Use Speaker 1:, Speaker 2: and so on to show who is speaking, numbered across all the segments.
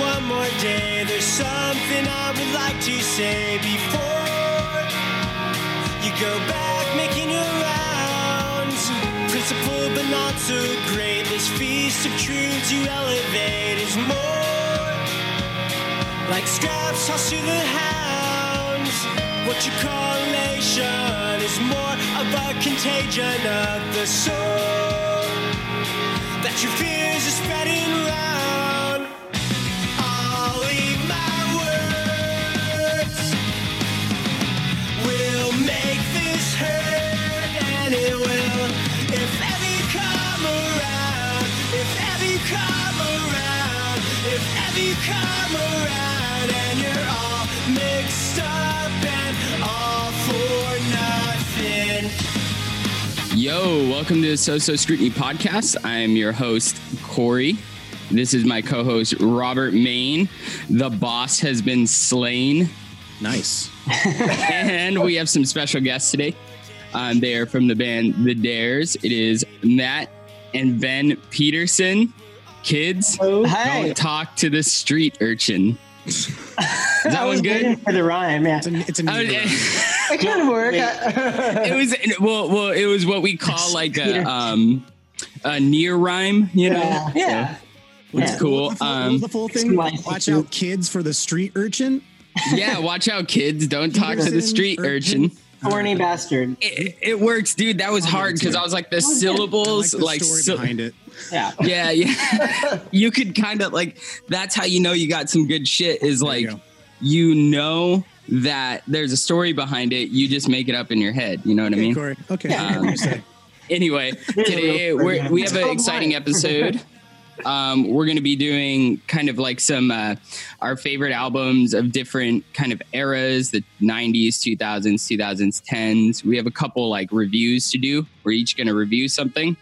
Speaker 1: one more day. There's something I would like to say before you go back making your rounds. Principled but not so great. This feast of truths you elevate is more like scraps tossed to the hounds. What you call elation is more of a contagion of the soul that your fears are spreading round. I'll eat my words. We'll make this hurt, and it will. If ever you come around, if ever you come around, if ever you come around, and you're all mixed up and all for nothing.
Speaker 2: Yo, welcome to So So Scrutiny Podcast. I am your host, Corey. This is my co host, Robert Main. The boss has been slain.
Speaker 3: Nice.
Speaker 2: And we have some special guests today. Um, they are from the band The Dares. It is Matt and Ben Peterson. Kids,
Speaker 4: Hey,
Speaker 2: don't talk to the street urchin.
Speaker 4: that
Speaker 2: was good?
Speaker 4: for the rhyme. Yeah,
Speaker 3: It's a, it's a
Speaker 2: I
Speaker 3: neat
Speaker 2: was-
Speaker 4: it could work.
Speaker 2: it was well, well, it was what we call like a um, a near rhyme, you know.
Speaker 4: yeah, yeah.
Speaker 2: It's
Speaker 4: Yeah.
Speaker 2: cool.
Speaker 3: What was the full- what
Speaker 2: Um,
Speaker 3: was the full thing?
Speaker 4: life.
Speaker 3: Watch out, kids, for the street urchin.
Speaker 2: yeah, watch out, kids. Don't talk to the street urchin.
Speaker 4: Horny bastard.
Speaker 2: It, it works, dude. That
Speaker 3: Oh,
Speaker 2: was hard because I was like the syllables,
Speaker 3: I
Speaker 2: like,
Speaker 3: like the story
Speaker 2: syl-
Speaker 3: behind it.
Speaker 4: Yeah.
Speaker 2: yeah, yeah. you could kind of like that's how you know you got some good shit. Is like
Speaker 3: you
Speaker 2: you,
Speaker 3: go.
Speaker 2: know that there's a story behind it. You just make it up in your head. You know what I
Speaker 3: Okay,
Speaker 2: mean?
Speaker 3: Corey. Okay.
Speaker 2: Yeah.
Speaker 3: what do you say?
Speaker 2: anyway, today we're, we have an exciting episode. Um, we're going to be doing kind of like some uh, our favorite albums of different kind of eras the 90s 2000s 2010s we have a couple like reviews to do we're each going to review something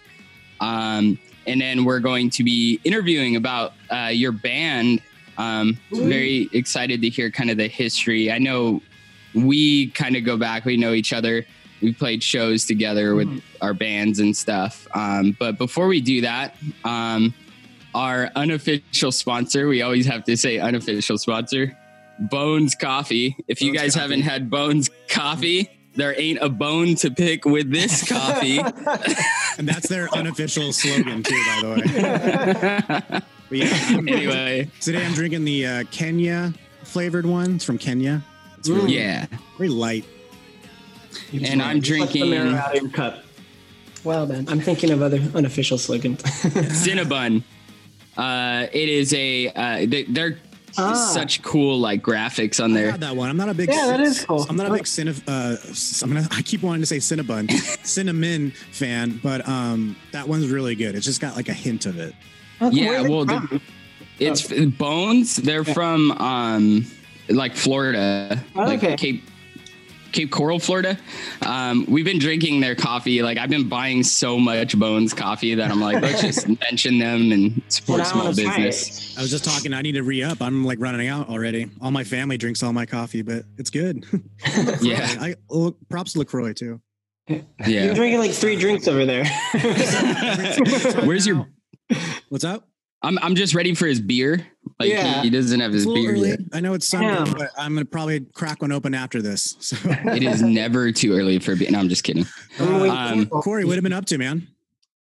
Speaker 2: um, and then we're going to be interviewing about uh, your band um, very excited to hear kind of the history i know we kind of go back we know each other we played shows together with
Speaker 3: Mm-hmm.
Speaker 2: our bands and stuff um, but before we do that um, our unofficial sponsor we always have to say unofficial sponsor bones coffee if you
Speaker 3: Bones
Speaker 2: guys
Speaker 3: Coffee.
Speaker 2: haven't had bones coffee there ain't a bone to pick with this coffee
Speaker 3: And that's their unofficial slogan too, by the way. But yeah, I'm-
Speaker 2: anyway
Speaker 3: today I'm drinking the uh, Kenya flavored one. It's from Kenya. It's really,
Speaker 2: yeah
Speaker 3: very light.
Speaker 2: and i'm drinking
Speaker 5: out of your cup.
Speaker 4: Well then.
Speaker 5: I'm thinking of other unofficial slogans.
Speaker 2: Cinnabon. Uh, it is a uh, they, they're
Speaker 4: Ah.
Speaker 2: such cool like graphics on
Speaker 3: I
Speaker 2: there.
Speaker 3: had that one. I'm not a big.
Speaker 4: Yeah, that
Speaker 3: cin-
Speaker 4: is cool.
Speaker 3: I'm not a big cinef. Uh, c- I'm gonna, I keep wanting to say Cinnabon, cinnamon fan, but um, that one's really good. It's just got like a hint of it.
Speaker 4: Oh,
Speaker 2: Yeah,
Speaker 4: where are they
Speaker 2: well, the-
Speaker 4: from?
Speaker 2: It's f- bones. They're from um like Florida,
Speaker 4: Oh,
Speaker 2: like
Speaker 4: okay.
Speaker 2: Cape Cape Coral, Florida. Um, we've been drinking their coffee. Like I've been buying so much Bones coffee that I'm like, let's just mention them and
Speaker 4: Well,
Speaker 2: support
Speaker 4: I
Speaker 2: small
Speaker 4: wanna try
Speaker 2: business.
Speaker 4: it.
Speaker 3: I was just talking. I need to re up. I'm like running out already. All my family drinks all my coffee, but it's good.
Speaker 2: Yeah,
Speaker 3: I look, props to Lacroix too.
Speaker 4: You're
Speaker 2: yeah.
Speaker 4: drinking like three drinks over there.
Speaker 2: Where's your?
Speaker 3: What's up?
Speaker 2: I'm I'm just ready for his beer. Like he-
Speaker 4: Yeah.
Speaker 2: he, doesn't have his
Speaker 3: It's a little
Speaker 2: beer
Speaker 3: early.
Speaker 2: yet.
Speaker 3: I know it's summer,
Speaker 4: Yeah.
Speaker 3: but I'm gonna probably crack one open after this. So,
Speaker 2: It is never too early for beer. No, I'm just kidding.
Speaker 4: I'm waiting
Speaker 2: Um,
Speaker 4: for-
Speaker 3: Corey, what have you been up to, man?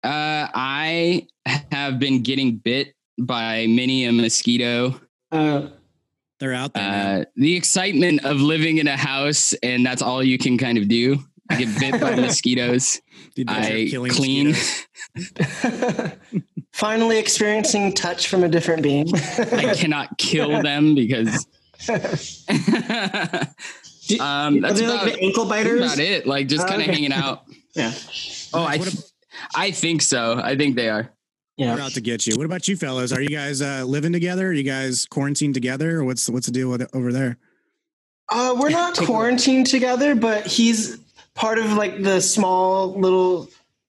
Speaker 2: Uh, I have been getting bit by many a mosquito.
Speaker 4: uh,
Speaker 3: They're out there. man.
Speaker 2: Uh, the excitement of living in a house and that's all you can kind of do. I get bit by mosquitoes.
Speaker 3: The adventure
Speaker 2: I
Speaker 3: of killing
Speaker 2: clean.
Speaker 3: mosquitoes.
Speaker 4: finally experiencing touch from a different being.
Speaker 2: I cannot kill them because. um,
Speaker 4: Are
Speaker 2: that's
Speaker 4: they
Speaker 2: about,
Speaker 4: like the ankle
Speaker 2: that's
Speaker 4: biters?
Speaker 2: about it. Like just
Speaker 4: Oh,
Speaker 2: kind of
Speaker 4: okay.
Speaker 2: hanging out.
Speaker 4: Yeah.
Speaker 2: Oh, I, th- I think so. I think they are.
Speaker 3: They're
Speaker 4: Yeah.
Speaker 3: out to get you. What about you, fellas? Are you guys uh, living together? Are you guys quarantined together? Or what's what's the deal with over there?
Speaker 4: Uh, we're not quarantined together, but he's part of like the small little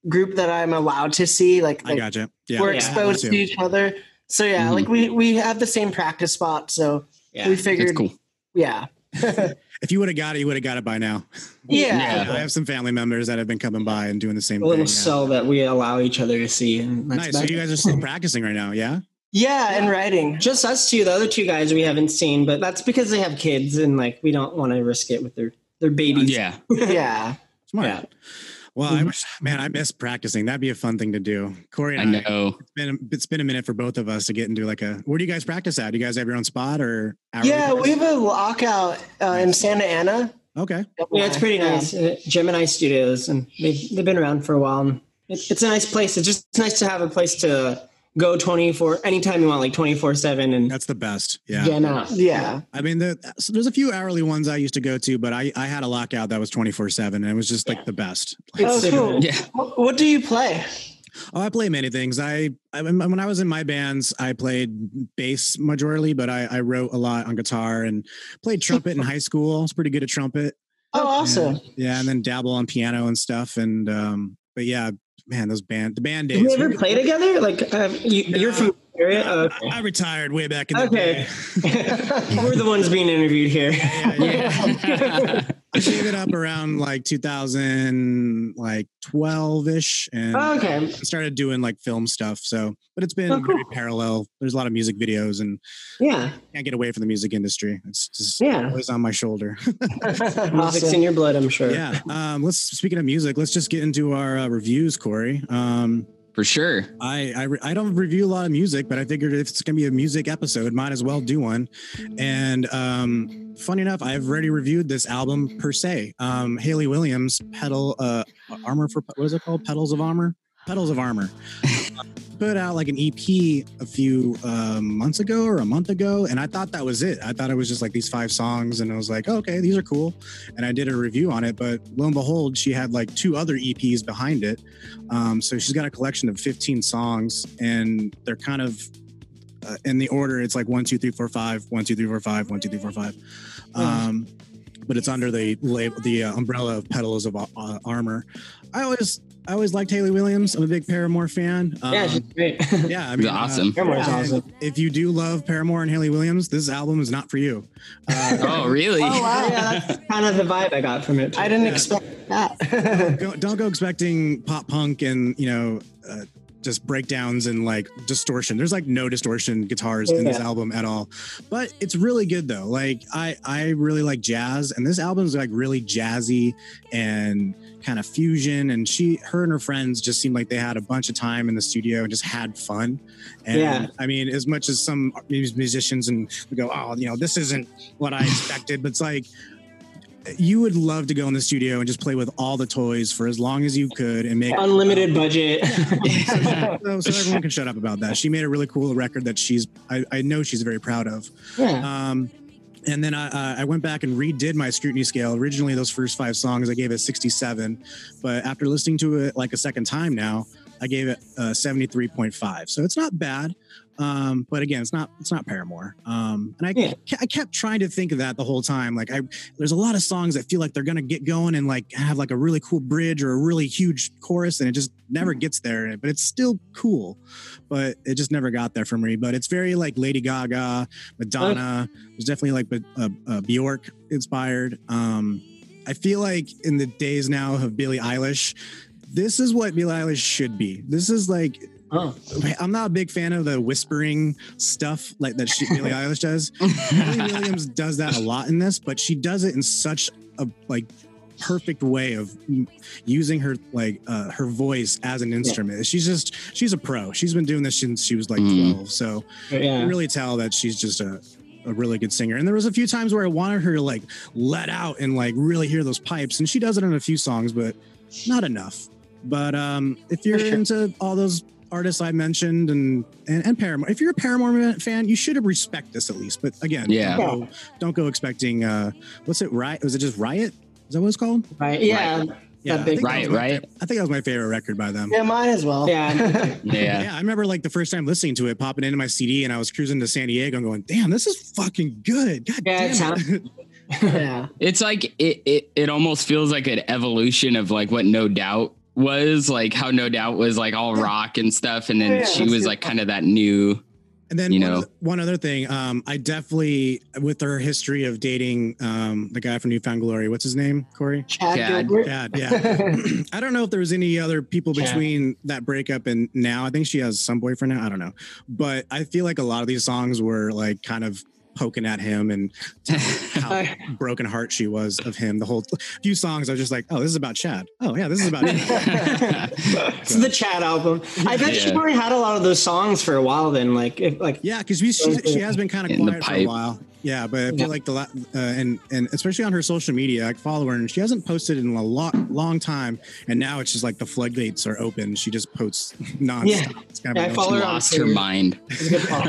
Speaker 4: group that I'm allowed to see. Like,
Speaker 3: I
Speaker 4: like,
Speaker 3: gotcha. Yeah,
Speaker 4: we're
Speaker 3: yeah,
Speaker 4: exposed
Speaker 3: me
Speaker 4: to
Speaker 3: too.
Speaker 4: each other. So yeah,
Speaker 2: Mhm.
Speaker 4: like we we have the same practice spot. So
Speaker 5: Yeah,
Speaker 4: we
Speaker 2: It's
Speaker 4: figured,
Speaker 2: cool.
Speaker 4: yeah,
Speaker 3: If you would have got it, you would have got it by now.
Speaker 4: yeah,
Speaker 2: Yeah.
Speaker 3: I have some family members that have been coming by and doing the same
Speaker 5: a little
Speaker 3: thing. yeah.
Speaker 5: cell that we allow each other to see. And that's
Speaker 3: Nice. So you guys are still practicing right now, yeah?
Speaker 4: Yeah, and writing.
Speaker 5: Just us two. The other two guys we haven't seen, but that's because they have kids and like we don't want to risk it with their their babies.
Speaker 2: Yeah.
Speaker 4: Yeah.
Speaker 3: Smart.
Speaker 5: Yeah.
Speaker 3: Well, I wish, man, I miss practicing. That'd be a fun thing to do. Corey
Speaker 2: I
Speaker 3: and I,
Speaker 2: know.
Speaker 3: it's been it's been a minute for both of us to get into like a. Where do you guys practice at? Do you guys have your own spot or? hourly
Speaker 4: Yeah, we
Speaker 3: practice?
Speaker 4: have a lockout uh, in Santa Ana.
Speaker 3: Okay.
Speaker 5: Yeah, it's pretty
Speaker 4: Yeah.
Speaker 5: nice. Uh, Gemini Studios, and they've, they've been around for a while. And it, it's a nice place. It's just nice to have a place to go 24, anytime you want, like 24 7 and
Speaker 3: That's the best. Yeah.
Speaker 5: get out.
Speaker 4: Yeah.
Speaker 3: I mean, there, so there's a few hourly ones I used to go to, but I, I had a lockout that was 24 seven and it was just like the best. Like,
Speaker 5: It's
Speaker 4: Oh,
Speaker 5: super
Speaker 4: cool.
Speaker 5: nice.
Speaker 2: Yeah.
Speaker 4: What, what do you play?
Speaker 3: oh, I play many things. I, I when when I was in my bands, I played bass majorly, but I, I wrote a lot on guitar and played trumpet in high school. I was pretty good at trumpet.
Speaker 4: Oh, awesome.
Speaker 3: Yeah. And then dabble on piano and stuff. And, um, but yeah, man, those band, the band days.
Speaker 5: Did we ever play together? Like, uh, you, you're from the area? Oh,
Speaker 3: I, I retired way back in the
Speaker 5: okay.
Speaker 3: day.
Speaker 5: okay. We're the ones being interviewed here.
Speaker 3: Yeah, yeah.
Speaker 2: Yeah.
Speaker 3: I gave it up around like 2000, like 12 ish, and
Speaker 5: Oh,
Speaker 4: Oh,
Speaker 5: okay.
Speaker 3: started doing like film stuff. So, but it's been
Speaker 5: Oh, cool.
Speaker 3: very parallel. There's a lot of music videos, and
Speaker 5: Yeah.
Speaker 3: can't get away from the music industry. It's just
Speaker 5: Yeah.
Speaker 3: always on my shoulder.
Speaker 5: Music's
Speaker 4: awesome.
Speaker 5: in your blood, I'm sure.
Speaker 3: yeah. Um, let's speaking of music, let's just get into our uh, reviews, Corey. Um,
Speaker 2: For sure.
Speaker 3: I I, re- I don't review a lot of music, but I figured if it's gonna be a music episode, might as well do one. And um, funny enough, I've already reviewed this album per se. Um, Haley Williams, pedal uh, armor for what is it called? Pedals of armor. Pedals of armor. Put out like an EP a few uh, months ago or a month ago, and I thought that was it. I thought it was just like these five songs, and I was like, okay, these are cool. And I did a review on it, but lo and behold, she had like two other EPs behind it. Um, so she's got a collection of 15 songs, and they're kind of uh, in the order. It's like one, two, three, four, five, one, two, three, four, five, one, two, three, four, five. Um, but it's under the label, the uh, umbrella of Petals of uh, Armor. I always, I always liked Haley Williams. I'm a big Paramore fan. Um,
Speaker 5: Yeah, she's great.
Speaker 4: Oh,
Speaker 3: yeah, I
Speaker 2: It was
Speaker 3: mean, uh,
Speaker 2: awesome.
Speaker 5: Grandma's
Speaker 3: and
Speaker 5: awesome.
Speaker 3: If you do love Paramore and Haley Williams, this album is not for you. Uh,
Speaker 2: Oh, really?
Speaker 4: Oh, wow.
Speaker 5: Yeah, that's kind of the vibe I got from it.
Speaker 4: I didn't expect that.
Speaker 3: go, don't go expecting pop punk and you know uh, just breakdowns and like distortion there's like no distortion guitars in this
Speaker 5: Yeah.
Speaker 3: album at all but it's really good though like i i really like jazz and this album's like really jazzy and kind of fusion and she her and her friends just seemed like they had a bunch of time in the studio and just had fun and
Speaker 5: Yeah.
Speaker 3: i mean as much as some mus- musicians and we go oh you know this isn't what i expected but it's like you would love to go in the studio and just play with all the toys for as long as you could and make
Speaker 5: Unlimited budget.
Speaker 2: Oh,
Speaker 3: so, so everyone can shut up about that. She made a really cool record that she's I, I know she's very proud of.
Speaker 5: yeah.
Speaker 3: Um, and then I, I went back and redid my scrutiny scale. Originally, those first five songs I gave it 67, but after listening to it like a second time now, I gave it uh, 73.5. So it's not bad, um, but again, it's not it's not Paramore. Um, and I
Speaker 5: Yeah.
Speaker 3: ke- I kept trying to think of that the whole time. Like I there's a lot of songs that feel like they're gonna get going and like have like a really cool bridge or a really huge chorus, and it just never gets there. But it's still cool, but it just never got there for me. But it's very like Lady Gaga, Madonna. It's definitely like but, uh, uh, Bjork inspired. Um, I feel like in the days now of Billie Eilish, this is what Billie Eilish should be. This is like
Speaker 5: Oh.
Speaker 3: I'm not a big fan of the whispering stuff like that she, Billie Eilish does. Billie Williams does that a lot in this, but she does it in such a like perfect way of m- using her like uh, her voice as an instrument. She's just she's a pro. She's been doing this since she was like
Speaker 2: Mm.
Speaker 3: 12. So you
Speaker 5: Yeah.
Speaker 3: can really tell that she's just a, a really good singer. And there was a few times where I wanted her to like let out and like really hear those pipes. And she does it in a few songs, but not enough. But um, if you're
Speaker 5: sure.
Speaker 3: into all those artists I mentioned and, and and Paramore, if you're a Paramore ma- fan, you should respect this at least. But again,
Speaker 2: Yeah.
Speaker 3: don't go, don't go expecting uh, what's it? Riot? Was it just Riot? Is that what it's called?
Speaker 5: Right. Yeah.
Speaker 3: I
Speaker 5: That
Speaker 3: think
Speaker 5: big-
Speaker 3: that was
Speaker 2: Riot,
Speaker 3: my
Speaker 2: Riot.
Speaker 3: fav- I think that was my favorite record by them.
Speaker 4: yeah, mine as well.
Speaker 5: Yeah.
Speaker 2: Yeah.
Speaker 3: Yeah, I remember like the first time listening to it popping into my CD, and I was cruising to San Diego and going, "Damn, this is fucking good." God
Speaker 5: Yeah, it
Speaker 3: damn it.
Speaker 4: yeah.
Speaker 2: It's like it, it it almost feels like an evolution of like what No Doubt was, like how No Doubt was like all rock and stuff, and then
Speaker 4: Yeah,
Speaker 2: she
Speaker 4: that's
Speaker 2: was
Speaker 4: good.
Speaker 2: like kind of that new
Speaker 3: And then
Speaker 2: You
Speaker 3: one,
Speaker 2: know.
Speaker 3: oth- one other thing, um, I definitely with her history of dating um, the guy from Newfound Glory. What's his name, Corey?
Speaker 4: Chad,
Speaker 2: Chad.
Speaker 4: Gilbert.
Speaker 3: Chad. Yeah. I don't know if there was any other people between that breakup and now. I think she has some boyfriend now. I don't know, but I feel like a lot of these songs were like kind of poking at him and how
Speaker 4: I-
Speaker 3: broken heart she was of him. The whole few songs, I was just like, oh, this is about Chad. Oh yeah, this is about. Chad.
Speaker 5: It's the Chad album. I bet she
Speaker 2: Yeah.
Speaker 5: probably had a lot of those songs for a while. Then, like, if like
Speaker 3: Yeah, because she, she has been kind of
Speaker 2: In the
Speaker 3: quiet for a
Speaker 2: pipe.
Speaker 3: while. Yeah, but I feel
Speaker 5: Yeah.
Speaker 3: like the la- uh, and and especially on her social media, I follow her, and she hasn't posted in a long long time. And now it's just like the floodgates are open. She just posts nonstop.
Speaker 5: Yeah.
Speaker 3: It's kind
Speaker 5: Yeah, I
Speaker 3: of
Speaker 5: follow her on
Speaker 2: lost her
Speaker 5: Twitter.
Speaker 2: mind.
Speaker 5: it's a good call.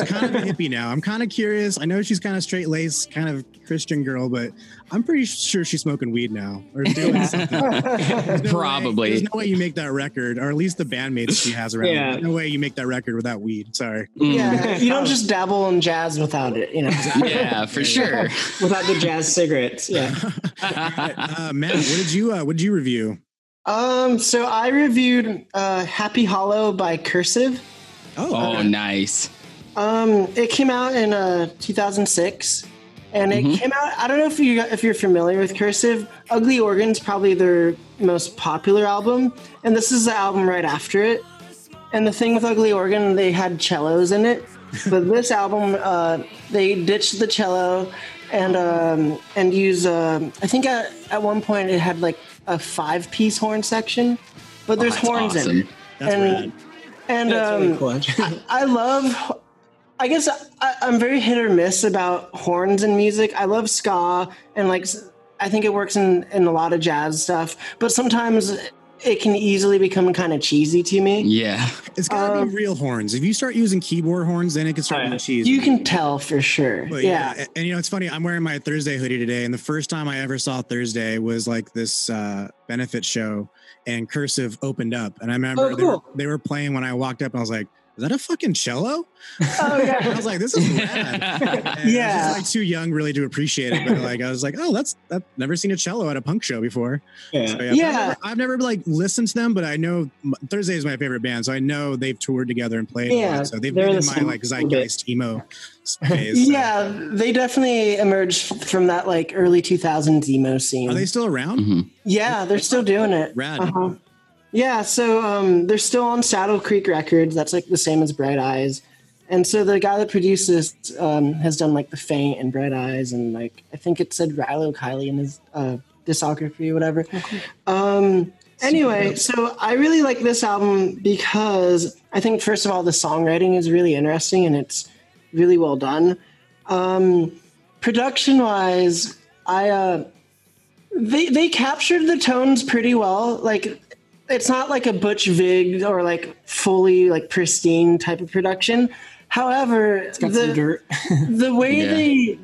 Speaker 3: She's kind of a hippie now. I'm kind of curious. I know she's kind of straight laced, kind of Christian girl, but I'm pretty sure she's smoking weed now or doing something. There's no way-
Speaker 2: Probably.
Speaker 3: there's no way you make that record, or at least the bandmates she has around.
Speaker 5: Yeah. Mm.
Speaker 3: There's no way you make that record without weed. Sorry.
Speaker 2: Hmm.
Speaker 4: yeah, you don't just dabble in jazz without it, you know.
Speaker 2: Mm, yeah, for sure.
Speaker 5: without the jazz cigarettes. Yeah,
Speaker 3: Uh, Matt, what did you uh, what did you review?
Speaker 4: Um, so I reviewed uh, Happy Hollow by Cursive. Uh,
Speaker 2: oh, nice.
Speaker 4: Um, it came out in uh, 2006, and it
Speaker 2: Mhm.
Speaker 4: came out. I don't know if you if you're familiar with Cursive. Ugly Organ's probably their most popular album, and this is the album right after it. And the thing with Ugly Organ, they had cellos in it, but this album uh, they ditched the cello and um, and use. um I think at, at one point it had like a five piece horn section, but there's
Speaker 2: Oh, That's
Speaker 4: horns in it.
Speaker 2: awesome.
Speaker 3: That's
Speaker 4: and
Speaker 3: rad.
Speaker 4: and
Speaker 5: that's
Speaker 4: um,
Speaker 5: really cool. actually.
Speaker 4: I love. I guess I, I'm very hit or miss about horns in music. I love ska and like s- I think it works in in a lot of jazz stuff, but sometimes it can easily become kind of cheesy to me.
Speaker 2: Yeah.
Speaker 3: It's gotta be real horns. If you start using keyboard horns, then it can start
Speaker 5: Oh, yeah.
Speaker 3: being cheesy.
Speaker 4: um, You can tell for sure.
Speaker 3: But
Speaker 4: yeah.
Speaker 3: a- And you know, it's funny. I'm wearing my Thursday hoodie today, and the first time I ever saw Thursday was like this uh, benefit show, and Cursive opened up, and I remember
Speaker 5: Oh,
Speaker 3: they, were,
Speaker 5: cool.
Speaker 3: they were playing when I walked up, and I was like, "Is that a fucking cello?"
Speaker 4: Oh
Speaker 3: I
Speaker 4: yeah.
Speaker 3: was like, "This is rad." And I was
Speaker 4: Yeah.
Speaker 3: just, like too young really to appreciate it, but like I was like, "Oh, that's I've never seen a cello at a punk show before." So,
Speaker 5: Yeah.
Speaker 3: but
Speaker 4: Yeah.
Speaker 3: I've never, I've never, like listened to them, but I know m- Thursday is my favorite band, so I know they've toured together and played. a lot,
Speaker 5: Yeah,
Speaker 3: so they've
Speaker 5: they're
Speaker 3: been in
Speaker 5: the
Speaker 3: my
Speaker 5: same
Speaker 3: like
Speaker 5: old bit.
Speaker 3: zeitgeist emo space. so-
Speaker 4: Yeah, uh, they definitely emerged from that like early 2000s emo scene.
Speaker 3: Are they still around?
Speaker 2: Mhm.
Speaker 4: yeah, they're still doing it.
Speaker 3: Rad.
Speaker 4: Uh-huh. Yeah, so um, they're still on Saddle Creek Records. That's like the same as Bright Eyes. And so the guy that produced this um, has done like The Faint and Bright Eyes, and like I think it said Rilo Kiley in his uh, discography or whatever. Um, anyway, so I really like this album because I think, first of all, the songwriting is really interesting and it's really well done. Um, production wise, I. Uh, they they captured the tones pretty well. Like it's not like a Butch Vig or like fully like pristine type of production. However,
Speaker 5: Got some
Speaker 4: the,
Speaker 5: dirt.
Speaker 4: the way
Speaker 2: Yeah.
Speaker 4: they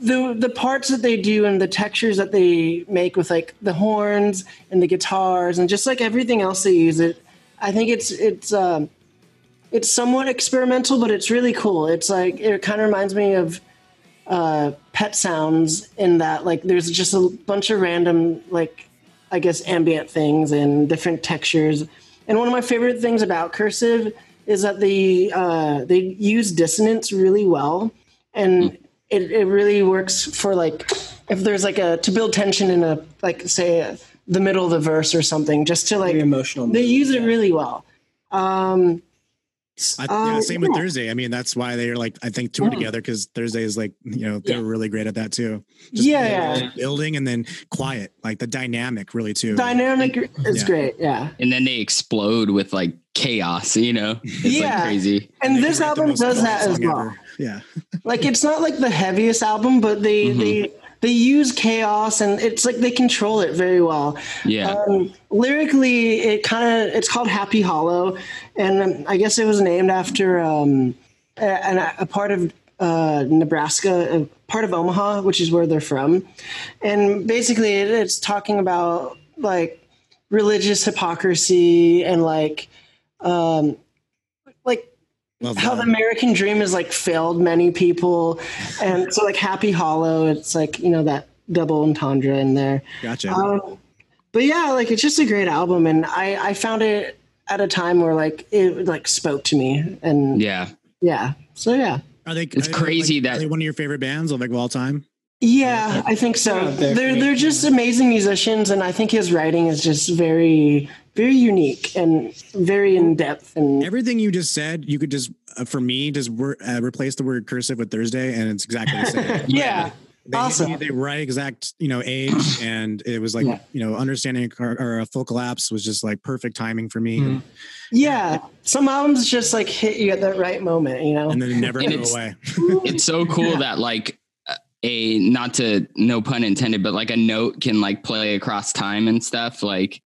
Speaker 4: the the parts that they do and the textures that they make with like the horns and the guitars and just like everything else they use it I think it's it's um it's somewhat experimental but it's really cool. It's like it kind of reminds me of uh, pet sounds in that like there's just a bunch of random like I guess ambient things and different textures. And one of my favorite things about cursive is that they uh, they use dissonance really well,
Speaker 2: Hmm.
Speaker 4: and it, it really works for like if there's like a to build tension in a like say uh the middle of the verse or something just to like
Speaker 5: Very emotional.
Speaker 4: they use it really well. Um,
Speaker 3: I,
Speaker 4: Uh,
Speaker 3: yeah, same with
Speaker 4: yeah.
Speaker 3: Thursday. I mean, that's why they're like, I think tour
Speaker 5: Yeah.
Speaker 3: together because Thursday is like, you know, they're
Speaker 5: Yeah.
Speaker 3: really great at that too.
Speaker 4: yeah,
Speaker 5: yeah.
Speaker 3: Building and then quiet, like the dynamic really too.
Speaker 4: dynamic is
Speaker 3: Yeah.
Speaker 4: great. Yeah.
Speaker 2: And then they explode with like chaos, you know? It's
Speaker 4: Yeah.
Speaker 2: like crazy.
Speaker 4: And,
Speaker 3: They
Speaker 4: this
Speaker 3: can write the
Speaker 4: album
Speaker 3: most
Speaker 4: does that
Speaker 3: boring
Speaker 4: as
Speaker 3: song
Speaker 4: well.
Speaker 3: ever. Yeah.
Speaker 4: like it's not like the heaviest album but they they they use chaos and it's like they control it very well
Speaker 2: Yeah.
Speaker 4: um, lyrically it kind of it's called happy hollow and um, i guess it was named after um, a, an- a part of uh, nebraska a part of omaha which is where they're from and basically it, it's talking about like religious hypocrisy and like um, like
Speaker 3: Love
Speaker 4: how the
Speaker 3: that.
Speaker 4: American dream has like failed many people, and so like Happy Hollow, it's like you know that double entendre in there.
Speaker 3: Gotcha.
Speaker 4: Um, but yeah, like it's just a great album, and I I found it at a time where like it like spoke to me, and
Speaker 2: yeah.
Speaker 4: yeah. So yeah.
Speaker 3: Are they?
Speaker 2: It's
Speaker 3: are they,
Speaker 2: crazy
Speaker 3: like,
Speaker 2: that-
Speaker 3: are they one of your favorite bands of like of all time.
Speaker 4: Yeah, I think so.
Speaker 5: out there
Speaker 4: They're
Speaker 5: for me.
Speaker 4: they're just amazing musicians, and I think his writing is just very very unique and very in depth. And
Speaker 3: Everything you just said, you could just uh, for me just wor- uh, replace the word cursive with Thursday, and it's exactly the same.
Speaker 4: yeah,
Speaker 3: They,
Speaker 4: Awesome.
Speaker 3: They right exact you know age, and it was like
Speaker 4: Yeah.
Speaker 3: you know understanding a car, or a full collapse was just like perfect timing for me,
Speaker 4: Mm-hmm.
Speaker 5: Mm.
Speaker 4: yeah. Some albums just like hit you at that right moment, you know.
Speaker 3: and then it never
Speaker 2: And
Speaker 3: go
Speaker 2: it's-
Speaker 3: away.
Speaker 2: it's so cool that like a not to no pun intended but like a note can like play across time and stuff like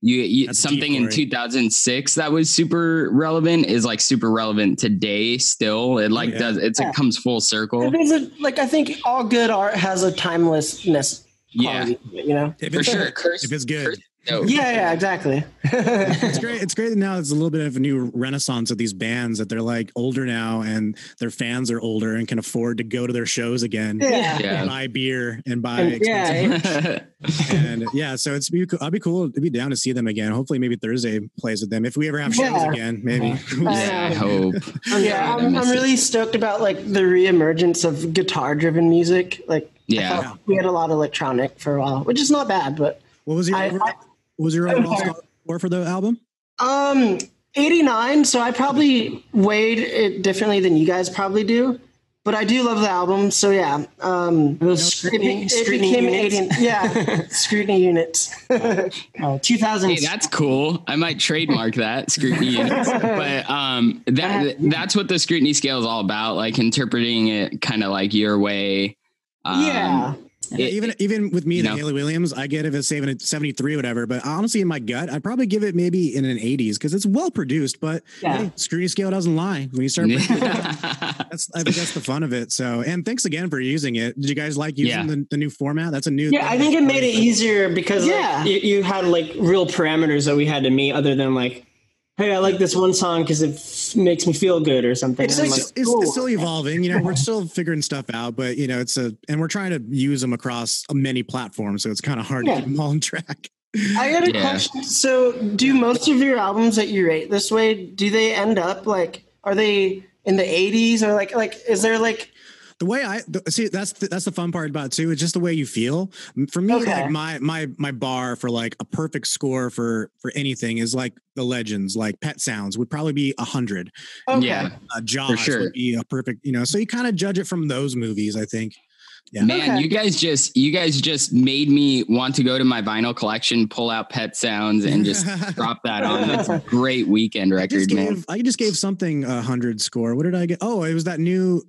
Speaker 2: you, you
Speaker 3: That's
Speaker 2: something
Speaker 3: deep,
Speaker 2: in
Speaker 3: Corey.
Speaker 2: 2006 that was super relevant is like super relevant today still it like
Speaker 3: yeah.
Speaker 2: does it's
Speaker 4: Yeah.
Speaker 2: it comes full circle
Speaker 4: It is a, like I think all good art has a timelessness
Speaker 2: yeah
Speaker 4: quality, to it, you know.
Speaker 3: If
Speaker 2: for
Speaker 3: it's-
Speaker 2: sure curse
Speaker 3: If it's good,
Speaker 2: curse note.
Speaker 4: Yeah, yeah, exactly.
Speaker 3: it's great. It's great that now. It's a little bit of a new renaissance of these bands that they're like older now, and their fans are older and can afford to go to their shows again.
Speaker 4: yeah.
Speaker 3: and
Speaker 2: yeah
Speaker 3: buy beer and buy
Speaker 4: And- yeah.
Speaker 3: expensive and yeah so it's be cool i'll be cool to be down to see them again hopefully maybe thursday plays with them if we ever have shows
Speaker 4: Yeah.
Speaker 3: again maybe
Speaker 2: yeah i hope
Speaker 4: Yeah,
Speaker 2: I
Speaker 4: I'm,
Speaker 2: miss
Speaker 4: I'm
Speaker 2: it.
Speaker 4: really stoked about like the reemergence of guitar-driven music. Like,
Speaker 2: yeah
Speaker 3: Yeah.
Speaker 4: we had a lot of electronic for a while, which is not bad, but
Speaker 3: what was your
Speaker 4: I-
Speaker 3: overall,
Speaker 4: I-
Speaker 3: what was your overall
Speaker 4: sorry.
Speaker 3: score for the album
Speaker 4: Um, 89. So I probably weighed it differently than you guys probably do, but I do love the album. So yeah, um,
Speaker 5: Those scrutiny,
Speaker 4: it
Speaker 5: scrutiny
Speaker 4: became
Speaker 5: units.
Speaker 4: 80 yeah, scrutiny units.
Speaker 5: Oh, 2000.
Speaker 2: Hey, that's cool. I might trademark that scrutiny units. But um, that that's what the scrutiny scale is all about, like interpreting it kind of like your way. Um,
Speaker 4: yeah,
Speaker 2: it-
Speaker 3: even even with me
Speaker 2: you
Speaker 3: the
Speaker 2: know.
Speaker 3: haley williams i get if it's saving at 73 or whatever but honestly in my gut i'd probably give it maybe in an 80s because it's well produced but
Speaker 4: Yeah.
Speaker 3: hey, scrutiny scale doesn't lie when you start
Speaker 2: yeah.
Speaker 3: that's i think that's the fun of it so and thanks again for using it did you guys like using
Speaker 2: Yeah.
Speaker 3: the, the new format that's a new
Speaker 5: Yeah, I think it made it easier because like,
Speaker 4: Yeah.
Speaker 5: you, you had like real parameters that we had to meet, other than like, hey, I like this one song because it f- makes me feel good or something.
Speaker 4: It's
Speaker 5: And,
Speaker 4: like-
Speaker 5: like,
Speaker 3: it's, it's, it's still evolving. You know, we're still figuring stuff out, but you know, it's a and we're trying to use them across many platforms, so it's kind of hard
Speaker 4: Yeah.
Speaker 3: to keep them all on track.
Speaker 4: I had a
Speaker 2: Yeah.
Speaker 4: question. So, do most of your albums that you rate this way do they end up like are they in the 80s or like like is there like
Speaker 3: The way I the, see that's the, that's the fun part about it too. It's just the way you feel. For me,
Speaker 4: Okay.
Speaker 3: like my my my bar for like a perfect score for for anything is like the legends, like Pet Sounds would probably be a hundred.
Speaker 4: okay
Speaker 3: Uh, Jaws
Speaker 2: sure.
Speaker 3: would be a perfect. You know, so you kind of judge it from those movies. I think.
Speaker 2: Man,
Speaker 4: Okay.
Speaker 2: you guys just you guys just made me want to go to my vinyl collection, pull out pet sounds, and just drop that on. That's a great weekend
Speaker 3: I just
Speaker 2: record, man.
Speaker 3: gave I just gave something a hundred score. What did I get? Oh, it was that new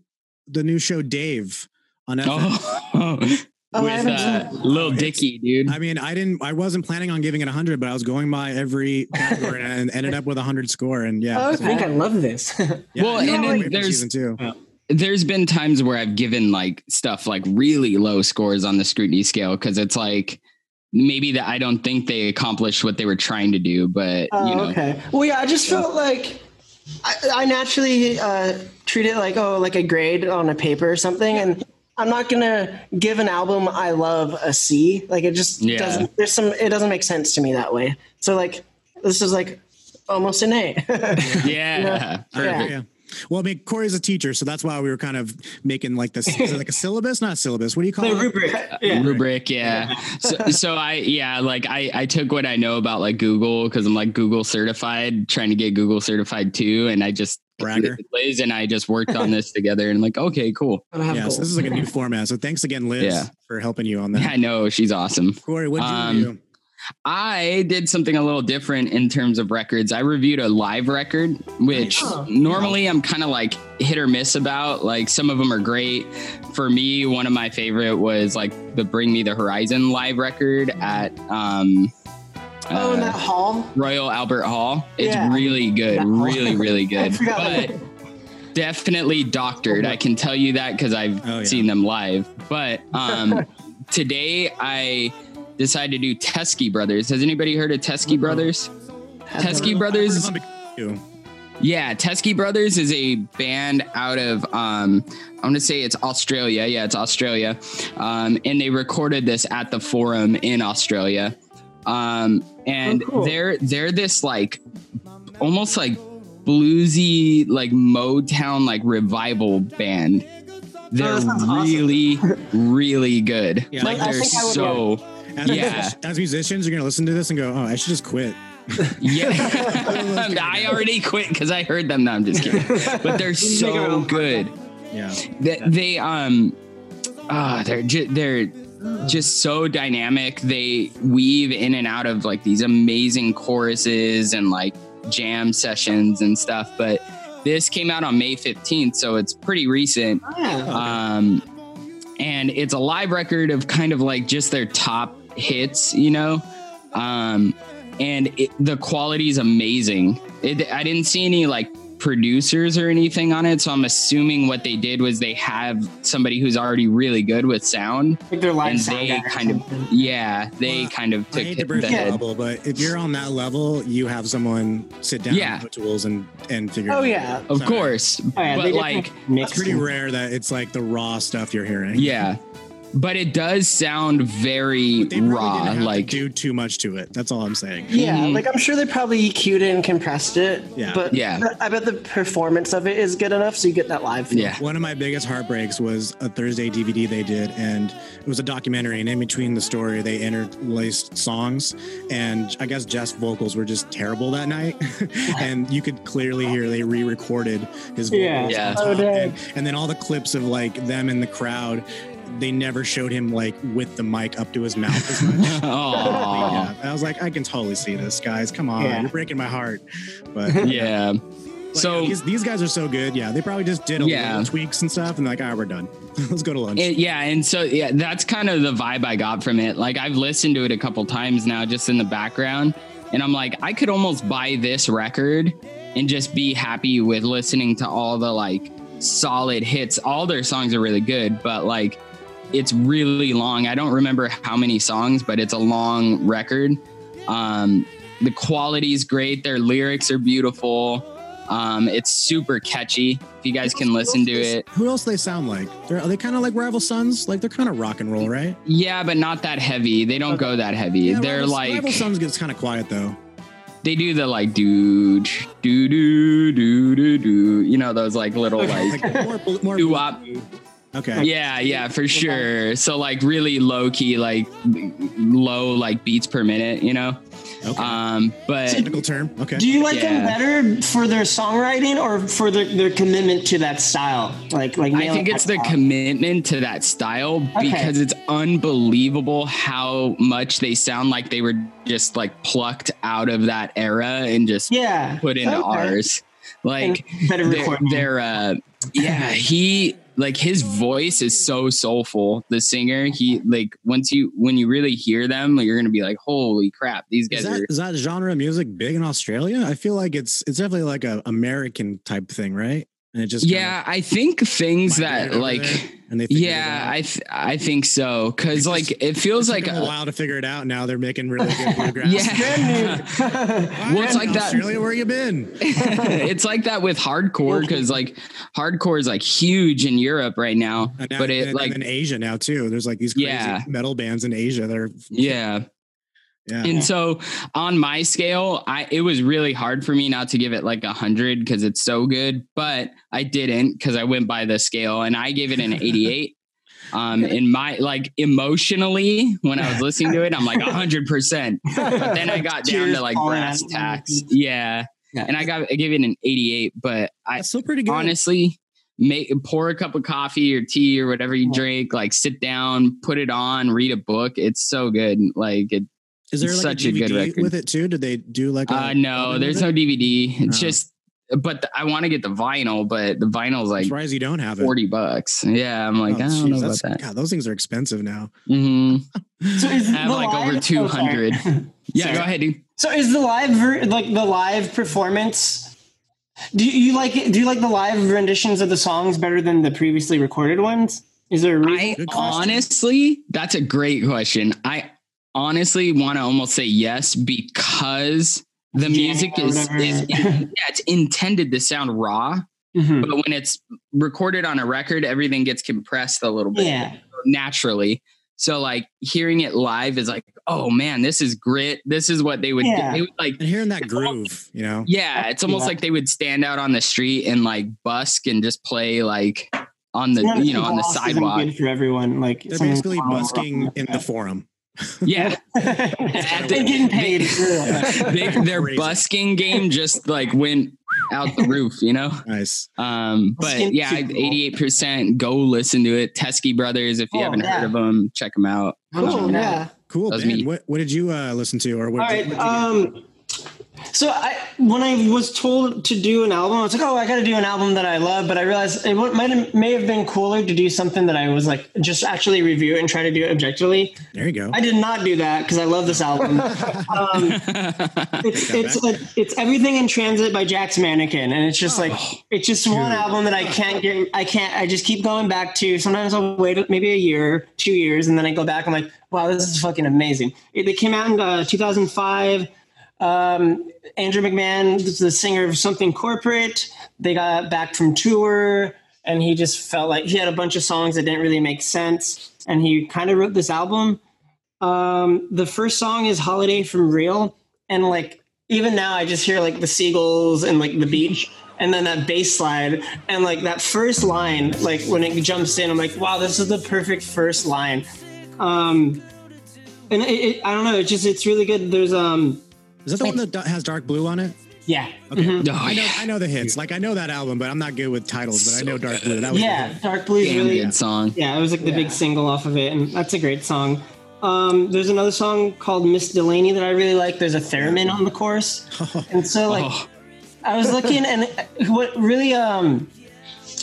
Speaker 3: the new show Dave on FX.
Speaker 2: Oh, with
Speaker 4: Oh, I haven't
Speaker 2: uh,
Speaker 4: seen-
Speaker 2: Lil Dicky, dude.
Speaker 3: I mean, I didn't I wasn't planning on giving it a hundred, but I was going by every category and ended up with a hundred score. And
Speaker 2: uh,
Speaker 3: yeah,
Speaker 5: I think I love this.
Speaker 3: yeah,
Speaker 2: Well,
Speaker 3: yeah,
Speaker 2: and
Speaker 3: I'm
Speaker 2: then
Speaker 3: waiting for
Speaker 2: there's- Uh,
Speaker 3: season two.
Speaker 2: there's been times where I've given like stuff like really low scores on the scrutiny scale because it's like maybe that I don't think they accomplished what they were trying to do, but
Speaker 4: Oh,
Speaker 2: you know,
Speaker 4: okay. Well, yeah, I just felt like I, I naturally uh, treat it like oh, like a grade on a paper or something, and I'm not gonna give an album I love a C. Like it just
Speaker 2: Yeah.
Speaker 4: doesn't. There's some. It doesn't make sense to me that way. So like this is like almost an A.
Speaker 2: yeah,
Speaker 4: Yeah.
Speaker 2: perfect.
Speaker 3: Yeah. Well, I mean, Corey's a teacher, so that's why we were kind of making like this is it like a syllabus, not a syllabus. What do you call
Speaker 5: the
Speaker 3: it?
Speaker 5: rubric. Yeah.
Speaker 2: Rubric, yeah. So, so I, yeah, like I, I took what I know about like Google because I'm like Google certified, trying to get Google certified too, and I just
Speaker 3: Bragger.
Speaker 2: Liz and I just worked on this together, and I'm like, okay, cool.
Speaker 5: Gotta have
Speaker 3: Yeah, so this
Speaker 5: goals.
Speaker 3: is like a new format. So thanks again, Liz,
Speaker 2: Yeah.
Speaker 3: for helping you on that.
Speaker 2: I know she's awesome.
Speaker 3: Corey, what did you
Speaker 2: Um,
Speaker 3: do?
Speaker 2: I did something a little different in terms of records. I reviewed a live record, which
Speaker 4: Oh.
Speaker 2: normally I'm kind of like hit or miss about. Like some of them are great. For me, one of my favorite was like the Bring Me the Horizon live record at um,
Speaker 4: oh, in
Speaker 2: uh,
Speaker 4: that hall.
Speaker 2: Royal Albert Hall. It's
Speaker 4: Yeah.
Speaker 2: really good,
Speaker 4: That hall.
Speaker 2: really, really
Speaker 4: I
Speaker 2: good.
Speaker 4: forgot
Speaker 2: But
Speaker 4: about that.
Speaker 2: definitely doctored. I can tell you that because I've
Speaker 3: Oh, yeah.
Speaker 2: seen them live. But um, today I decided to do Teskey Brothers. Has anybody heard of Teskey Brothers? Teskey Brothers.
Speaker 3: I've heard of them
Speaker 2: Yeah, Teskey Brothers is a band out of um I want to say it's Australia. Yeah, it's Australia. Um and they recorded this at the Forum in Australia. Um and
Speaker 5: Oh, cool.
Speaker 2: they're they're this like almost like bluesy like Motown like revival band. They're
Speaker 5: that sounds awesome.
Speaker 2: really, really good.
Speaker 3: Yeah.
Speaker 2: Like
Speaker 4: I
Speaker 2: they're
Speaker 4: think I would
Speaker 2: so
Speaker 3: As,
Speaker 2: Yeah.
Speaker 3: as musicians, you're gonna listen to this and go, "Oh, I should just quit."
Speaker 2: yeah. I already quit because I heard them. No, I'm just kidding. But they're
Speaker 5: our
Speaker 2: so
Speaker 5: own
Speaker 2: good.
Speaker 3: Yeah,
Speaker 2: They, they um, ah, they're ju- they're just so dynamic. They weave in and out of like these amazing choruses and like jam sessions and stuff. But this came out on May 15th, so it's pretty recent.
Speaker 3: Ah,
Speaker 5: Yeah.
Speaker 2: Um, and it's a live record of kind of like just their top hits, you know. Um, and it, the quality is amazing. It, I didn't see any like producers or anything on it, so I'm assuming what they did was they have somebody who's already really good with sound,
Speaker 5: Like their live
Speaker 2: and
Speaker 5: sound
Speaker 2: they
Speaker 5: guy or
Speaker 2: kind of
Speaker 5: something.
Speaker 2: yeah, they
Speaker 3: Well,
Speaker 2: kind of
Speaker 3: I
Speaker 2: took
Speaker 3: hate to
Speaker 2: hit
Speaker 3: break
Speaker 2: the
Speaker 3: the
Speaker 2: head.
Speaker 3: bubble, but if you're on that level, you have someone sit down,
Speaker 2: Yeah.
Speaker 3: and put tools, and and figure.
Speaker 4: Oh,
Speaker 3: it out.
Speaker 4: yeah.
Speaker 2: Of
Speaker 3: Sorry.
Speaker 2: course,
Speaker 5: Oh, yeah, they
Speaker 2: but
Speaker 5: did
Speaker 2: like
Speaker 5: mix
Speaker 3: It's pretty
Speaker 5: them.
Speaker 3: rare that it's like the raw stuff you're hearing.
Speaker 2: yeah, but it does sound very
Speaker 3: But they probably
Speaker 2: raw.
Speaker 3: didn't have
Speaker 2: Like
Speaker 3: to do too much to it. That's all I'm saying.
Speaker 4: Yeah,
Speaker 2: Mhm.
Speaker 4: like I'm sure they probably EQ'd it and compressed it.
Speaker 3: Yeah.
Speaker 4: But
Speaker 2: Yeah.
Speaker 4: I bet the performance of it is good enough so you get that live feel.
Speaker 2: yeah,
Speaker 3: One of my biggest heartbreaks was a Thursday DVD they did, and it was a documentary. And in between the story, they interlaced songs, and I guess Jeff's vocals were just terrible that night, and you could clearly hear they re-recorded his vocals.
Speaker 5: Yeah.
Speaker 3: on
Speaker 2: Yeah.
Speaker 3: top.
Speaker 4: Oh, dang.
Speaker 3: and, and then all the clips of like them in the crowd, they never showed him like with the mic up to his mouth as much.
Speaker 2: oh.
Speaker 3: Yeah. I was like, I can totally see this, guys. Come on,
Speaker 5: Yeah.
Speaker 3: you're breaking my heart. But
Speaker 2: yeah.
Speaker 3: Like,
Speaker 2: So
Speaker 3: these, these guys are so good. Yeah, they probably just did a
Speaker 2: Yeah.
Speaker 3: little tweaks and stuff, and they're like, all right, we're done. Let's go to lunch.
Speaker 2: it- yeah, and so yeah, that's kind of the vibe I got from it. Like I've listened to it a couple times now, just in the background, and I'm like, I could almost buy this record and just be happy with listening to all the like solid hits. All their songs are really good, but like it's really long. I don't remember how many songs, but it's a long record. Um, the quality's great. Their lyrics are beautiful. Um, it's super catchy. If you guys can listen to it,
Speaker 3: Who else they sound like? They're, are they kind of like Rival Sons? Like they're kind of rock and roll, right?
Speaker 2: Yeah, but not that heavy. They don't go that heavy.
Speaker 3: Yeah,
Speaker 2: They're
Speaker 3: Rival,
Speaker 2: like
Speaker 3: Rival Sons gets kind of quiet though.
Speaker 2: they do the like do do do do do do. You know those like little like
Speaker 3: Like more, more
Speaker 2: doo-wop.
Speaker 3: Okay.
Speaker 2: Yeah, yeah, for sure. So like really low key, like low like beats per minute. You know.
Speaker 3: Okay.
Speaker 2: Um, but
Speaker 3: Technical term. Okay.
Speaker 5: Do you like
Speaker 2: Yeah.
Speaker 5: them better for their songwriting or for their, their commitment to that style? Like, like
Speaker 2: I think it's the commitment to that style because it's unbelievable how much they sound like they were just like plucked out of that era and just
Speaker 5: yeah
Speaker 2: put into
Speaker 5: Okay.
Speaker 2: ours. Like
Speaker 5: better
Speaker 2: they're,
Speaker 5: recording.
Speaker 2: they're, uh yeah he like his voice is so soulful the singer he like once you when you really hear them you're gonna be like holy crap these
Speaker 3: Is
Speaker 2: guys
Speaker 3: that,
Speaker 2: are
Speaker 3: is that genre of music big in Australia? I feel like it's it's definitely like a American type thing, right? And it just kinda
Speaker 2: yeah i think things
Speaker 3: migrated
Speaker 2: that
Speaker 3: over
Speaker 2: like
Speaker 3: there, and they figured it
Speaker 2: yeah
Speaker 3: out.
Speaker 2: i th- i think so because like it
Speaker 3: It's
Speaker 2: feels like
Speaker 3: taken a
Speaker 2: a,
Speaker 3: while to figure it out. Now they're making really good bluegrass.
Speaker 2: yeah Well, it's like that-
Speaker 3: Australia, where you been?
Speaker 2: it's like that with hardcore because like hardcore is like huge in europe right now
Speaker 3: And now-
Speaker 2: but it
Speaker 3: and,
Speaker 2: like
Speaker 3: in Asia now too. There's like these crazy
Speaker 2: Yeah.
Speaker 3: metal bands in Asia that are
Speaker 2: yeah
Speaker 3: yeah.
Speaker 2: And so on my scale, I it was really hard for me not to give it like a hundred because it's so good, but I didn't because I went by the scale and I gave it an 88. Um, in my like emotionally, when I was listening to it, I'm like hundred percent. But then I got down
Speaker 5: Tears
Speaker 2: to like
Speaker 5: falling
Speaker 2: brass
Speaker 5: out.
Speaker 2: tacks, yeah.
Speaker 5: Yeah.
Speaker 2: And I got I gave it an 88, but I
Speaker 3: That's still pretty good.
Speaker 2: honestly make pour a cup of coffee or tea or whatever you
Speaker 5: Yeah.
Speaker 2: drink, like sit down, put it on, read a book. It's so good, like it
Speaker 3: Is there like
Speaker 2: such
Speaker 3: a
Speaker 2: a good
Speaker 3: DVD
Speaker 2: record.
Speaker 3: with it too? Did they do like? a
Speaker 2: Uh, no,
Speaker 3: album
Speaker 2: there's
Speaker 3: with
Speaker 2: no
Speaker 3: it?
Speaker 2: DVD. It's
Speaker 3: Oh.
Speaker 2: just, but the- I want to get the vinyl, but the vinyl's
Speaker 3: I'm
Speaker 2: like
Speaker 3: surprised you don't have it.
Speaker 2: forty bucks. Yeah, I'm like,
Speaker 3: Oh,
Speaker 2: I don't
Speaker 3: jeez,
Speaker 2: know about
Speaker 3: that's-
Speaker 2: that.
Speaker 3: God, those things are expensive now.
Speaker 2: hmm
Speaker 5: So is
Speaker 2: I have
Speaker 5: the
Speaker 2: like
Speaker 5: live-
Speaker 2: over
Speaker 5: oh, sorry.
Speaker 2: 200. Yeah, go ahead, dude.
Speaker 5: So is the live ver- like the live performance? Do you, you like it? Do you like the live renditions of the songs better than the previously recorded ones? Is there a reason?
Speaker 2: I
Speaker 3: Good question.
Speaker 2: honestly, that's a great question. I honestly want to almost say yes because the
Speaker 5: Jam
Speaker 2: music
Speaker 5: or
Speaker 2: is,
Speaker 5: whatever.
Speaker 2: is yeah, it's intended to sound raw,
Speaker 5: Mhm.
Speaker 2: but when it's recorded on a record, everything gets compressed a little bit
Speaker 5: Yeah,
Speaker 2: naturally. So like hearing it live is like, oh man, this is grit. This is what they would,
Speaker 5: Yeah.
Speaker 2: they would like.
Speaker 3: And hearing that groove, you know,
Speaker 2: Yeah, it's almost
Speaker 5: Yeah.
Speaker 2: like they would stand out on the street and like busk and just play like on the
Speaker 5: Sometimes
Speaker 2: you know on the
Speaker 5: loss isn't
Speaker 2: sidewalk.
Speaker 5: good for everyone. Like
Speaker 3: they're
Speaker 5: someone's
Speaker 3: basically
Speaker 5: wrong,
Speaker 3: busking
Speaker 5: wrong.
Speaker 3: in the forum.
Speaker 2: Yeah,
Speaker 5: and
Speaker 2: At the-
Speaker 5: getting paid.
Speaker 2: they, their
Speaker 3: Crazy.
Speaker 2: busking game just like went out the roof, you know.
Speaker 3: Nice.
Speaker 2: Um, but
Speaker 5: Busking
Speaker 2: yeah,
Speaker 5: Super Bowl.
Speaker 2: eighty-eight percent. Go listen to it, Teskey Brothers. If you
Speaker 5: Oh,
Speaker 2: haven't
Speaker 5: yeah.
Speaker 2: heard of them, check them out.
Speaker 5: Cool.
Speaker 2: Um,
Speaker 5: "Oh, Yeah.
Speaker 3: Cool.
Speaker 2: That was
Speaker 3: Ben,
Speaker 2: me.
Speaker 3: what, what did you uh, listen to or what?
Speaker 5: All right. Um, so I, when I was told to do an album, I was like, "Oh, I got to do an album that I love." But I realized it wa- might have, may have been cooler to do something that I was like just actually review it and try to do it objectively.
Speaker 3: there you go.
Speaker 5: I did not do that because I love this album. um, it's
Speaker 3: Take that
Speaker 5: it's a, it's everything in transit by Jack's Mannequin, and it's just like it's just one album that I can't get. I can't. I just keep going back to. Sometimes I'll wait maybe a year, two years, and then I go back. I'm like, wow, this is fucking amazing. It, they came out in uh, 2005. Um, Andrew McMahon, is the singer of Something Corporate, they got back from tour, and he just felt like he had a bunch of songs that didn't really make sense, and he kind of wrote this album. Um, the first song is Holiday from Real. And like, even now I just hear like the seagulls and like the beach and then that bass slide. And like that first line, like when it jumps in, I'm like, wow, this is the perfect first line. Um, and it, it, I don't know. It's just, it's really good. There's, um,
Speaker 3: Is that the one that do- has dark blue on it?
Speaker 5: yeah.
Speaker 3: Okay.
Speaker 5: Mhm.
Speaker 2: Oh,
Speaker 3: I know,
Speaker 2: yeah.
Speaker 3: I know the hits. Like I know that album, but I'm not good with titles. But I know Dark Blue. That was
Speaker 5: Yeah. Dark Blue is
Speaker 2: Damn
Speaker 5: really,
Speaker 2: good song.
Speaker 5: Yeah, it was like the big single off of it, and that's a great song. Um, there's another song called Miss Delaney that I really like. There's a theremin on the chorus, and so like
Speaker 2: Oh.
Speaker 5: I was looking, and what really um,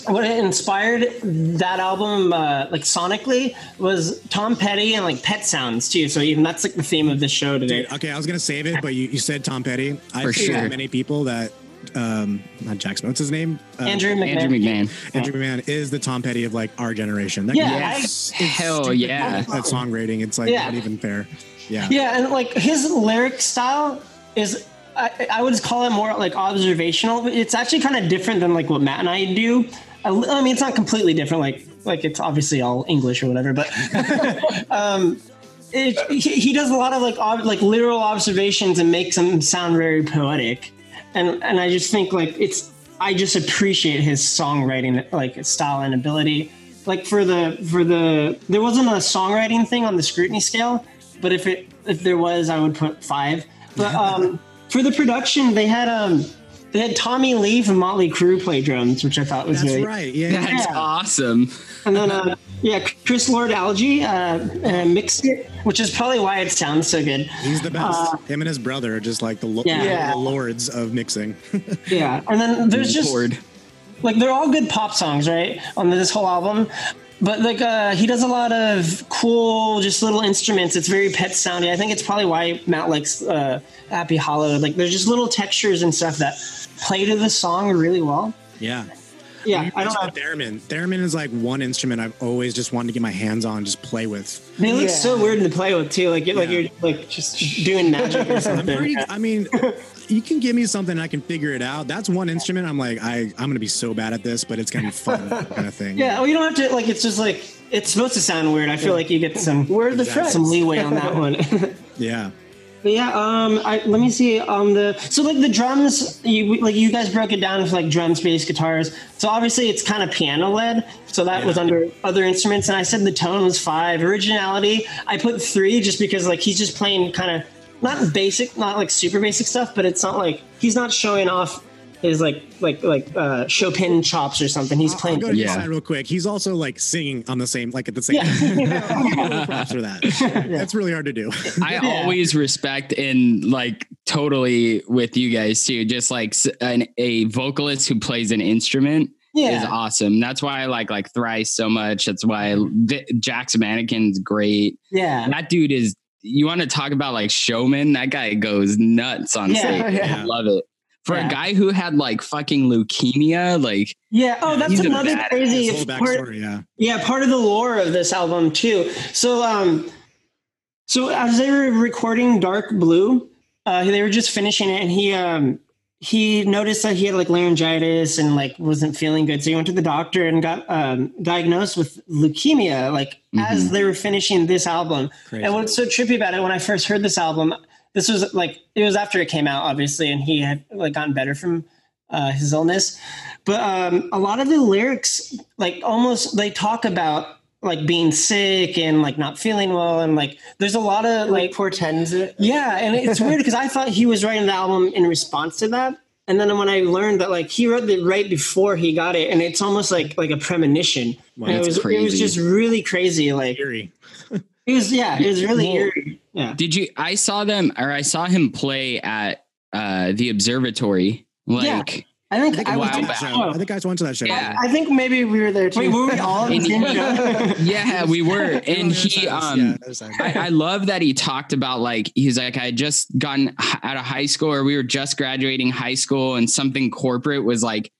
Speaker 5: what inspired that album uh, like sonically was Tom Petty and like pet sounds too. So even that's like the theme of the show today.
Speaker 3: Dude, uh, okay, I was gonna save it, but you, you said Tom Petty. I've
Speaker 2: For
Speaker 3: seen
Speaker 2: sure.
Speaker 3: many people that um not Jack Smith, what's his name? Uh,
Speaker 5: Andrew McMahon.
Speaker 2: Andrew McMahon.
Speaker 3: Andrew McMahon is the Tom Petty of like our generation. That
Speaker 5: Yeah,
Speaker 3: guy
Speaker 5: I-
Speaker 3: is-
Speaker 2: Hell
Speaker 3: stupid
Speaker 2: yeah.
Speaker 3: That song rating, it's like
Speaker 5: Yeah.
Speaker 3: not even fair. Yeah.
Speaker 5: Yeah, and like his lyric style is, I, I would call it more like observational. It's actually kind of different than like what Matt and I do. I, I mean, it's not completely different. Like, like it's obviously all English or whatever, but um, it, he, he does a lot of like ob, like literal observations and makes them sound very poetic, and and I just think like it's I just appreciate his songwriting like style and ability. Like for the for the there wasn't a songwriting thing on the scrutiny scale, but if it if there was, I would put five. But um, for the production, they had um they had Tommy Lee from Motley Crue play drums, which I thought was
Speaker 3: That's
Speaker 5: really
Speaker 3: right. Yeah.
Speaker 2: That's
Speaker 5: Yeah.
Speaker 2: awesome.
Speaker 5: and then, uh, yeah, Chris Lord Algae uh, uh, mixed it, which is probably why it sounds so good.
Speaker 3: He's the best. Him and his brother are just like the, lo-
Speaker 5: Uh, Yeah.
Speaker 3: the lords of mixing.
Speaker 5: Yeah. And then there's just
Speaker 2: Ford.
Speaker 5: like they're all good pop songs, right? On this whole album. But like uh, he does a lot of cool, just little instruments. It's very pet sounding. I think it's probably why Matt likes uh, Happy Hollow. Like there's just little textures and stuff that play to the song really well.
Speaker 3: yeah.
Speaker 5: Yeah, I don't know.
Speaker 3: About Theremin. Theremin is like one instrument I've always just wanted to get my hands on, just play with.
Speaker 5: They look so weird to play with too. Like you're, like
Speaker 3: Yeah.
Speaker 5: you're like just doing magic or
Speaker 3: I'm
Speaker 5: something.
Speaker 3: pretty. I mean, you can give me something, I can figure it out. That's one instrument. I'm like, I I'm gonna be so bad at this, but it's gonna be fun, kind of thing.
Speaker 5: Yeah, well, you don't have to. Like, it's just like it's supposed to sound weird. I feel like you get some
Speaker 4: Where are the
Speaker 3: Exactly.
Speaker 5: some
Speaker 4: friends?
Speaker 5: leeway on that one.
Speaker 3: yeah.
Speaker 5: but yeah, um, I, let me see. Um, the so like the drums, you like you guys broke it down for like drums, bass, guitars. So obviously it's kind of piano led. So that was
Speaker 3: Yeah.
Speaker 5: under other instruments, and I said the tone was five. Originality, I put three just because like he's just playing kind of not basic, not like super basic stuff, but it's not like he's not showing off his like like like uh, Chopin chops or something.
Speaker 2: Oh,
Speaker 5: He's
Speaker 3: I'll
Speaker 5: playing.
Speaker 3: go to
Speaker 2: Yeah.
Speaker 3: his side real quick. He's also like singing on the same, like at the same. Props for that. That's really hard to do.
Speaker 2: I always respect and like totally with you guys too. Just like s- an, a vocalist who plays an instrument
Speaker 5: Yeah.
Speaker 2: is awesome. That's why I like like Thrice so much. That's why Vi- Jack's Mannequin's great.
Speaker 5: yeah.
Speaker 2: That dude is. You want to talk about like showman? That guy goes nuts on
Speaker 5: Yeah.
Speaker 2: stage.
Speaker 3: Yeah.
Speaker 2: I love it. For
Speaker 5: Yeah.
Speaker 2: a guy who had like fucking leukemia, like
Speaker 5: Yeah. Oh, that's
Speaker 2: He's a
Speaker 5: another
Speaker 2: badass.
Speaker 5: crazy.
Speaker 3: His whole
Speaker 5: part,
Speaker 3: backstory, yeah.
Speaker 5: yeah, part of the lore of this album too. So, um, so as they were recording Dark Blue, uh, they were just finishing it, and he, um, he noticed that he had like laryngitis and like wasn't feeling good. So he went to the doctor and got um, diagnosed with leukemia, like mm-hmm. as they were finishing this album. Crazy. And what's so trippy about it, when I first heard this album, this was like, it was after it came out, obviously, and he had like gotten better from uh, his illness. But um, a lot of the lyrics, like almost, they talk about like being sick and like not feeling well and like there's a lot of like, like
Speaker 4: portends it
Speaker 5: yeah and it's weird because i thought he was writing the album in response to that and then when i learned that like he wrote it right before he got it and it's almost like like a premonition wow, it was crazy. it was just really crazy like
Speaker 3: eerie
Speaker 5: it was yeah it was really well, eerie yeah
Speaker 2: did you i saw them or i saw him play at uh the observatory like yeah.
Speaker 5: I think I, think I
Speaker 3: went to that show. I think I went to that show.
Speaker 5: Yeah. I think maybe we were there too. Wait, were we all in the same show?
Speaker 2: Yeah, we were. And he, um, yeah, I, I, love that he talked about like he's like I just gotten out of high school or we were just graduating high school and something corporate was like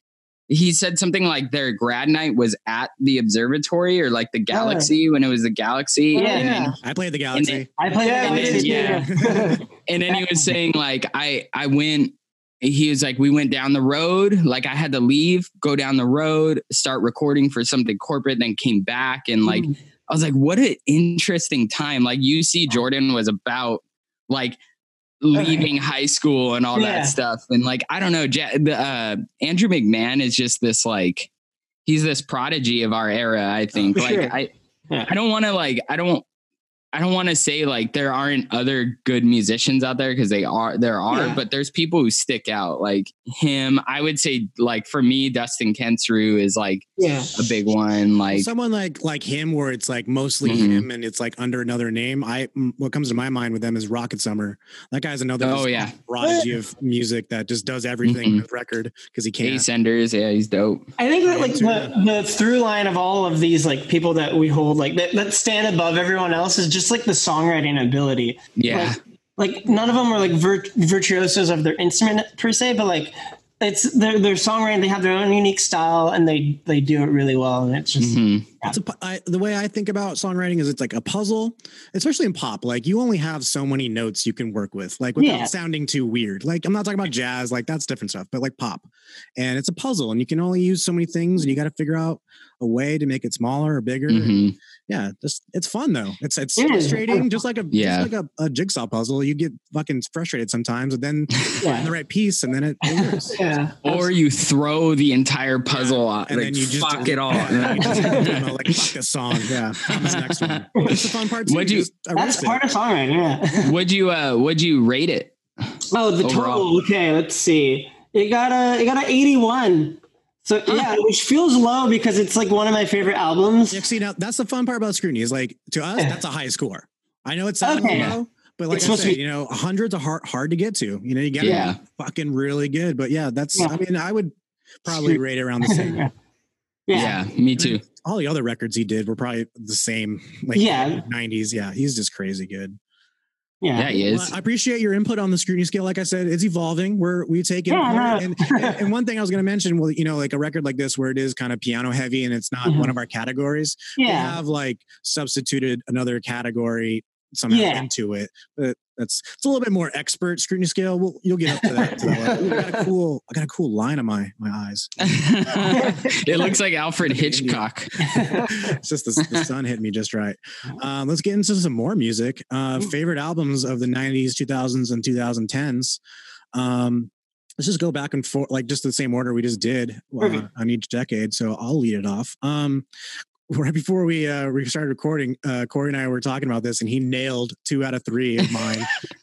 Speaker 2: he said something like their grad night was at the observatory or like the galaxy oh. when it was the galaxy.
Speaker 5: Oh, yeah,
Speaker 3: then, I played the galaxy. Then,
Speaker 5: I played
Speaker 2: yeah,
Speaker 5: the galaxy.
Speaker 2: yeah. and then he was saying like I I went he was like, we went down the road. Like I had to leave, go down the road, start recording for something corporate, then came back. And like, mm. I was like, what an interesting time. Like UC Jordan was about like leaving high school and all yeah. that stuff. And like, I don't know, uh, Andrew McMahon is just this, like, he's this prodigy of our era. I think like, Oh, sure. I, yeah. I don't want to like, I don't, I don't want to say like there aren't other good musicians out there because they are there are, yeah. but there's people who stick out like him. I would say like for me, Dustin Kensrew is like yeah. a big one. Like
Speaker 3: someone like like him, where it's like mostly mm-hmm. him and it's like under another name. I what comes to my mind with them is Rocket Summer. That guy's another
Speaker 2: oh yeah
Speaker 3: prodigy of music that just does everything mm-hmm. with record because he can.
Speaker 2: Ace Enders, yeah, he's dope.
Speaker 5: I think that like the, the through line of all of these like people that we hold like that, that stand above everyone else is just just like the songwriting ability.
Speaker 2: Yeah.
Speaker 5: Like, like none of them are like virt- virtuosos of their instrument per se, but like it's their their songwriting. They have their own unique style, and they they do it really well. And it's just mm-hmm.
Speaker 3: yeah. it's a, I, the way I think about songwriting is it's like a puzzle, especially in pop. Like you only have so many notes you can work with, like without yeah. sounding too weird. Like I'm not talking about jazz, like that's different stuff, but like pop, and it's a puzzle, and you can only use so many things, and you got to figure out a way to make it smaller or bigger. Mm-hmm. And, yeah, just it's fun though. It's it's yeah. frustrating, just like a yeah. just like a, a, jigsaw puzzle. You get fucking frustrated sometimes, but then
Speaker 5: Mm-hmm.
Speaker 3: yeah. the right piece, and then it. it
Speaker 2: yeah. Or you throw the entire puzzle yeah. out, and like, then you just fuck it all.
Speaker 3: you just, you know, like fuck this song. Yeah, this next one. That's the fun part.
Speaker 2: Would you? you
Speaker 5: that's part it. of songwriting. Yeah.
Speaker 2: Would you? uh Would you rate it?
Speaker 5: Oh, the overall? total. Okay, let's see. It got a it got an eighty one. So yeah, which feels low because it's like one of my favorite albums.
Speaker 3: Yeah, see, now that's the fun part about scrutiny is like to us that's a high score. I know it's okay. low, but like it's I said, be- you know, hundreds are hard hard to get to. You know, you got yeah. fucking really good. But yeah, that's yeah. I mean, I would probably rate around the same.
Speaker 2: yeah. yeah. me too.
Speaker 3: All the other records he did were probably the same. Like yeah, nineties. Yeah, he's just crazy good.
Speaker 2: Yeah, yeah he is.
Speaker 3: Well, I appreciate your input on the scrutiny scale. Like I said, it's evolving. We're we take it. Yeah, and, and, and, one thing I was going to mention, well, you know, like a record like this where it is kind of piano heavy and it's not mm-hmm. one of our categories.
Speaker 5: Yeah.
Speaker 3: We have like substituted another category somehow yeah. into it. But that's it's a little bit more expert scrutiny scale. We'll, you'll get up to that. To that Ooh, I got a cool. I got a cool line on my my eyes.
Speaker 2: it looks like Alfred Hitchcock.
Speaker 3: it's just the, the, sun hit me just right. Um, let's get into some more music. Uh, favorite albums of the '90s, 2000s, and 2010s. Um, let's just go back and forth, like just the same order we just did uh, on each decade. So I'll lead it off. Um, right before we uh we started recording uh corey and i were talking about this and he nailed two out of three of mine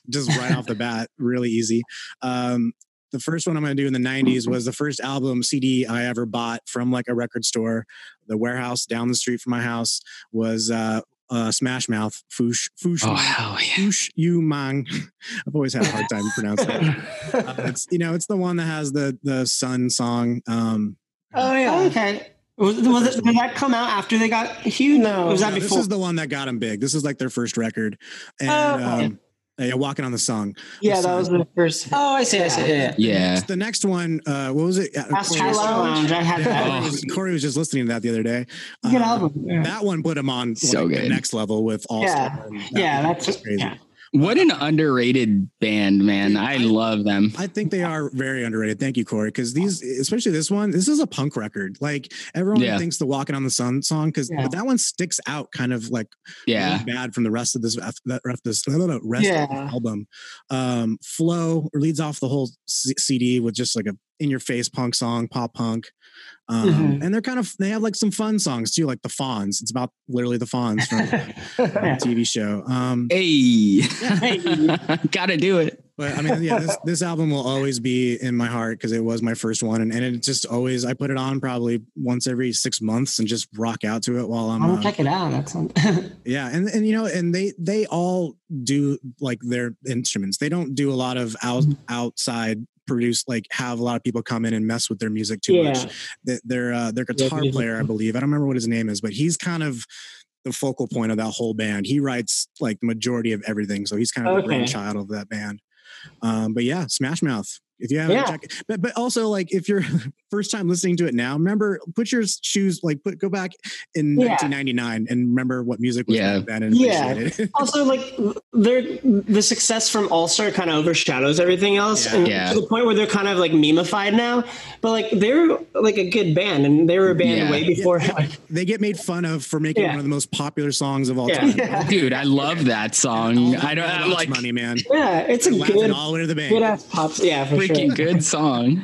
Speaker 3: just right off the bat really easy um the first one i'm going to do in the 90s was the first album cd i ever bought from like a record store the warehouse down the street from my house was uh uh, Smash Mouth, Foosh, Foosh,
Speaker 2: oh, hell yeah.
Speaker 3: Foosh You Mang. I've always had a hard time pronouncing it. Uh, it's, you know, it's the one that has the the sun song. Um,
Speaker 5: oh yeah, oh, okay. Was, was it, did that come out after they got huge?
Speaker 3: No,
Speaker 5: was
Speaker 3: that no, before? This is the one that got them big. This is like their first record, and oh, okay. um, yeah, walking on the song.
Speaker 5: Yeah, the that song. was the first.
Speaker 4: Oh, I see, yeah. I see.
Speaker 2: Yeah, yeah.
Speaker 3: The next one, uh, what was it?
Speaker 5: Astral Lounge. I had that.
Speaker 2: Oh.
Speaker 3: Corey was, Corey was just listening to that the other day.
Speaker 5: Um, good album. Yeah.
Speaker 3: That one put him on
Speaker 2: so
Speaker 3: like, the next level with all.
Speaker 5: Yeah, that yeah, that's
Speaker 3: crazy.
Speaker 2: What an underrated band, man. I love them.
Speaker 3: I think they are very underrated. Thank you, Corey. Because these, especially this one, this is a punk record. Like everyone
Speaker 2: Yeah.
Speaker 3: thinks the "Walking on the Sun" song, because
Speaker 5: Yeah.
Speaker 3: that one sticks out kind of like
Speaker 2: Yeah.
Speaker 3: really bad from the rest of this that rest of this no, no, no, rest of the
Speaker 5: Yeah.
Speaker 3: album. Um, Flow leads off the whole C- CD with just like a in your face punk song, pop punk. Um,
Speaker 5: Mhm.
Speaker 3: And they're kind of they have like some fun songs too, like the Fonz. It's about literally the Fonz from the
Speaker 5: Yeah.
Speaker 3: TV show. Um,
Speaker 2: Hey, gotta do it.
Speaker 3: but I mean, yeah, this, this album will always be in my heart because it was my first one, and, and it just always I put it on probably once every six months and just rock out to it while I'm.
Speaker 5: I'm
Speaker 3: uh,
Speaker 5: gonna check it out. That's on.
Speaker 3: Yeah, and and you know, and they they all do like their instruments. They don't do a lot of out
Speaker 5: Mm-hmm.
Speaker 3: outside produce like have a lot of people come in and mess with their music too
Speaker 5: Yeah.
Speaker 3: much. Th- Their uh, their guitar
Speaker 5: music.
Speaker 3: player, I believe, I don't remember what his name is, but he's kind of the focal point of that whole band. He writes like the majority of everything, so he's kind of the
Speaker 5: Okay.
Speaker 3: brainchild of that band. Um, but yeah, Smash Mouth. If you haven't
Speaker 5: Yeah.
Speaker 3: checked, but but also like if you're first time listening to it now, remember put your shoes like put go back in
Speaker 5: Yeah.
Speaker 3: 1999 and remember what music was
Speaker 2: Yeah.
Speaker 3: back then and
Speaker 5: Yeah.
Speaker 3: appreciate it.
Speaker 5: also, like they're the success from All Star kind of overshadows everything else,
Speaker 3: Yeah.
Speaker 5: and
Speaker 2: Yeah.
Speaker 5: to the point where they're kind of like memeified now. But like they're like a good band, and they were a band
Speaker 2: Yeah.
Speaker 5: way before.
Speaker 3: they get made fun of for making
Speaker 5: Yeah.
Speaker 3: one of the most popular songs of all
Speaker 5: Yeah.
Speaker 3: time.
Speaker 5: Yeah.
Speaker 2: Dude, I love that song. I don't
Speaker 3: All
Speaker 2: I'm
Speaker 3: that
Speaker 2: like
Speaker 3: money, man.
Speaker 5: Yeah, it's a
Speaker 3: Laughing
Speaker 5: good,
Speaker 3: all the way to the bank.
Speaker 5: good ass pop. Yeah, for sure.
Speaker 2: freaking good song.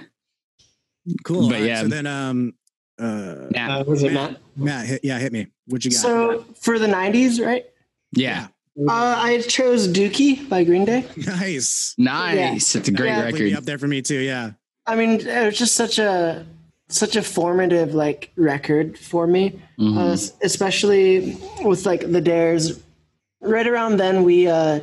Speaker 3: Cool.
Speaker 2: But
Speaker 3: All right,
Speaker 2: yeah.
Speaker 3: So then, um, uh,
Speaker 2: Yeah.
Speaker 5: Uh, was it Matt?
Speaker 3: Matt, hit, yeah, hit me. What you got?
Speaker 5: Oh,
Speaker 4: So for the '90s, right?
Speaker 2: Yeah.
Speaker 4: Uh, I chose Dookie by Green Day.
Speaker 3: nice.
Speaker 2: Nice. It's a great
Speaker 4: Yeah.
Speaker 3: Definitely be
Speaker 2: record.
Speaker 3: up there for me too. Yeah.
Speaker 4: I mean, it was just such a such a formative like record for me, uh,
Speaker 2: Mhm.
Speaker 4: s- especially with like the Dares. Right around then, we uh,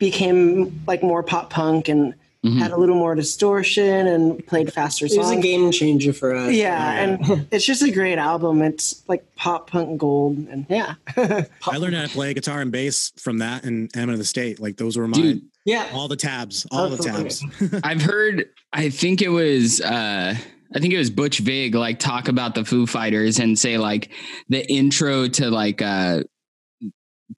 Speaker 4: became like more pop punk and
Speaker 2: Mm-hmm.
Speaker 4: had a little more distortion and played faster
Speaker 5: It was
Speaker 4: songs.
Speaker 5: a game changer for us.
Speaker 4: yeah, and it's just a great album. It's like pop punk gold, and yeah,
Speaker 3: I learned how to play guitar and bass from that and Emin of the State. Like those were my
Speaker 2: Dude,
Speaker 5: yeah.
Speaker 3: all the tabs, all the
Speaker 5: Absolutely.
Speaker 3: tabs.
Speaker 2: I've heard I think it was uh I think it was Butch Vig like talk about the Foo Fighters and say like the intro to like uh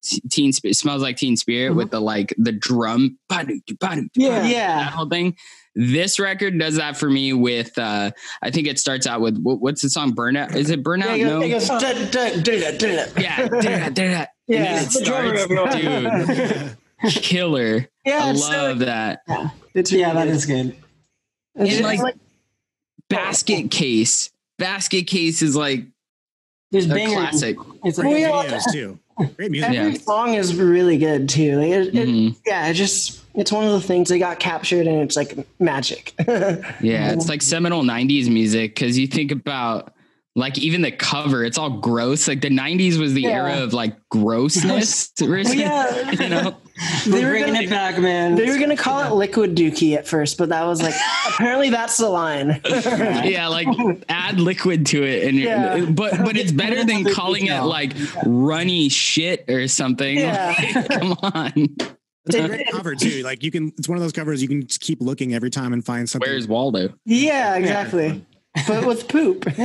Speaker 2: T- Teen Spirit smells like Teen Spirit with the like the drum ba-do, ba-do,
Speaker 5: Yeah.
Speaker 4: Mm-hmm. yeah.
Speaker 2: that whole thing. This record does that for me with uh I think it starts out with wh- what's the song Burnout? Is it Burnout?
Speaker 4: it goes-
Speaker 2: no.
Speaker 4: it goes, "Dun, dun, dun, dun, dun."
Speaker 2: yeah, do that, do that. And
Speaker 4: Yeah,
Speaker 2: then it
Speaker 4: it's the
Speaker 2: starts, dude, killer.
Speaker 4: yeah,
Speaker 2: I
Speaker 4: it's so-
Speaker 2: love that.
Speaker 4: it's
Speaker 5: Yeah,
Speaker 4: really
Speaker 5: that is good.
Speaker 4: good. It's
Speaker 2: And,
Speaker 4: just,
Speaker 2: like,
Speaker 4: like,
Speaker 2: Basket case. Basket case is like
Speaker 5: There's
Speaker 2: a
Speaker 5: bangers.
Speaker 2: classic.
Speaker 5: It's like,
Speaker 4: Oh,
Speaker 3: Great
Speaker 4: yeah.
Speaker 3: videos too. Great music.
Speaker 2: Yeah.
Speaker 4: every song is really good too. Like, it, it,
Speaker 2: Mhm.
Speaker 4: yeah, it just it's one of the things that got captured and it's like magic.
Speaker 2: Yeah, it's like seminal 90s music because you think about like even the cover, it's all gross. Like the 90s was the era of like grossness. really.
Speaker 4: yeah.
Speaker 2: You know?
Speaker 5: We're
Speaker 4: were
Speaker 5: bringing
Speaker 4: gonna-
Speaker 5: it back, man.
Speaker 4: They were gonna call it liquid dookie at first, but that was like apparently that's the line.
Speaker 2: Yeah, like add liquid to it and
Speaker 4: Yeah.
Speaker 2: you're but but it's better than
Speaker 5: Yeah.
Speaker 2: calling it like runny shit or something.
Speaker 4: Yeah.
Speaker 2: Like, come on.
Speaker 3: It's a great cover too. Like you can, it's one of those covers you can just keep looking every time and find something.
Speaker 2: Where's Waldo?
Speaker 4: yeah, exactly. But with poop.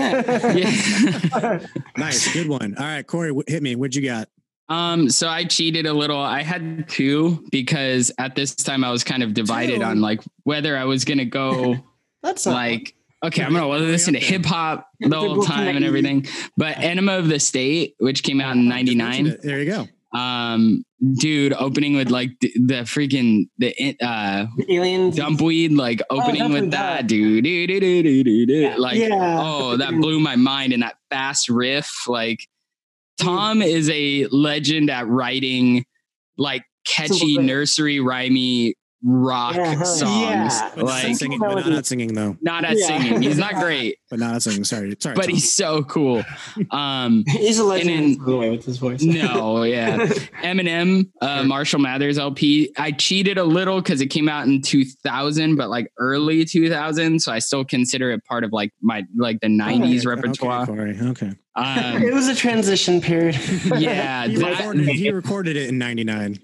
Speaker 2: Yeah.
Speaker 3: nice, good one. All right, Corey, wh- hit me. What'd you got?
Speaker 2: Um, so I cheated a little. I had two because at this time I was kind of divided
Speaker 3: Two?
Speaker 2: on like whether I was gonna go
Speaker 4: That's not
Speaker 2: like okay, I'm gonna listen to hip hop the whole
Speaker 5: both
Speaker 2: time and
Speaker 5: 90s.
Speaker 2: everything. But Enema of the State, which came out in
Speaker 3: Just mentioned
Speaker 2: '99,
Speaker 3: it. There you go.
Speaker 2: um, dude, opening with like d- the freaking the in- uh
Speaker 5: aliens.
Speaker 2: dumpweed, like opening
Speaker 5: Dumpweed,
Speaker 2: with
Speaker 5: yeah.
Speaker 2: that, dude, do do do do do do, like
Speaker 4: Yeah.
Speaker 2: oh, that blew my mind, and that fast riff, like Tom is a legend at writing like catchy
Speaker 5: Absolutely.
Speaker 2: nursery rhymey rock
Speaker 5: Yeah.
Speaker 2: songs.
Speaker 4: Yeah.
Speaker 3: But
Speaker 2: Like
Speaker 3: not singing, but not, not singing though.
Speaker 2: not at
Speaker 5: Yeah.
Speaker 2: singing. He's not great,
Speaker 3: But not singing. Sorry, sorry.
Speaker 2: but
Speaker 3: Tom.
Speaker 2: he's so cool. Um
Speaker 5: He's a
Speaker 2: And
Speaker 5: legend
Speaker 2: then-
Speaker 5: by the way with his voice.
Speaker 2: no, yeah. Eminem, uh, Marshall Mathers LP. I cheated a little because it came out in 2000, but like early 2000. So I still consider it part of like my, like the 90s
Speaker 3: Okay,
Speaker 2: repertoire.
Speaker 3: Okay, Corey. Okay.
Speaker 2: Um,
Speaker 4: it was a transition period.
Speaker 2: yeah.
Speaker 3: He
Speaker 2: that-
Speaker 3: recorded, he recorded it in '99.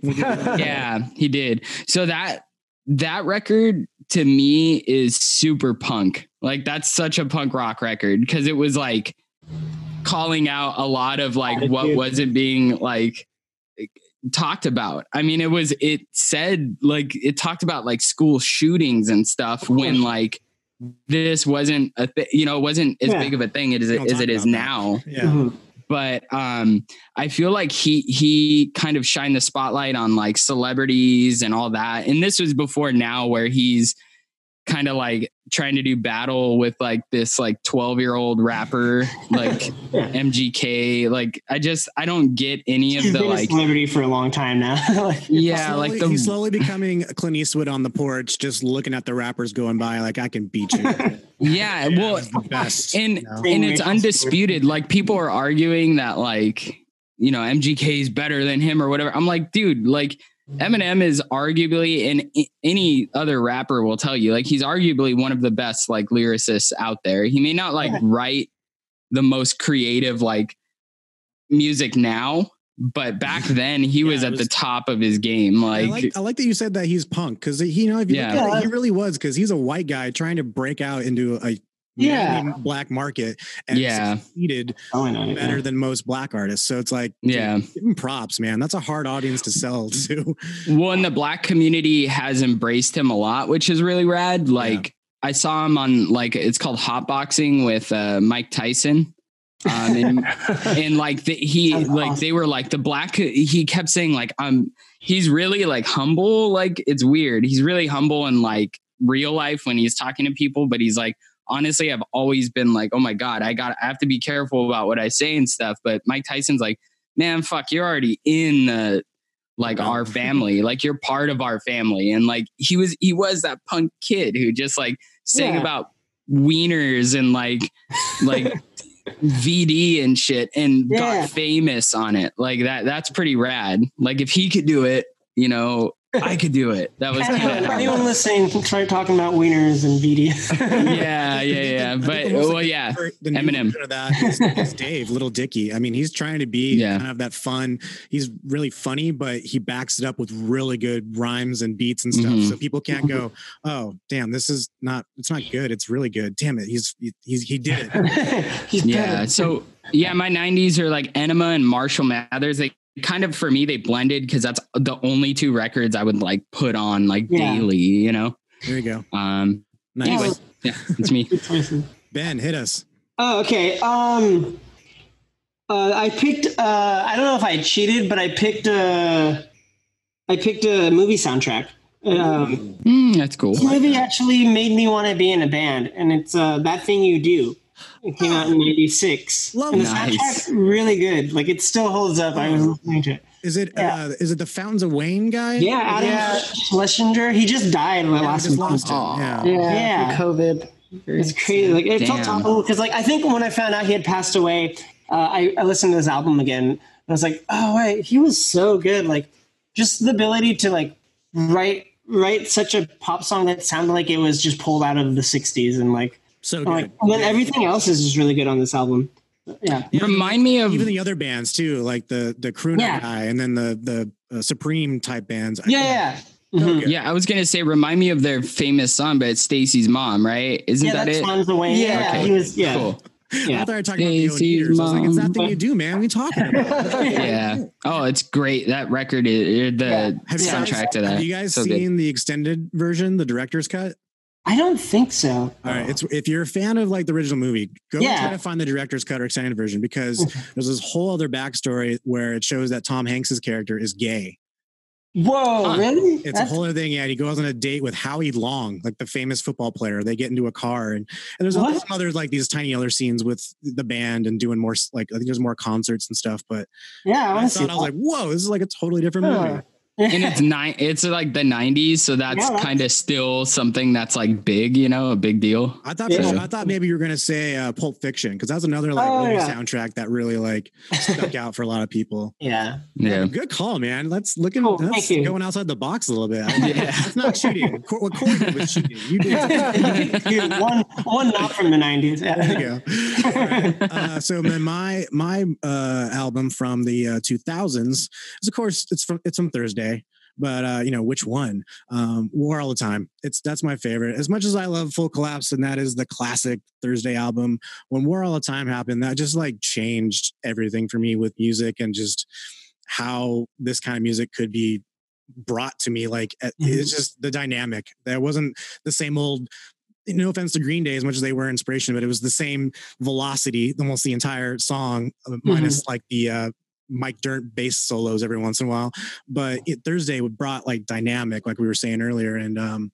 Speaker 2: yeah, he did. So that that record to me is super punk. Like that's such a punk rock record because it was like calling out a lot of like what wasn't being like talked about. I mean, it was it said like it talked about like school shootings and stuff when like this wasn't a thi- you know it wasn't as
Speaker 5: Yeah.
Speaker 2: big of a thing as it,
Speaker 3: Don't
Speaker 2: as
Speaker 3: talk
Speaker 2: it is
Speaker 3: about that.
Speaker 2: now.
Speaker 3: Yeah.
Speaker 5: Mhm.
Speaker 2: But um, I feel like he he kind of shined the spotlight on like celebrities and all that. And this was before now where he's kind of like trying to do battle with like this like 12 year old rapper like
Speaker 5: Yeah.
Speaker 2: MGK like I just I don't get any of
Speaker 5: He's
Speaker 2: the
Speaker 5: been a
Speaker 2: like
Speaker 5: celebrity for a long time now. Like,
Speaker 2: yeah
Speaker 3: Slowly-
Speaker 2: like the
Speaker 3: he's slowly becoming Clint Eastwood on the porch, just looking at the rappers going by, like I can beat you.
Speaker 2: yeah,
Speaker 3: Yeah,
Speaker 2: well
Speaker 3: he's the best.
Speaker 2: and
Speaker 3: you know?
Speaker 2: and
Speaker 5: Same
Speaker 2: it's
Speaker 5: racial
Speaker 2: undisputed like people are arguing that like you know MGK is better than him or whatever I'm like dude like Eminem is arguably and i- any other rapper will tell you like he's arguably one of the best like lyricists out there he may not like write the most creative like music now but back then he
Speaker 3: Yeah,
Speaker 2: was
Speaker 3: it
Speaker 2: at the
Speaker 3: was-
Speaker 2: top of his game
Speaker 3: I
Speaker 2: like,
Speaker 3: like I like that you said that he's punk because you know if you look
Speaker 2: Yeah.
Speaker 3: at it, he really was because he's a white guy trying to break out into a
Speaker 5: Yeah.
Speaker 3: mainly black market and
Speaker 2: Yeah.
Speaker 3: succeeded
Speaker 5: Oh, I know. yeah.
Speaker 3: better than most black artists. So it's like dude,
Speaker 2: yeah
Speaker 3: give him props, man. That's a hard audience to sell to.
Speaker 2: Well, and the black community has embraced him a lot, which is really rad. Like I saw him on like it's called Hotboxing with uh, Mike Tyson. Um, and, and like the, he
Speaker 5: Sounds
Speaker 2: like
Speaker 5: awesome.
Speaker 2: they were like the black he kept saying like um he's really like humble like it's weird he's really humble in like real life when he's talking to people but he's like honestly I've always been like oh my god I got I have to be careful about what I say and stuff but Mike Tyson's like man fuck you're already in the like
Speaker 3: Okay.
Speaker 2: our family like you're part of our family and like he was he was that punk kid who just like sang
Speaker 5: Yeah.
Speaker 2: about wieners and like like vd and shit and
Speaker 5: Yeah.
Speaker 2: got famous on it like that that's pretty rad like if he could do it you know i could do it that was
Speaker 5: Anyone,
Speaker 2: kinda,
Speaker 5: anyone listening can try talking about wieners and VD.
Speaker 2: yeah yeah yeah
Speaker 3: I think
Speaker 2: but
Speaker 3: the most I
Speaker 2: well
Speaker 3: can
Speaker 2: yeah
Speaker 3: for the new
Speaker 2: Eminem.
Speaker 3: version of that is, is Dave, Little Dicky. I mean, he's trying to be
Speaker 2: Yeah.
Speaker 3: kind of that fun. He's really funny, but he backs it up with really good rhymes and beats and stuff.
Speaker 2: Mhm.
Speaker 3: So people can't go, "Oh, damn, this is not. It's not good. It's really good. Damn it, he's he- he's he did it."
Speaker 5: He's
Speaker 2: yeah
Speaker 5: better.
Speaker 2: so yeah my 90s are like enema and marshall mathers they kind of for me they blended because that's the only two records i would like put on like
Speaker 5: Yeah.
Speaker 2: daily you know
Speaker 3: There you go.
Speaker 2: um
Speaker 3: Nice.
Speaker 2: anyway yeah it's me
Speaker 5: Good choices.
Speaker 3: Ben, hit us.
Speaker 5: Oh, okay. Um, uh, I picked. Uh, I don't know if I cheated, but I picked a. I picked a movie soundtrack. Um,
Speaker 2: Mm, that's cool
Speaker 5: this movie actually made me want to be in a band, and it's uh, that thing you do. It came out in '96.
Speaker 3: Love
Speaker 5: And the
Speaker 2: it. Nice.
Speaker 5: soundtrack's really good. Like it still holds up. I was listening to it.
Speaker 3: Is it
Speaker 5: Yeah.
Speaker 3: uh, is it the Fountains of Wayne guy?
Speaker 5: Yeah, Adam Schlesinger. He just died
Speaker 3: Yeah, we
Speaker 5: last
Speaker 3: just
Speaker 5: month.
Speaker 3: lost him.
Speaker 2: Aw.
Speaker 3: Yeah.
Speaker 4: Yeah,
Speaker 5: Yeah.
Speaker 4: for COVID.
Speaker 5: It's crazy. Like it felt
Speaker 2: Damn.
Speaker 5: awful because, like, I think when I found out he had passed away, uh, I, I listened to his album again. And I was like, oh wait, he was so good. Like, just the ability to like write write such a pop song that sounded like it was just pulled out of the '60s, and like,
Speaker 3: So
Speaker 5: like
Speaker 3: good.
Speaker 5: and then everything else is just really good on this album. Yeah,
Speaker 2: remind me of
Speaker 3: Even the other bands too, like the the crooner
Speaker 5: Yeah.
Speaker 3: guy, and then the the uh, Supreme type bands. I-
Speaker 5: yeah, yeah.
Speaker 3: so
Speaker 5: Mhm.
Speaker 3: good.
Speaker 2: yeah i was gonna say remind me of their famous song but it's stacy's mom right isn't
Speaker 5: Yeah,
Speaker 2: that,
Speaker 5: that
Speaker 2: it
Speaker 5: sounds the way.
Speaker 4: Yeah.
Speaker 5: Yeah,
Speaker 2: Okay,
Speaker 5: he was. Yeah,
Speaker 2: cool
Speaker 3: I
Speaker 5: yeah.
Speaker 3: thought I talked about
Speaker 2: They
Speaker 3: Theo and
Speaker 2: see
Speaker 3: Peters. I was like, it's
Speaker 2: mom.
Speaker 3: that thing you do, man. We talking about.
Speaker 2: yeah oh it's great that record is, uh, the
Speaker 5: Yeah.
Speaker 3: Have you guys-
Speaker 2: soundtrack to
Speaker 5: uh,
Speaker 2: that
Speaker 3: Have you guys
Speaker 2: So good.
Speaker 3: seen the extended version, the director's cut?
Speaker 5: I don't think so.
Speaker 3: All right, it's if you're a fan of like the original movie, go
Speaker 5: Yeah.
Speaker 3: try to find the director's cut or extended version because there's this whole other backstory where it shows that Tom Hanks's character is gay.
Speaker 5: Whoa,
Speaker 2: Huh.
Speaker 5: really?
Speaker 3: It's a
Speaker 5: That's-
Speaker 3: whole other thing. Yeah, and he goes on a date with Howie Long, like the famous football player. They get into a car, and, and there's
Speaker 5: What?
Speaker 3: some other like these tiny other scenes with the band and doing more s- like I think there's more concerts and stuff. But
Speaker 5: yeah, I
Speaker 3: I,
Speaker 5: want to
Speaker 3: saw
Speaker 5: see.
Speaker 3: it, I was like, whoa, this is like a totally different
Speaker 5: Huh.
Speaker 3: movie.
Speaker 5: that.
Speaker 2: and it's nine it's like the 90s so that's
Speaker 5: Yeah, that's-
Speaker 2: kind of still something that's like big you know a big deal
Speaker 3: I thought for
Speaker 5: Yeah.
Speaker 3: sure- I thought maybe you were gonna say uh, Pulp Fiction because that's another like
Speaker 5: Oh,
Speaker 3: movie
Speaker 5: yeah.
Speaker 3: soundtrack that really like stuck out for a lot of people.
Speaker 5: yeah.
Speaker 2: yeah
Speaker 3: Good call, man. Let's look at
Speaker 5: Cool,
Speaker 3: that's
Speaker 5: thank you.
Speaker 3: going outside the box a little bit.
Speaker 2: Yeah.
Speaker 3: That's not cheating. Cor- what Corey did was cheating. You did.
Speaker 5: Dude, one one not from the nineties.
Speaker 3: There you go. All right. Uh, so then my my uh, album from the uh, 2000s is of course it's from it's from Thursday, but uh, you know which one? Um, War all the time. It's that's my favorite. As much as I love Full Collapse, and that is the classic Thursday album. When War all the time happened, that just like changed everything for me with music and just how this kind of music could be brought to me. Like mm-hmm. it's just the dynamic. That wasn't the same old. No offense to Green Day, as much as they were inspiration, but it was the same velocity almost the entire song, mm-hmm. minus like the uh, Mike Dirnt bass solos every once in a while. But it, Thursday brought like dynamic, like we were saying earlier, and um,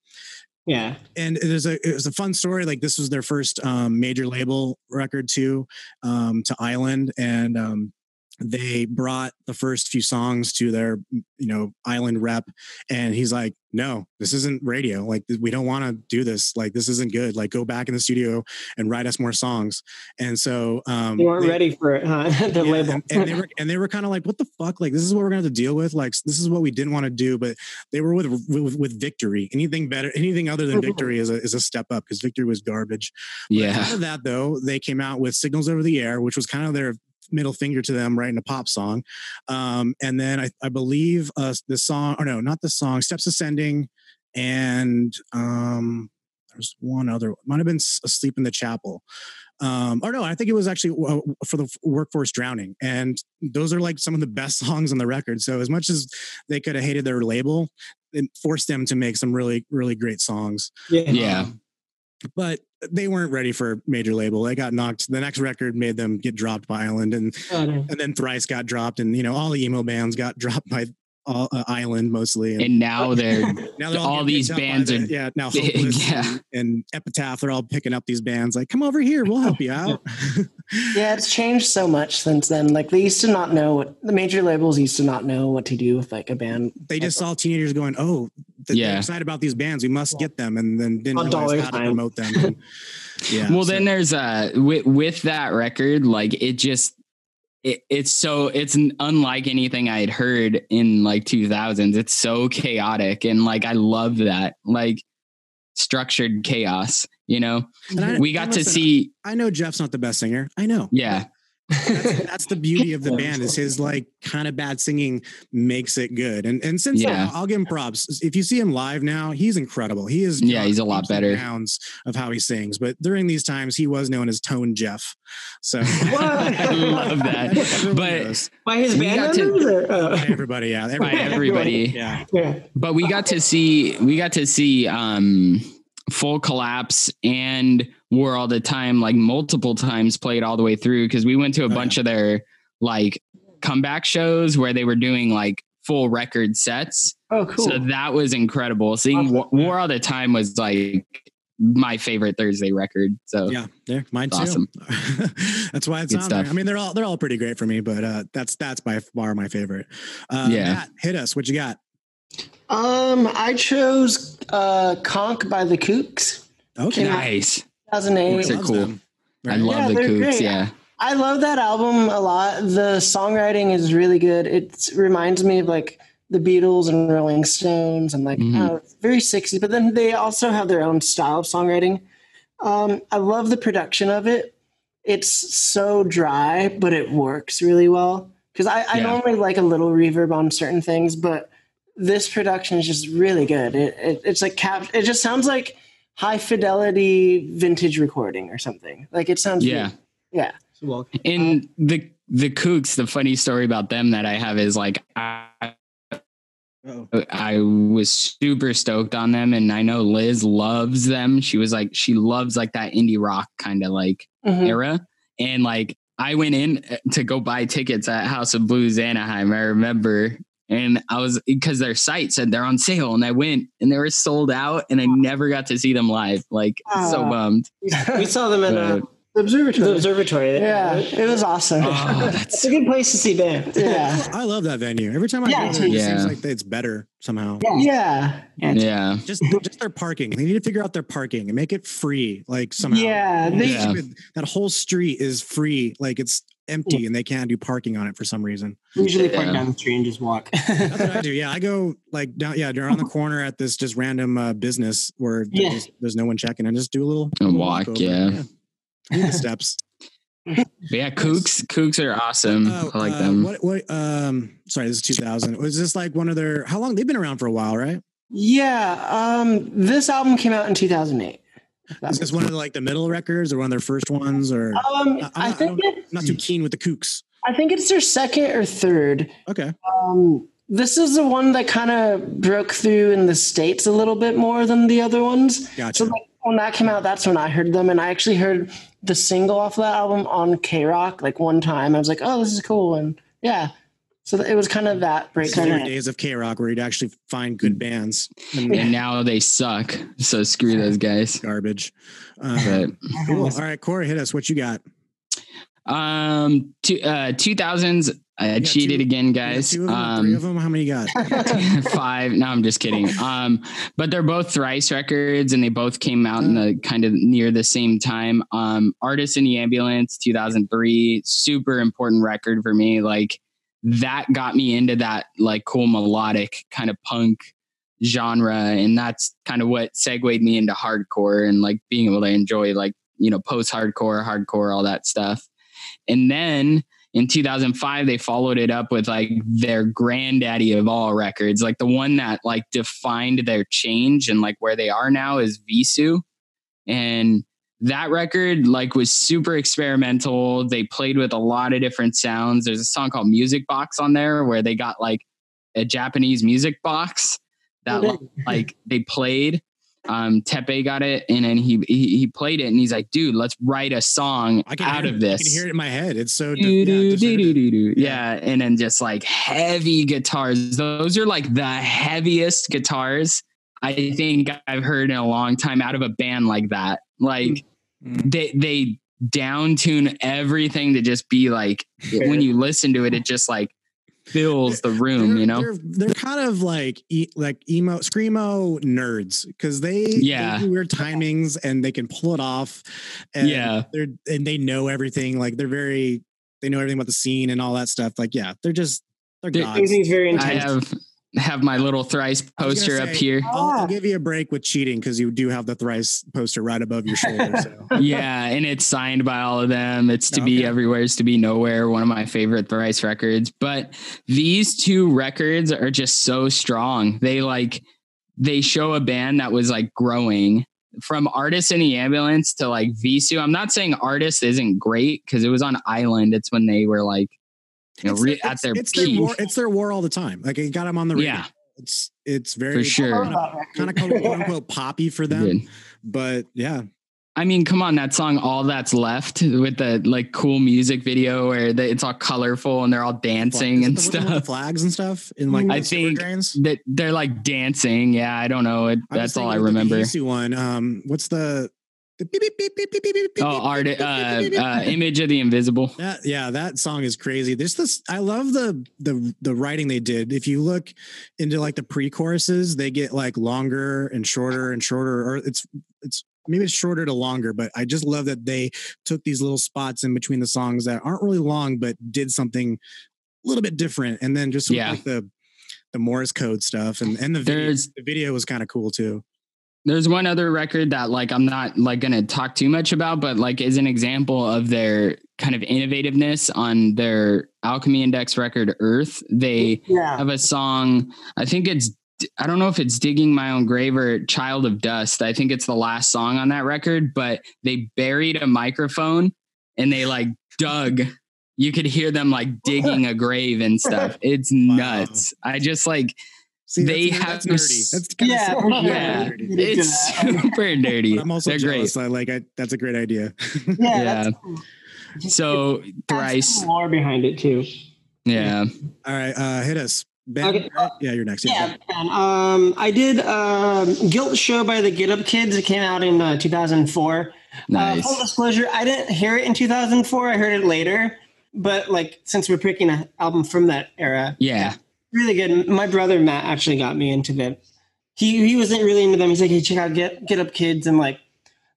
Speaker 5: yeah.
Speaker 3: And there's a it was a fun story. Like this was their first um, major label record too, um, to Island, and um, they brought the first few songs to their you know Island rep, and he's like, "No, this isn't radio. Like we don't want to do this. Like this isn't good. Like go back in the studio and write us more songs." And so um,
Speaker 5: they weren't they, ready for it, huh? the
Speaker 3: yeah,
Speaker 5: label.
Speaker 3: and, and they were and they were kind of like, "What the fuck? Like this is what we're gonna have to deal with. Like this is what we didn't want to do." But they were with, with, with victory. Anything better, anything other
Speaker 5: Mm-hmm.
Speaker 3: than victory is a is a step up because victory was garbage.
Speaker 2: But yeah.
Speaker 3: Out of that though, they came out with signals over the air, which was kind of their middle finger to them writing a pop song. Um, and then I, I believe uh, the song, or no, not the song, Steps Ascending, and um, there's one other, might have been Asleep in the Chapel. Um, or no, I think it was actually uh, for the workforce drowning, and those are like some of the best songs on the record. So as much as they could have hated their label, it forced them to make some really, really great songs.
Speaker 2: Yeah, yeah.
Speaker 3: Um, but they weren't ready for major label. They got knocked. The next record made them get dropped by Island, and oh, no. and then Thrice got dropped, and you know all the emo bands got dropped by all, uh, Island mostly.
Speaker 2: And, and now they're now they're all, all these bands are
Speaker 3: the, yeah now Hopeless yeah. And, and, Epitaph they're all picking up these bands like come over here we'll help you out.
Speaker 4: yeah, it's changed so much since then. Like they used to not know what the major labels used to not know what to do with like a band.
Speaker 3: They just saw teenagers going oh the, yeah. they're excited about these bands we must get them and then didn't realize how time. to promote them. And,
Speaker 2: yeah. Well, so. then there's uh with with that record like it just it, it's so it's unlike anything I had heard in like 2000s. It's so chaotic and like I love that like structured chaos. You know, I, we got listen, to see.
Speaker 3: I know Jeff's not the best singer. I know.
Speaker 2: Yeah.
Speaker 3: that's, that's, the beauty of the band is his like kind of bad singing makes it good and and since yeah. then, I'll give him props if you see him live now he's incredible he is
Speaker 2: yeah he's a lot better
Speaker 3: pounds of how he sings but during these times he was known as Tone Jeff so
Speaker 2: I love that but
Speaker 5: by his band to,
Speaker 3: uh, by everybody yeah everybody,
Speaker 2: by everybody yeah. yeah but we got to see we got to see um full collapse and war all the time like multiple times played all the way through because we went to a oh, bunch yeah. of their like comeback shows where they were doing like full record sets
Speaker 5: oh cool
Speaker 2: so that was incredible seeing awesome. war, war all the time was like my favorite Thursday record. So
Speaker 3: yeah, yeah, mine too. Awesome. that's why it's Good on stuff. there. I mean, they're all they're all pretty great for me, but uh, that's that's by far my favorite. Uh, yeah, Matt, hit us. What you got?
Speaker 4: Um, I chose uh Conk by the Kooks.
Speaker 2: Okay, nice.
Speaker 4: 2008.
Speaker 2: They're cool. Right? I love yeah, the Kooks. Great. Yeah,
Speaker 4: I love that album a lot. The songwriting is really good. It reminds me of like the Beatles and Rolling Stones, and like mm-hmm. oh, very 60s. But then they also have their own style of songwriting. Um, I love the production of it. It's so dry, but it works really well. Because I, I yeah. normally like a little reverb on certain things, but this production is just really good. It, it, it's like cap. It just sounds like high fidelity vintage recording or something. Like it sounds.
Speaker 2: Yeah.
Speaker 4: Weird. Yeah.
Speaker 5: oh.
Speaker 2: Well, in um, the the Kooks, the funny story about them that I have is like I. Oh. I was super stoked on them, and I know Liz loves them. She was like, she loves like that indie rock kind of like mm-hmm. era, and like I went in uh, to go buy tickets at House of Blues Anaheim. I remember and I was because their site said they're on sale, and I went and they were sold out, and I never got to see them live. Like uh, so bummed.
Speaker 5: We saw them at uh, the observatory. The observatory.
Speaker 4: Yeah, it was awesome.
Speaker 5: Oh, that's it's a good place to see bands.
Speaker 4: Yeah,
Speaker 3: I love that venue. Every time I yeah, go there, it yeah. seems like it's better somehow.
Speaker 4: Yeah.
Speaker 2: yeah, yeah.
Speaker 3: Just just their parking. They need to figure out their parking and make it free. Like somehow.
Speaker 4: Yeah,
Speaker 3: they, yeah. that whole street is free. Like it's empty and they can't do parking on it for some reason.
Speaker 5: Usually park yeah. down the street and just walk.
Speaker 3: That's what I do. Yeah, I go like down. Yeah, they're on the corner at this just random uh, business where yeah. there's, there's, no one checking and just do a little
Speaker 2: and walk. walk yeah,
Speaker 3: yeah. steps.
Speaker 2: yeah, kooks kooks are awesome. Uh, I like
Speaker 3: uh,
Speaker 2: them.
Speaker 3: What, what? Um, sorry, this is 2000. Was this like one of their? How long they've been around for a while, right?
Speaker 4: Yeah. Um, this album came out in 2008.
Speaker 3: That is this one of the, like the middle records or one of their first ones or
Speaker 4: um,
Speaker 3: I, I, I think I am not too keen with the kooks.
Speaker 4: I think it's their second or third.
Speaker 3: Okay.
Speaker 4: Um, this is the one that kind of broke through in the states a little bit more than the other ones. So
Speaker 3: Gotcha.
Speaker 4: like, when that came out, that's when I heard them, and I actually heard the single off that album on K Rock like one time. I was like, "Oh, this is cool," and yeah. So it was kind of that
Speaker 3: So
Speaker 4: breakthrough.
Speaker 3: there were days of K Rock where you'd actually find
Speaker 5: Mm.
Speaker 3: good bands and
Speaker 2: and now they suck. So screw those guys.
Speaker 3: garbage. Uh,
Speaker 2: But
Speaker 3: cool.
Speaker 5: Uh-huh.
Speaker 3: All right, Corey, hit us. What you got?
Speaker 2: um, two uh, two thousands. I
Speaker 3: got
Speaker 2: cheated
Speaker 3: two-
Speaker 2: again,
Speaker 3: You got
Speaker 2: guys.
Speaker 3: two of them,
Speaker 2: um,
Speaker 3: three of them. How many you got?
Speaker 2: five. No, I'm just kidding. Um, but they're both thrice records and they both came out in the kind of near the same time. Um, Artist in the Ambulance 2003, super important record for me. Like that got me into that like cool melodic kind of punk genre. And that's kind of what segued me into hardcore and like being able to enjoy like, you know, post hardcore, hardcore, all that stuff. And then in 2005 they followed it up with like their granddaddy of all records like the one that like defined their change and like where they are now is visu and that record like was super experimental they played with a lot of different sounds there's a song called music box on there where they got like a japanese music box that
Speaker 4: Okay.
Speaker 2: like they played um tepe got it and then he, he he played it and he's like dude let's write a song
Speaker 3: I can
Speaker 2: out
Speaker 3: hear,
Speaker 2: of this
Speaker 3: I can hear it in my head. It's so.
Speaker 2: do, do, do, do,
Speaker 3: deserted.
Speaker 2: do, do. yeah and then just like heavy guitars those are like the heaviest guitars i think i've heard in a long time out of a band like that like
Speaker 6: Mm.
Speaker 2: they they down tune everything to just be like when you listen to it it just like fills the room
Speaker 3: They're-
Speaker 2: you know
Speaker 3: they're, they're kind of like e- like emo screamo nerds because they they
Speaker 2: Yeah.
Speaker 3: do weird timings and they can pull it off and
Speaker 2: Yeah.
Speaker 3: they're and they know everything like they're very they know everything about the scene and all that stuff like yeah they're just they're
Speaker 2: Dude,
Speaker 3: gods.
Speaker 5: Everything's very
Speaker 2: i
Speaker 5: intense.
Speaker 2: have have my little thrice
Speaker 3: I was
Speaker 2: poster
Speaker 3: gonna
Speaker 2: up
Speaker 3: say,
Speaker 2: here
Speaker 3: I'll, I'll give you a break with cheating because you do have the thrice poster right above your shoulder so
Speaker 2: yeah, and it's signed by all of them. It's to be
Speaker 3: Okay.
Speaker 2: everywhere, it's to be nowhere. One of my favorite Thrice records, but these two records are just so strong. They like they show a band that was like growing from artists in the ambulance to like Visu. I'm not saying artist isn't great because it was on Island. It's when they were like you know,
Speaker 3: It's
Speaker 2: re-
Speaker 3: their-
Speaker 2: at their
Speaker 3: it's
Speaker 2: peak.
Speaker 3: their war it's their war all the time like it got them on the radio.
Speaker 2: yeah,
Speaker 3: it's it's very
Speaker 2: for sure.
Speaker 3: kind of quote unquote poppy for them
Speaker 2: Good.
Speaker 3: but yeah
Speaker 2: I mean, come on, that song "All That's Left" with the like cool music video where the, it's all colorful and they're all dancing
Speaker 3: Is it
Speaker 2: and
Speaker 3: the one with the
Speaker 2: stuff.
Speaker 3: flags and stuff, in like
Speaker 2: I
Speaker 3: the sewer
Speaker 2: think
Speaker 3: drains.
Speaker 2: That they're like dancing. Yeah, I don't know. It,
Speaker 3: I'm just
Speaker 2: that's all I
Speaker 3: thinking of the
Speaker 2: remember.
Speaker 3: Yeezy one. Um, what's the, the beep, beep, beep, beep, beep, beep, beep, beep,
Speaker 2: Oh, art, uh,
Speaker 3: beep, beep, beep, beep,
Speaker 2: uh,
Speaker 3: beep.
Speaker 2: image of the invisible.
Speaker 3: That, yeah, that song is crazy. There's this. I love the the the writing they did. If you look into like the pre-choruses, they get like longer and shorter and shorter. Or it's it's maybe it's shorter to longer. But I just love that they took these little spots in between the songs that aren't really long, but did something a little bit different. And then just sort of
Speaker 2: Yeah.
Speaker 3: like the the Morse code stuff and and the video,
Speaker 2: There's
Speaker 3: the video was kind of cool too.
Speaker 2: there's one other record that like I'm not like gonna talk too much about, but like is an example of their kind of innovativeness on their Alchemy Index record Earth. They
Speaker 4: yeah.
Speaker 2: have a song. I think it's I don't know if it's digging my own grave or child of dust. I think it's the last song on that record, but they buried a microphone and they like dug. You could hear them like digging a grave and stuff. It's
Speaker 3: Wow.
Speaker 2: nuts. I just like
Speaker 3: See, that's-
Speaker 2: They
Speaker 3: that's,
Speaker 2: have
Speaker 3: nerdy.
Speaker 2: s-
Speaker 3: That's kind
Speaker 5: Yeah,
Speaker 3: of nerdy.
Speaker 2: yeah.
Speaker 3: Nerdy.
Speaker 2: it's super dirty.
Speaker 3: But I'm also
Speaker 2: They're
Speaker 3: jealous.
Speaker 2: great.
Speaker 3: I like. I, that's a great idea.
Speaker 5: Yeah,
Speaker 2: Yeah.
Speaker 5: that's cool. Just-
Speaker 2: So
Speaker 5: that's
Speaker 2: thrice.
Speaker 5: some lore behind it too.
Speaker 2: Yeah.
Speaker 3: All right, uh, hit us. Ben,
Speaker 5: Okay.
Speaker 3: right? Yeah, you're next.
Speaker 5: Yeah, man. Um, I did um, Guilt Show by the Get Up Kids. It came out in uh, 2004. Uh, full
Speaker 2: Nice.
Speaker 5: disclosure, I didn't hear it in 2004. I heard it later. But like, since we're picking an album from that era,
Speaker 2: Yeah.
Speaker 5: really good. My brother Matt actually got me into them. He he wasn't really into them. He's like, hey, check out Get Get Up Kids, and like,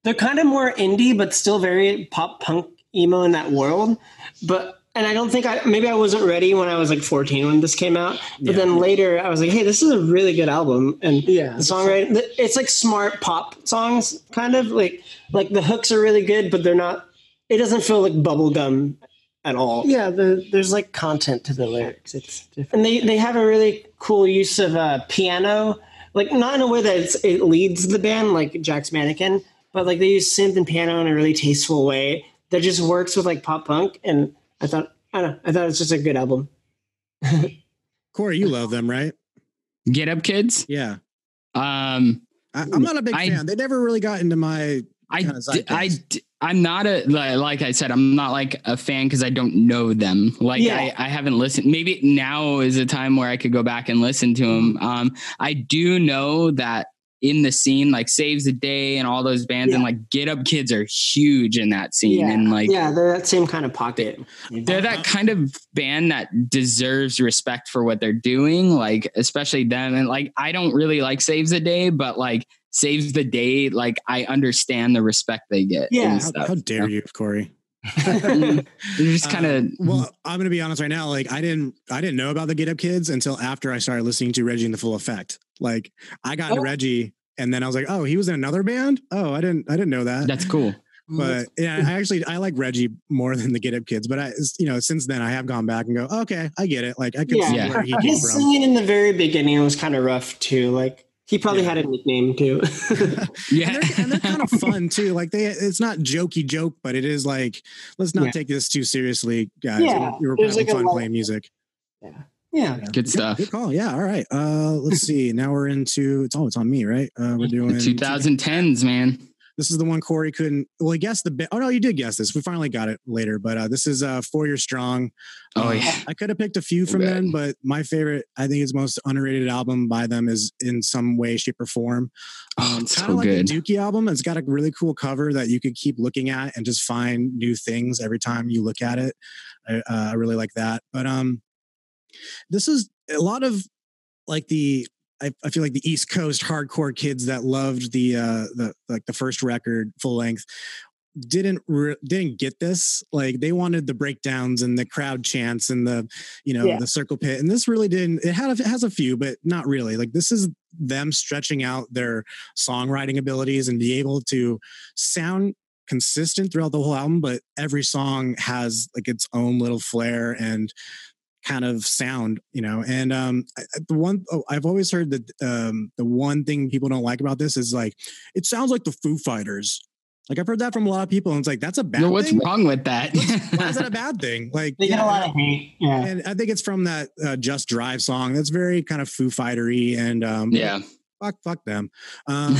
Speaker 5: they're kind of more indie, but still very pop punk emo in that world. But and I don't think I maybe I wasn't ready when I was like 14 when this came out. But
Speaker 3: Yeah.
Speaker 5: then later I was like, hey, this is a really good album, and
Speaker 4: Yeah.
Speaker 5: the songwriting it's like smart pop songs kind of like like the hooks are really good but they're not it doesn't feel like bubblegum at all
Speaker 4: Yeah, the, there's like content to the lyrics. It's different.
Speaker 5: and they they have a really cool use of uh, piano like not in a way that it's, it leads the band like jack's mannequin but like they use synth and piano in a really tasteful way that just works with like pop punk and i thought I don't know. I thought it was just a good album.
Speaker 3: Corey, you love them, right?
Speaker 2: Get Up Kids.
Speaker 3: Yeah.
Speaker 2: Um,
Speaker 3: I, I'm not a big
Speaker 2: I-
Speaker 3: fan. They never really got into my.
Speaker 2: I,
Speaker 3: Kinda
Speaker 2: d- I,
Speaker 3: zeitgeist.
Speaker 2: d- I'm not a li- like I said. I'm not like a fan because I don't know them. Like
Speaker 5: Yeah.
Speaker 2: I, I haven't listened. Maybe now is a time where I could go back and listen to them.
Speaker 5: Mm-hmm.
Speaker 2: Um, I do know that in the scene, like Saves the Day and all those bands, and like Get Up Kids are huge in that scene.
Speaker 5: Yeah.
Speaker 2: And like
Speaker 5: yeah, they're that same kind of pocket.
Speaker 2: they're that kind of band that deserves respect for what they're doing like especially them and like i don't really like saves the day but like saves the day like i understand the respect they get
Speaker 5: Yeah.
Speaker 2: and
Speaker 5: How-
Speaker 3: How,
Speaker 2: stuff.
Speaker 3: how dare you, Corey?
Speaker 2: they're just kind of
Speaker 3: Um, well i'm gonna be honest right now like i didn't i didn't know about the get up kids until after i started listening to reggie in the full effect like i got into
Speaker 5: Oh.
Speaker 3: reggie and then i was like oh he was in another band oh i didn't i didn't know that
Speaker 2: that's cool
Speaker 3: but yeah i actually i like reggie more than the get up kids but i you know since then i have gone back and go okay i get it like i could see
Speaker 5: Yeah.
Speaker 3: where he came
Speaker 5: His
Speaker 3: from
Speaker 5: singing in the very beginning was kind of rough too. Like he probably had a nickname too.
Speaker 2: yeah
Speaker 3: and they're, and they're kind of fun too like they it's not jokey joke but it is like let's not
Speaker 5: Yeah.
Speaker 3: take this too seriously guys
Speaker 5: Yeah,
Speaker 3: we were
Speaker 5: there's
Speaker 3: having
Speaker 5: like a
Speaker 3: fun
Speaker 5: lot-
Speaker 3: playing music
Speaker 5: yeah.
Speaker 2: good stuff
Speaker 3: Good call. Yeah. All right. Uh, let's see. Now we're into it's all it's on me, right? Uh, we're
Speaker 2: Mm-hmm. the
Speaker 3: doing
Speaker 2: 2010s man
Speaker 3: This is the one Corey couldn't. Well, he guessed the bit. Oh no, you did guess this. We finally got it later. But uh, this is uh, four year strong.
Speaker 2: Oh,
Speaker 3: Uh,
Speaker 2: yeah.
Speaker 3: I could have picked a few
Speaker 2: So
Speaker 3: from
Speaker 2: good.
Speaker 3: them, but my favorite, I think, is most underrated album by them is in some way, shape, or form.
Speaker 2: oh
Speaker 3: Um,
Speaker 2: it's
Speaker 3: kinda
Speaker 2: so
Speaker 3: like
Speaker 2: good
Speaker 3: the Dookie album. It's got a really cool cover that you could keep looking at and just find new things every time you look at it. I, uh, I really like that. But um, this is a lot of like the I, I feel like the East Coast hardcore kids that loved the uh the like the first record full length didn't re- didn't get this like they wanted the breakdowns and the crowd chants and the you know
Speaker 5: Yeah.
Speaker 3: the circle pit and this really didn't it had a, it has a few but not really like this is them stretching out their songwriting abilities and be able to sound consistent throughout the whole album but every song has like its own little flair and kind of sound, you know. And um, I- I- the one oh, I've always heard that um, the one thing people don't like about this is like it sounds like the Foo Fighters. Like I've heard that from a lot of people, and it's like that's a bad
Speaker 2: Yo, what's
Speaker 3: thing.
Speaker 2: wrong with that
Speaker 3: Why is that a bad thing? Like
Speaker 5: They get
Speaker 3: yeah,
Speaker 5: a lot of hate. Yeah.
Speaker 3: And I think it's from that uh, Just Drive song. That's very kind of Foo Fightery, and um,
Speaker 2: yeah
Speaker 3: fuck, fuck them. Um,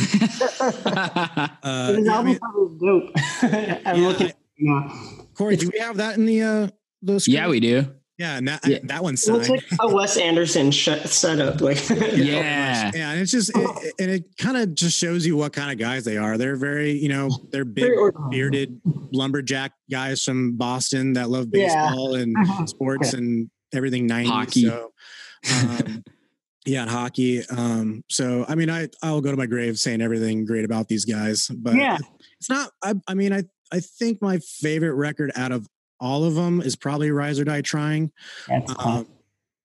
Speaker 3: uh,
Speaker 5: his
Speaker 3: yeah, I
Speaker 5: album
Speaker 3: mean,
Speaker 5: cover is dope. I'm
Speaker 3: Yeah,
Speaker 5: looking.
Speaker 3: I-
Speaker 5: yeah.
Speaker 3: Corey, do we have that in the uh, the script?
Speaker 2: yeah we do
Speaker 3: yeah, and that
Speaker 2: Yeah.
Speaker 3: that one's
Speaker 5: It looks
Speaker 3: signed.
Speaker 5: like a Wes Anderson shut, setup. Like
Speaker 2: yeah
Speaker 3: uh, Yeah, and it's just it, it- and it kind of just shows you what kind of guys they are. They're very, you know, they're big
Speaker 5: Very or-
Speaker 3: bearded lumberjack guys from Boston that love baseball and
Speaker 5: Uh-huh.
Speaker 3: sports and everything 90s.
Speaker 2: Hockey.
Speaker 3: So, um, yeah, and hockey. Um, so I mean, I I'll go to my grave saying everything great about these guys, but
Speaker 5: Yeah.
Speaker 3: it's not. I I mean, I I think my favorite record out of all of them is probably Rise or Die Trying.
Speaker 5: That's
Speaker 2: Uh-huh.
Speaker 3: Um,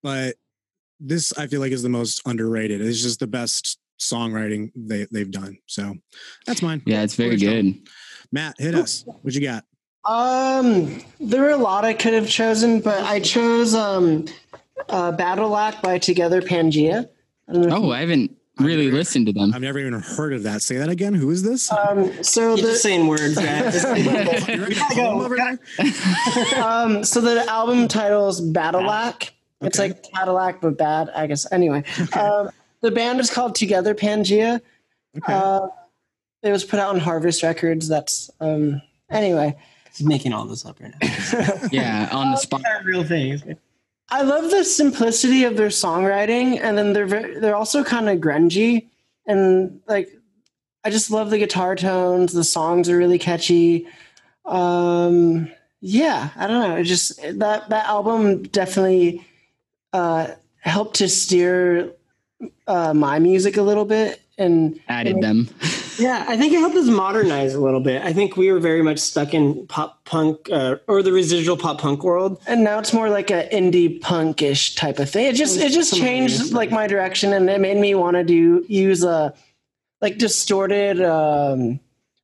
Speaker 3: but this I feel like is the most underrated. It's just the best songwriting they they've done. So that's mine.
Speaker 2: yeah it's very
Speaker 3: Corey Shaw.
Speaker 2: good
Speaker 3: Matt, hit us.
Speaker 4: Oh,
Speaker 3: What you got?
Speaker 4: Um, there were a lot I could have chosen, but I chose um, uh, Battle Act by Together Pangea. I don't know if
Speaker 2: oh i haven't really listened to them
Speaker 3: I've never even heard of that. Say that again. Who is this?
Speaker 4: Um, so
Speaker 5: You're just
Speaker 4: the
Speaker 5: saying words, man. Just-
Speaker 3: You're in a
Speaker 5: gotta go.
Speaker 3: home over there?
Speaker 4: um, so the album title is Battleac. It's
Speaker 3: Okay.
Speaker 4: like Cadillac but bad, I guess. Anyway, um, the band is called Together Pangea.
Speaker 3: Okay.
Speaker 4: Uh, it was put out on Harvest Records. That's um, anyway.
Speaker 5: He's making all this up right now.
Speaker 2: yeah on the spot
Speaker 5: Not real things.
Speaker 4: I love the simplicity of their songwriting, and then they're very, they're also kind of grungy, and like I just love the guitar tones. The songs are really catchy. Um, yeah, I don't know. It just that that album definitely uh, helped to steer uh, my music a little bit, and
Speaker 2: added them
Speaker 5: Yeah, I think it helped us modernize a little bit. I think we were very much stuck in pop punk uh, or the residual pop punk world.
Speaker 4: and now it's more like a indie punkish type of thing. It just it just
Speaker 5: Some
Speaker 4: changed
Speaker 5: ideas.
Speaker 4: like my direction, and it made me want to do use a like distorted um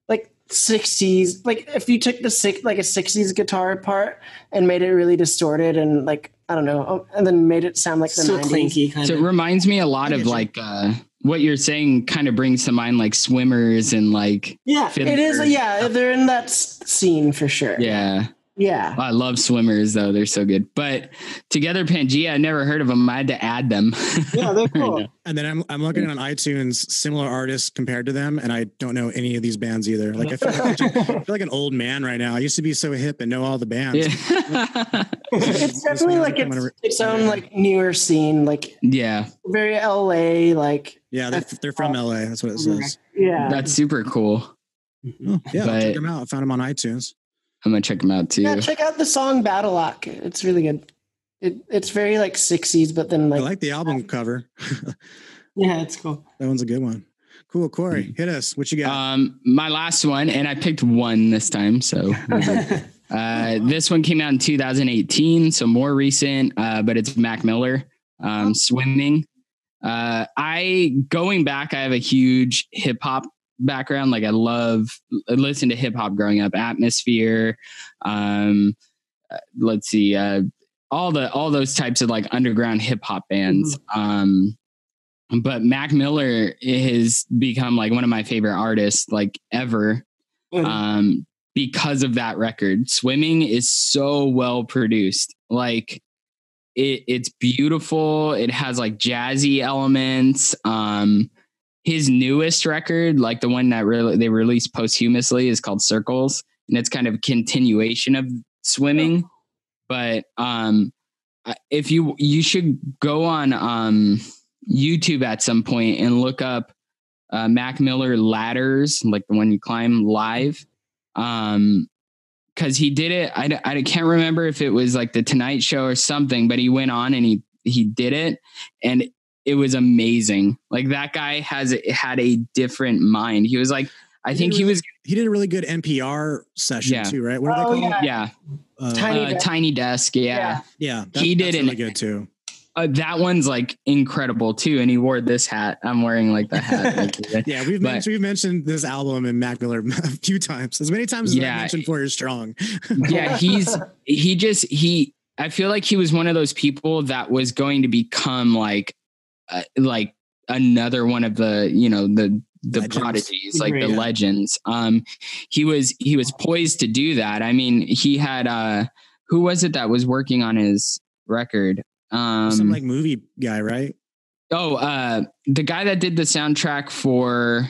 Speaker 4: like sixties like if you took the six like a sixties guitar part and made it really distorted and like I don't know oh, and then made it sound like the
Speaker 5: So
Speaker 4: nineties.
Speaker 5: clinky kind
Speaker 2: So it
Speaker 5: of.
Speaker 2: reminds me a lot of like uh, what you're saying. Kind of brings to mind like swimmers and like
Speaker 5: Yeah.
Speaker 2: fiddler.
Speaker 4: It is yeah, they're in that s- scene for sure.
Speaker 2: yeah.
Speaker 4: Yeah.
Speaker 2: I love swimmers though; they're so good. But together, Pangea, I never heard of them. I had to add them.
Speaker 5: Yeah, they're cool.
Speaker 3: And then I'm I'm looking on iTunes similar artists compared to them, and I don't know any of these bands either. Like I feel like, I feel like an old man right now. I used to be so hip and know all the bands.
Speaker 2: yeah.
Speaker 4: It's definitely like
Speaker 3: I'm gonna
Speaker 4: it's, its own like newer scene, like
Speaker 2: yeah,
Speaker 4: very LA, like
Speaker 3: Yeah, they're, they're
Speaker 4: uh,
Speaker 3: from LA. That's what it says.
Speaker 4: yeah.
Speaker 2: that's super cool.
Speaker 3: Oh, yeah,
Speaker 2: But-
Speaker 3: check them out. I found them on iTunes.
Speaker 2: I'm gonna check them out too.
Speaker 4: yeah, check out the song Battle Lock. It's really good. It, it's very like 60s, but then
Speaker 3: I
Speaker 4: like,
Speaker 3: like the album cover. that
Speaker 5: Yeah, it's cool.
Speaker 3: one's a good one. Cool,
Speaker 2: Mm.
Speaker 3: Corey, hit us. What you got?
Speaker 2: Um, my last one, and I picked one this time. So uh, this one came out in 2018, so more recent, uh, but it's Mac Miller,
Speaker 3: Oh.
Speaker 2: um, Swimming. Uh, I going back, I have a huge hip hop background. Like I love I listened to hip hop growing up. Atmosphere, um, uh, let's see, uh, all the all those types of like underground hip hop bands.
Speaker 3: Mm-hmm.
Speaker 2: Um, but Mac Miller has become like one of my favorite artists like ever um because of that record. Swimming is so well produced. Like it it's beautiful. It has like jazzy elements. Um his newest record, like the one that really they released posthumously is called Circles and it's kind of a continuation of Swimming, but um I- if you you should go on um YouTube at some point and look up uh, Mac Miller ladders, like the one you climb live. Um, cause he did it. I, d- I can't remember if it was like the Tonight Show or something, but he went on and he, he did it and it was amazing. Like that guy has had a different mind. He was like, I think he was,
Speaker 3: he did a really good NPR session
Speaker 2: Yeah.
Speaker 3: too, right? What are
Speaker 4: Oh,
Speaker 3: they called?
Speaker 2: yeah,
Speaker 3: Uh,
Speaker 4: Tiny
Speaker 2: uh,
Speaker 4: Desk.
Speaker 2: tiny desk. yeah.
Speaker 4: Yeah.
Speaker 3: yeah,
Speaker 2: He did
Speaker 3: that's
Speaker 2: an-
Speaker 3: really good too.
Speaker 2: Uh, that one's like incredible too. And he wore this hat. I'm wearing like the hat.
Speaker 3: Yeah, we've
Speaker 2: But-
Speaker 3: mentioned, we've mentioned this album and Mac Miller a few times, as many times as
Speaker 2: Yeah.
Speaker 3: I mentioned for is strong.
Speaker 2: yeah he's he just he i feel like he was one of those people that was going to become like uh, like another one of the you know the the
Speaker 3: Legends.
Speaker 2: prodigies like the
Speaker 5: Yeah.
Speaker 2: legends um he was he was poised to do that i mean he had uh who was it that was working on his record um
Speaker 3: Some like movie guy, right?
Speaker 2: oh uh the guy that did the soundtrack for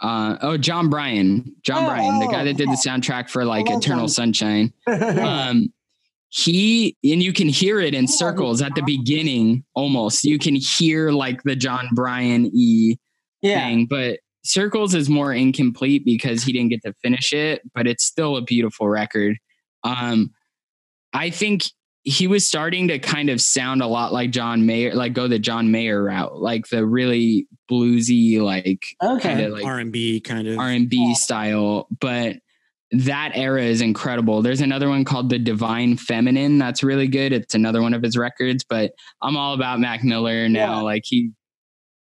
Speaker 2: uh oh john bryan john
Speaker 4: Oh,
Speaker 2: bryan the
Speaker 4: oh,
Speaker 2: guy that did the soundtrack for like
Speaker 4: love
Speaker 2: eternal
Speaker 4: John.
Speaker 2: sunshine um he and you can hear it in circles at the beginning almost you can hear like the john bryan e
Speaker 5: Yeah.
Speaker 2: thing but circles is more incomplete because he didn't get to finish it but it's still a beautiful record um i think he was starting to kind of sound a lot like john mayer like go the john mayer route like the really bluesy like kind
Speaker 5: Okay.
Speaker 2: of like
Speaker 3: R and B kind of.
Speaker 2: R&B style, but that era is incredible. There's another one called The Divine Feminine that's really good. It's another one of his records, but I'm all about Mac Miller now.
Speaker 5: Yeah.
Speaker 2: Like he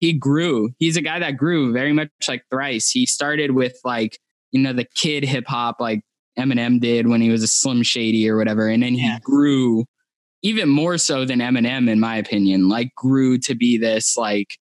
Speaker 2: he grew. He's a guy that grew very much like Thrice. He started with like, you know, the kid hip hop like Eminem did when he was a Slim Shady or whatever, and then
Speaker 5: Yeah.
Speaker 2: he grew even more so than Eminem in my opinion. Like grew to be this like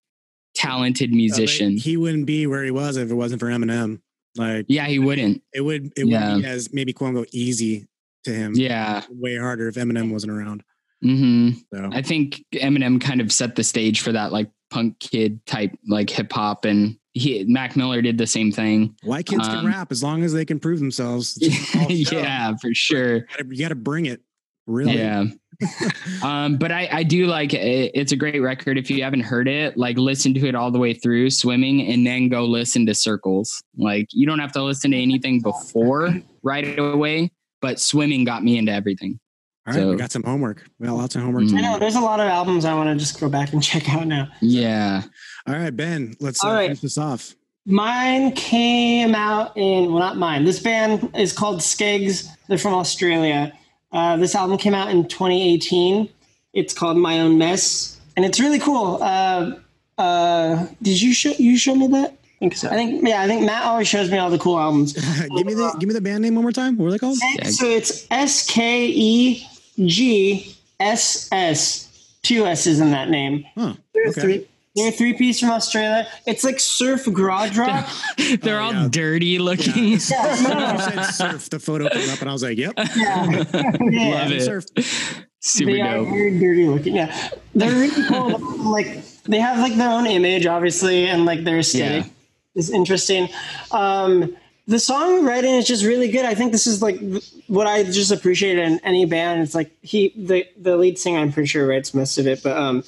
Speaker 5: Oh,
Speaker 2: talented
Speaker 3: Uh, but
Speaker 2: musician.
Speaker 3: he wouldn't be where he was if it wasn't for Eminem. Like
Speaker 2: yeah, he wouldn't.
Speaker 3: it would, it
Speaker 2: Yeah.
Speaker 3: would be as maybe quote unquote easy to him.
Speaker 2: Yeah.
Speaker 3: way harder if Eminem wasn't around.
Speaker 2: hmm
Speaker 3: So
Speaker 2: I think Eminem kind of set the stage for that like punk kid type like hip hop and he Mac Miller did the same thing.
Speaker 3: why kids
Speaker 2: Um,
Speaker 3: can rap as long as they can prove themselves. It's all show.
Speaker 2: yeah, for sure.
Speaker 3: You gotta- you got to bring it. Really?
Speaker 2: Yeah. um, but I I do like it. it's a great record if you haven't heard it, like listen to it all the way through swimming and then go listen to circles. Like you don't have to listen to anything before right away, but swimming got me into everything.
Speaker 3: All right,
Speaker 2: So-
Speaker 3: we got some homework. We got lots of homework. to
Speaker 2: Mm.
Speaker 5: I know. There's a lot of albums I want to just go back and check out now.
Speaker 2: Yeah.
Speaker 3: do. All right, Ben, let's uh,
Speaker 5: All right.
Speaker 3: finish this off.
Speaker 5: Mine came out in well, not mine. This band is called Skeggs. They're from Australia. Uh, this album came out in 2018. It's called My Own Mess, and it's really cool. Uh, uh, did you show you show me that? I think so. I think yeah. I think Matt always shows me all the cool albums.
Speaker 3: give me the give me the band name one more time. What were they called?
Speaker 2: Skeggs.
Speaker 5: So it's S K E G S S. Two S's in that name.
Speaker 3: Huh.
Speaker 4: there's
Speaker 3: Okay.
Speaker 4: three,
Speaker 5: They're a three piece from Australia. It's like surf garage rock. Oh,
Speaker 2: They're all dirty looking.
Speaker 3: As soon as you said surf, the photo came up, and I was like, "Yep,
Speaker 2: Love it.
Speaker 3: surf."
Speaker 2: Super
Speaker 5: they are
Speaker 2: dope.
Speaker 5: very dirty looking. Yeah, they're really cool. like they have like their own image, obviously, and like their aesthetic
Speaker 2: Yeah.
Speaker 5: is interesting. Um, the songwriting is just really good. I think this is like th- what I just appreciate in any band. It's like he the the lead singer. I'm pretty sure writes most of it, but um,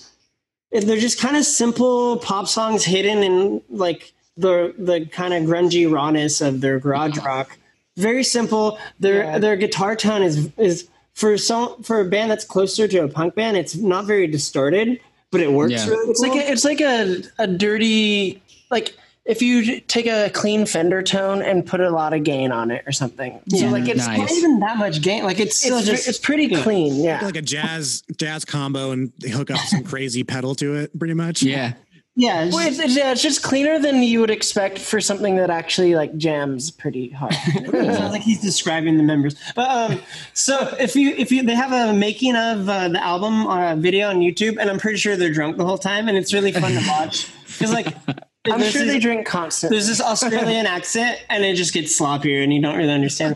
Speaker 5: it- they're just kind of simple pop songs hidden in like the the kind of grungy rawness of their garage rock. Very simple. Their their guitar tone is is for some for a band that's closer to a punk band. It's not very distorted, but it works.
Speaker 2: Yeah.
Speaker 5: Really
Speaker 4: It's like a, it's like a a dirty like if you take a clean Fender tone and put a lot of gain on it or something. So like it's
Speaker 5: not
Speaker 2: Nice.
Speaker 5: even that much gain. Like it's still
Speaker 4: it's,
Speaker 5: just
Speaker 4: it's pretty clean. Yeah.
Speaker 3: Like a jazz jazz combo, and they hook up some crazy pedal to it, pretty much. Oh,
Speaker 2: Yeah.
Speaker 5: yeah. it's
Speaker 4: Well,
Speaker 5: just-
Speaker 4: it's, it's, yeah, it's just cleaner than you would expect for something that actually like jams pretty hard.
Speaker 5: It sounds like he's describing the members. But um, so if you if you they have a making of uh, the album uh, video on YouTube, and I'm pretty sure they're drunk the whole time, and it's really fun to watch because like
Speaker 4: I'm
Speaker 5: there's
Speaker 4: sure
Speaker 5: this-
Speaker 4: they drink constantly.
Speaker 5: There's this Australian accent, and it just gets sloppier, and you don't really understand.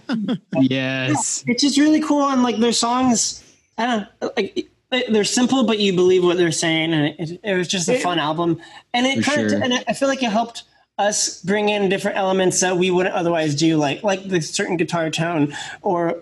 Speaker 2: Yes.
Speaker 5: It's just really cool, and like their songs, I don't know, like. They're simple, but you believe what they're saying, and it, it was just a fun album. And it
Speaker 2: For
Speaker 5: kind
Speaker 2: sure.
Speaker 5: of, and I feel like it helped us bring in different elements that we wouldn't otherwise do, like like the certain guitar tone, or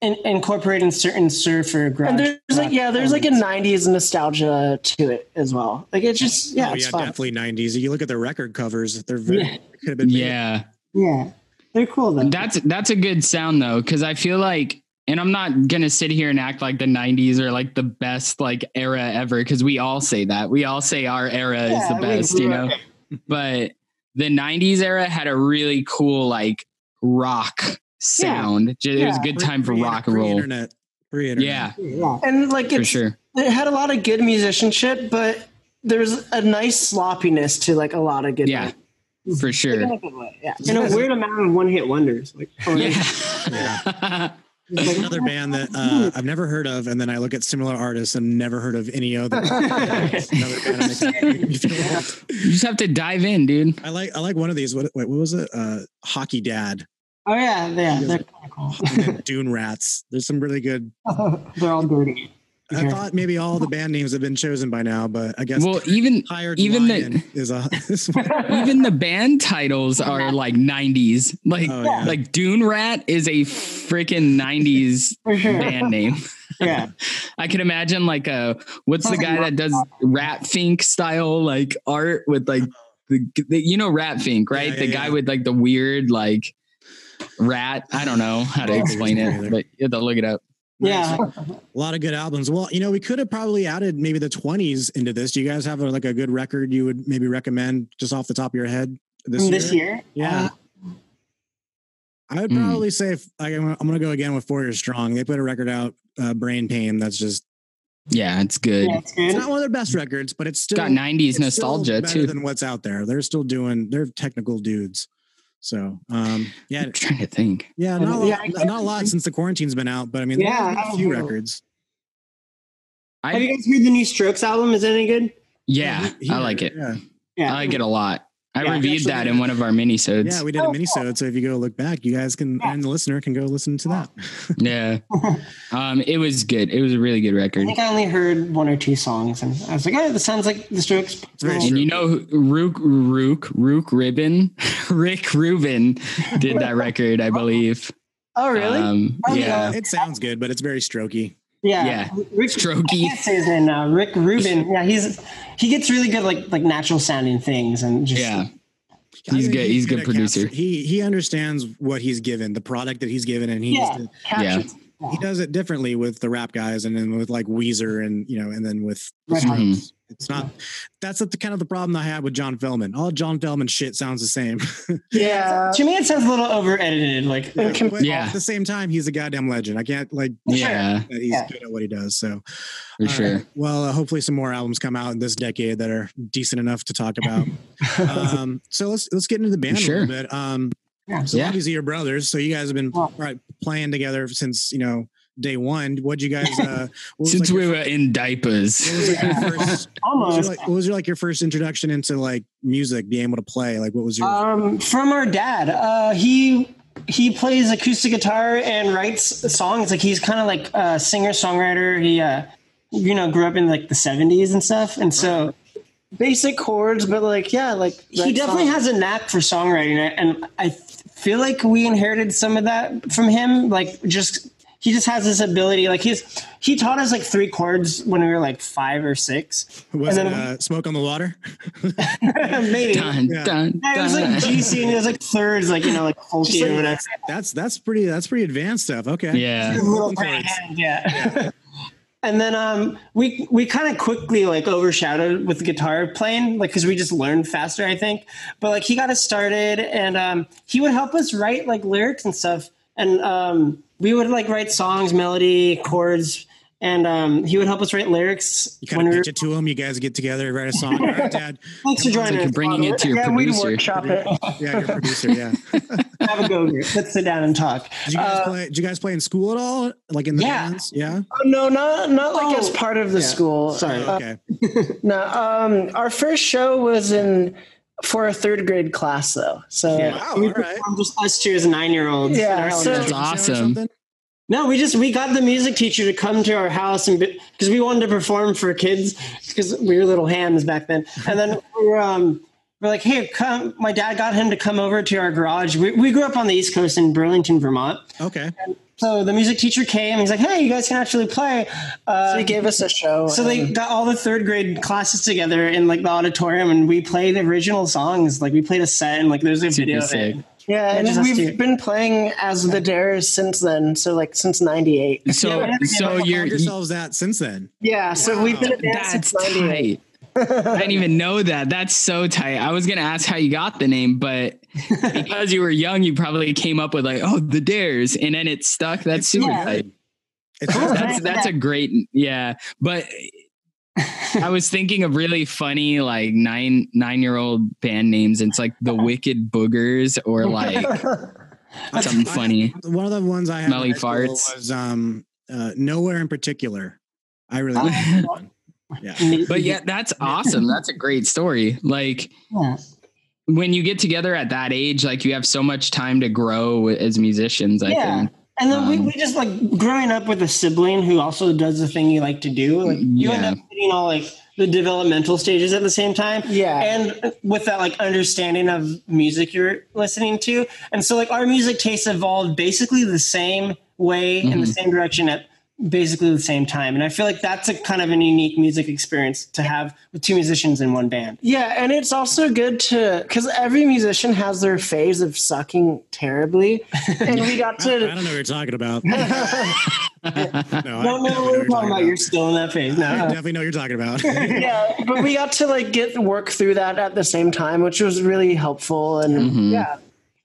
Speaker 5: in, incorporating certain surf or garage.
Speaker 4: And there's like yeah, there's like a '90s nostalgia to it as well. Like it's just yeah,
Speaker 3: Oh
Speaker 4: it's
Speaker 3: yeah,
Speaker 4: fun.
Speaker 3: definitely '90s. You look at the record covers; they're very
Speaker 5: Yeah.
Speaker 3: could have been made
Speaker 2: Yeah.
Speaker 5: yeah, they're cool though.
Speaker 2: That's that's a good sound though, because I feel like, and I'm not gonna sit here and act like the '90s are like the best like era ever, because we all say that. We all say our era is
Speaker 5: Yeah,
Speaker 2: the
Speaker 5: we
Speaker 2: best,
Speaker 5: grew
Speaker 2: you
Speaker 5: up
Speaker 2: know. But the '90s era had a really cool like rock sound. Ju- It was a good
Speaker 3: pre-
Speaker 2: time for
Speaker 3: pre-
Speaker 2: rock and roll.
Speaker 3: Pre-internet, pre-internet.
Speaker 2: Yeah,
Speaker 5: yeah.
Speaker 4: And like
Speaker 2: for
Speaker 4: it's,
Speaker 2: sure.
Speaker 4: it had a lot of good musicianship, but there's a nice sloppiness to like a lot of good.
Speaker 2: Yeah, for
Speaker 4: In
Speaker 2: sure.
Speaker 4: a good way, yeah.
Speaker 5: And a weird amount of one-hit wonders. Like, or-
Speaker 2: Yeah.
Speaker 3: Another band that uh, I've never heard of, and then I look at similar artists and never heard of any other. Another band that makes me feel old.
Speaker 2: you just have to dive in, dude.
Speaker 3: I like I like one of these. What wait, what was it? Uh, Hockey Dad,
Speaker 5: oh yeah, yeah, they're kind of cool.
Speaker 3: and then Dune Rats. There's some really good.
Speaker 5: they're all dirty.
Speaker 3: I
Speaker 5: Okay.
Speaker 3: thought maybe all the band names have been chosen by now, but I guess
Speaker 2: Well, even
Speaker 3: hired
Speaker 2: even the-
Speaker 3: lion is a this one.
Speaker 2: even the band titles are
Speaker 5: Uh-huh.
Speaker 2: like 90s like
Speaker 3: Oh, yeah.
Speaker 2: like dune rat is a freaking 90s
Speaker 5: For sure.
Speaker 2: band name
Speaker 5: Yeah.
Speaker 2: i can imagine like a what's the
Speaker 5: Sounds
Speaker 2: guy
Speaker 5: like
Speaker 2: that does rat fink style like art with like the, the you know rat fink right
Speaker 3: yeah,
Speaker 2: the
Speaker 3: yeah.
Speaker 2: guy with like the weird like rat i don't know how to
Speaker 3: Oh,
Speaker 2: explain
Speaker 3: neither.
Speaker 2: it but you have to look it up
Speaker 5: Yeah.
Speaker 3: A lot of good albums. Well, you know, we could have probably added maybe the 20s into this. Do you guys have like a good record you would maybe recommend just off the top of your head this,
Speaker 5: This year?
Speaker 3: Yeah. I would
Speaker 2: Hmm.
Speaker 3: probably say if, like, I'm, gonna- I'm going to go again with Four Years Strong. They put a record out, uh, Brain Pain. That's just
Speaker 2: yeah it's good
Speaker 5: Yeah, it's
Speaker 3: it's
Speaker 5: good.
Speaker 3: not one of their best records, but it's still
Speaker 2: got 90s
Speaker 3: it's still
Speaker 2: nostalgia
Speaker 3: better
Speaker 2: too
Speaker 3: than what's out there. They're still doing. They're technical dudes. So um, yeah,
Speaker 2: i'm trying to think
Speaker 3: yeah,
Speaker 5: And-
Speaker 3: not a lot,
Speaker 5: yeah, I guess-
Speaker 3: not a lot since the quarantine's been out. But I mean, there
Speaker 5: Yeah,
Speaker 3: are
Speaker 5: I
Speaker 3: a few
Speaker 5: don't know.
Speaker 3: records.
Speaker 5: Have
Speaker 2: i
Speaker 5: you guys heard the new Strokes album? Is it any good?
Speaker 2: yeah i
Speaker 3: Here,
Speaker 2: like it
Speaker 3: Yeah,
Speaker 5: Yeah.
Speaker 2: I like it a lot. I
Speaker 5: Yeah,
Speaker 2: reviewed
Speaker 3: actually-
Speaker 2: that in one of our minisodes.
Speaker 3: yeah, we did a
Speaker 5: Oh,
Speaker 3: mini so if you go look back, you guys can and the listener can go listen to that.
Speaker 2: Yeah. Um, it was good. It was a really good
Speaker 5: I
Speaker 2: record.
Speaker 5: think I only heard one or two songs, and I was like, "Oh, this sounds like the Strokes."
Speaker 3: It's very
Speaker 2: And you know, who- Rook, Rook, Rook Ribbon, Rick Rubin did that record, I believe.
Speaker 4: Oh really?
Speaker 2: Um,
Speaker 5: Oh,
Speaker 2: yeah.
Speaker 3: It sounds good, but it's very strokey.
Speaker 5: Yeah,
Speaker 2: Yeah.
Speaker 5: Rick. I
Speaker 2: Strokey.
Speaker 5: can't say his name now. Rick Rubin. Yeah, he's he gets really good, like like natural sounding things, and just
Speaker 2: Yeah.
Speaker 3: I
Speaker 2: He's
Speaker 3: think
Speaker 2: good. He's a good
Speaker 3: at
Speaker 2: producer.
Speaker 3: capture- He he understands what he's given, the product that he's given, and he
Speaker 5: Yeah.
Speaker 3: just-
Speaker 5: captures it.
Speaker 3: he does it differently with the rap guys, and then with like Weezer, and you know, and then with
Speaker 5: Red Hot.
Speaker 2: Mhm.
Speaker 3: It's not. That's the kind of the problem I had with John Feldman. All John Feldman shit sounds the same.
Speaker 4: yeah.
Speaker 5: To me, it sounds a little over edited. Like,
Speaker 3: Like, but
Speaker 2: Yeah.
Speaker 3: At the same time, he's a goddamn legend. I can't like.
Speaker 2: Yeah,
Speaker 3: that He's
Speaker 5: Yeah.
Speaker 3: good at what he does. So
Speaker 2: for
Speaker 3: all
Speaker 2: sure.
Speaker 3: right. Well, uh, hopefully, some more albums come out in this decade that are decent enough to talk about. um, so let's let's get into the band a
Speaker 2: Sure.
Speaker 3: little bit. Um,
Speaker 5: Yeah.
Speaker 3: So
Speaker 2: Yeah.
Speaker 3: obviously, your brothers. So you guys have been
Speaker 5: Yeah.
Speaker 3: right playing together since you know day one. What'd you guys? Uh, what was,
Speaker 2: Since
Speaker 3: like,
Speaker 2: we
Speaker 3: your-
Speaker 2: were in
Speaker 3: what
Speaker 2: diapers.
Speaker 3: was, like, your first- what was
Speaker 5: almost.
Speaker 3: your, like, what was your like your first introduction into like music, being able to play? Like, what was your?
Speaker 5: Um, from our dad. Uh, he he plays acoustic guitar and writes songs. Like he's kind of like a singer songwriter. He uh, you know grew up in like the seventies and stuff, and so
Speaker 4: Basic chords, but like yeah, like
Speaker 5: he definitely has a knack for songwriting. And I th- feel like we inherited some of that from him. Like just he just has this ability. Like he's he taught us like three chords when we were like five or six.
Speaker 3: was it
Speaker 5: and then-
Speaker 3: uh, smoke on the water?
Speaker 5: Maybe.
Speaker 2: Dun,
Speaker 3: Yeah.
Speaker 2: dun,
Speaker 5: It was like
Speaker 2: dun.
Speaker 5: GC and it was like thirds, like you know, like
Speaker 4: Just,
Speaker 5: funky
Speaker 4: like,
Speaker 5: or whatever.
Speaker 3: That's that's pretty that's pretty advanced stuff. Okay.
Speaker 2: Yeah.
Speaker 5: little
Speaker 3: Open
Speaker 5: grand
Speaker 3: chords.
Speaker 5: hand, yeah. and then um, we we kind of quickly like overshadowed with guitar playing, like because we just learned faster, I think. But like he got us started, and um, he would help us write like lyrics and stuff, and um, we would like write songs, melody, chords, and um, he would help us write lyrics
Speaker 3: You kind of pitch it to them. You guys get together, write a song. All right, Dad.
Speaker 5: Thanks for joining
Speaker 2: like
Speaker 5: us,
Speaker 2: bringing it
Speaker 5: Father.
Speaker 2: to your
Speaker 5: yeah,
Speaker 2: producer.
Speaker 5: we'd workshop it.
Speaker 3: Yeah, your producer. Yeah. Did
Speaker 5: Have a go. over it. Let's sit down and talk.
Speaker 3: you guys
Speaker 5: Uh,
Speaker 3: play? Did you guys play in school at all? Like in the
Speaker 5: Yeah.
Speaker 3: bands? Yeah.
Speaker 4: Oh, no, not not like
Speaker 5: Oh.
Speaker 4: as part of the school.
Speaker 5: Sorry.
Speaker 4: Uh,
Speaker 3: Okay.
Speaker 4: no, um, our first show was in for a third grade class though. So
Speaker 5: Yeah.
Speaker 3: Wow. All right.
Speaker 5: I'm just us two as nine year olds.
Speaker 4: Yeah, so-
Speaker 2: That's awesome.
Speaker 3: Something?
Speaker 5: No, we just we got the music teacher to come to our house and because we wanted to perform for kids because we were little hams back then. And then we were, um, we're like, hey, come. My dad got him to come over to our garage. We, we grew up on the East Coast in Burlington, Vermont.
Speaker 3: Okay.
Speaker 5: So the music teacher came. He's like, hey, you guys can actually play. Uh,
Speaker 4: they gave us a show.
Speaker 5: so
Speaker 2: Um.
Speaker 5: they got all the third grade classes together in like the auditorium, and we played original songs. Like we played a set, and like there's a video.
Speaker 2: Super
Speaker 5: Of
Speaker 2: sick.
Speaker 5: it.
Speaker 4: yeah, and
Speaker 5: just us
Speaker 4: we've
Speaker 5: two.
Speaker 4: been playing as the Dares since then. So like since '98.
Speaker 2: So,
Speaker 5: Yeah,
Speaker 2: so you're,
Speaker 3: Called yourselves that since then.
Speaker 4: Yeah, so we've been a band
Speaker 2: that's
Speaker 4: since '98.
Speaker 2: tight. I didn't even know that. That's so tight. I was gonna ask how you got the name, but because you were young, you probably came up with like, oh, the Dares, and then it stuck. That's super
Speaker 5: Yeah.
Speaker 2: tight.
Speaker 3: It's
Speaker 2: That's that's a great yeah. But I was thinking of really funny like nine nine year old band names. It's like the Wicked Boogers or like something funny.
Speaker 3: one of the ones I had in
Speaker 2: Smelly
Speaker 3: high school
Speaker 2: farts.
Speaker 3: was um uh, nowhere in particular. I really like
Speaker 2: Ah.
Speaker 3: that one. Yeah.
Speaker 2: But yeah, that's awesome. That's a great story. Like
Speaker 5: Yeah.
Speaker 2: when you get together at that age, like you have so much time to grow as musicians. I
Speaker 5: Yeah.
Speaker 2: think.
Speaker 5: And then we,
Speaker 2: Um,
Speaker 5: we just like growing up with a sibling who also does the thing you like to do. Like you end
Speaker 2: Yeah.
Speaker 5: up hitting all like the developmental stages at the same time.
Speaker 4: Yeah.
Speaker 5: And with that like understanding of music you're listening to. And so like our music tastes evolved basically the same way in
Speaker 2: Mm-hmm.
Speaker 5: the same direction at basically the same time. And I feel like that's a kind of an unique music experience to have with two musicians in one band.
Speaker 4: Yeah, and it's also good to because every musician has their phase of sucking terribly, and we got
Speaker 3: I, I
Speaker 4: to.
Speaker 3: don't know what you're talking about. no, I
Speaker 5: I don't know what we're talking about. You're still in that phase.
Speaker 3: I
Speaker 5: No.
Speaker 3: definitely know what you're talking about. yeah.
Speaker 4: Yeah, but we got to like get work through that at the same time, which was really helpful. And
Speaker 2: Mm-hmm.
Speaker 4: yeah,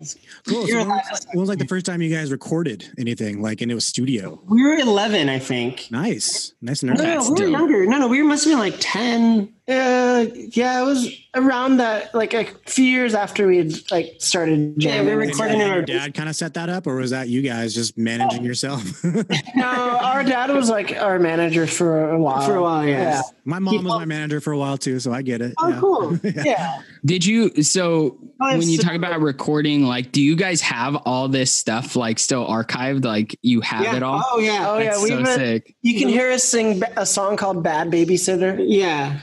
Speaker 3: Cool. So when, was, when was, like the first time you guys recorded anything? Like, and it was studio.
Speaker 5: We were 11, I think.
Speaker 3: Nice, nice and early.
Speaker 5: No,
Speaker 2: That's
Speaker 5: no, we were
Speaker 2: dope.
Speaker 5: younger. No, no, we must have been like 10.
Speaker 4: uh, yeah, it was around that like a few years after we had like started
Speaker 5: Yeah,
Speaker 4: jamming.
Speaker 5: we were recording in
Speaker 3: Your
Speaker 5: our
Speaker 3: dad kind of set that up, or was that you guys just managing yourself?
Speaker 4: no, our dad was like our manager for a while.
Speaker 5: for a while, yeah.
Speaker 3: my mom was my manager for a while too, so I get it.
Speaker 5: Oh,
Speaker 3: yeah.
Speaker 5: cool.
Speaker 4: Yeah.
Speaker 2: Did you so
Speaker 5: I have
Speaker 2: when you
Speaker 5: so-
Speaker 2: talk about recording, like do you guys have all this stuff like still archived? Like you have
Speaker 5: Yeah.
Speaker 2: it all?
Speaker 5: Oh, yeah.
Speaker 4: Oh yeah,
Speaker 2: That's
Speaker 4: we
Speaker 2: so
Speaker 4: went-
Speaker 2: sick.
Speaker 4: You can hear us sing ba- a song called "Bad Babysitter."
Speaker 5: Yeah.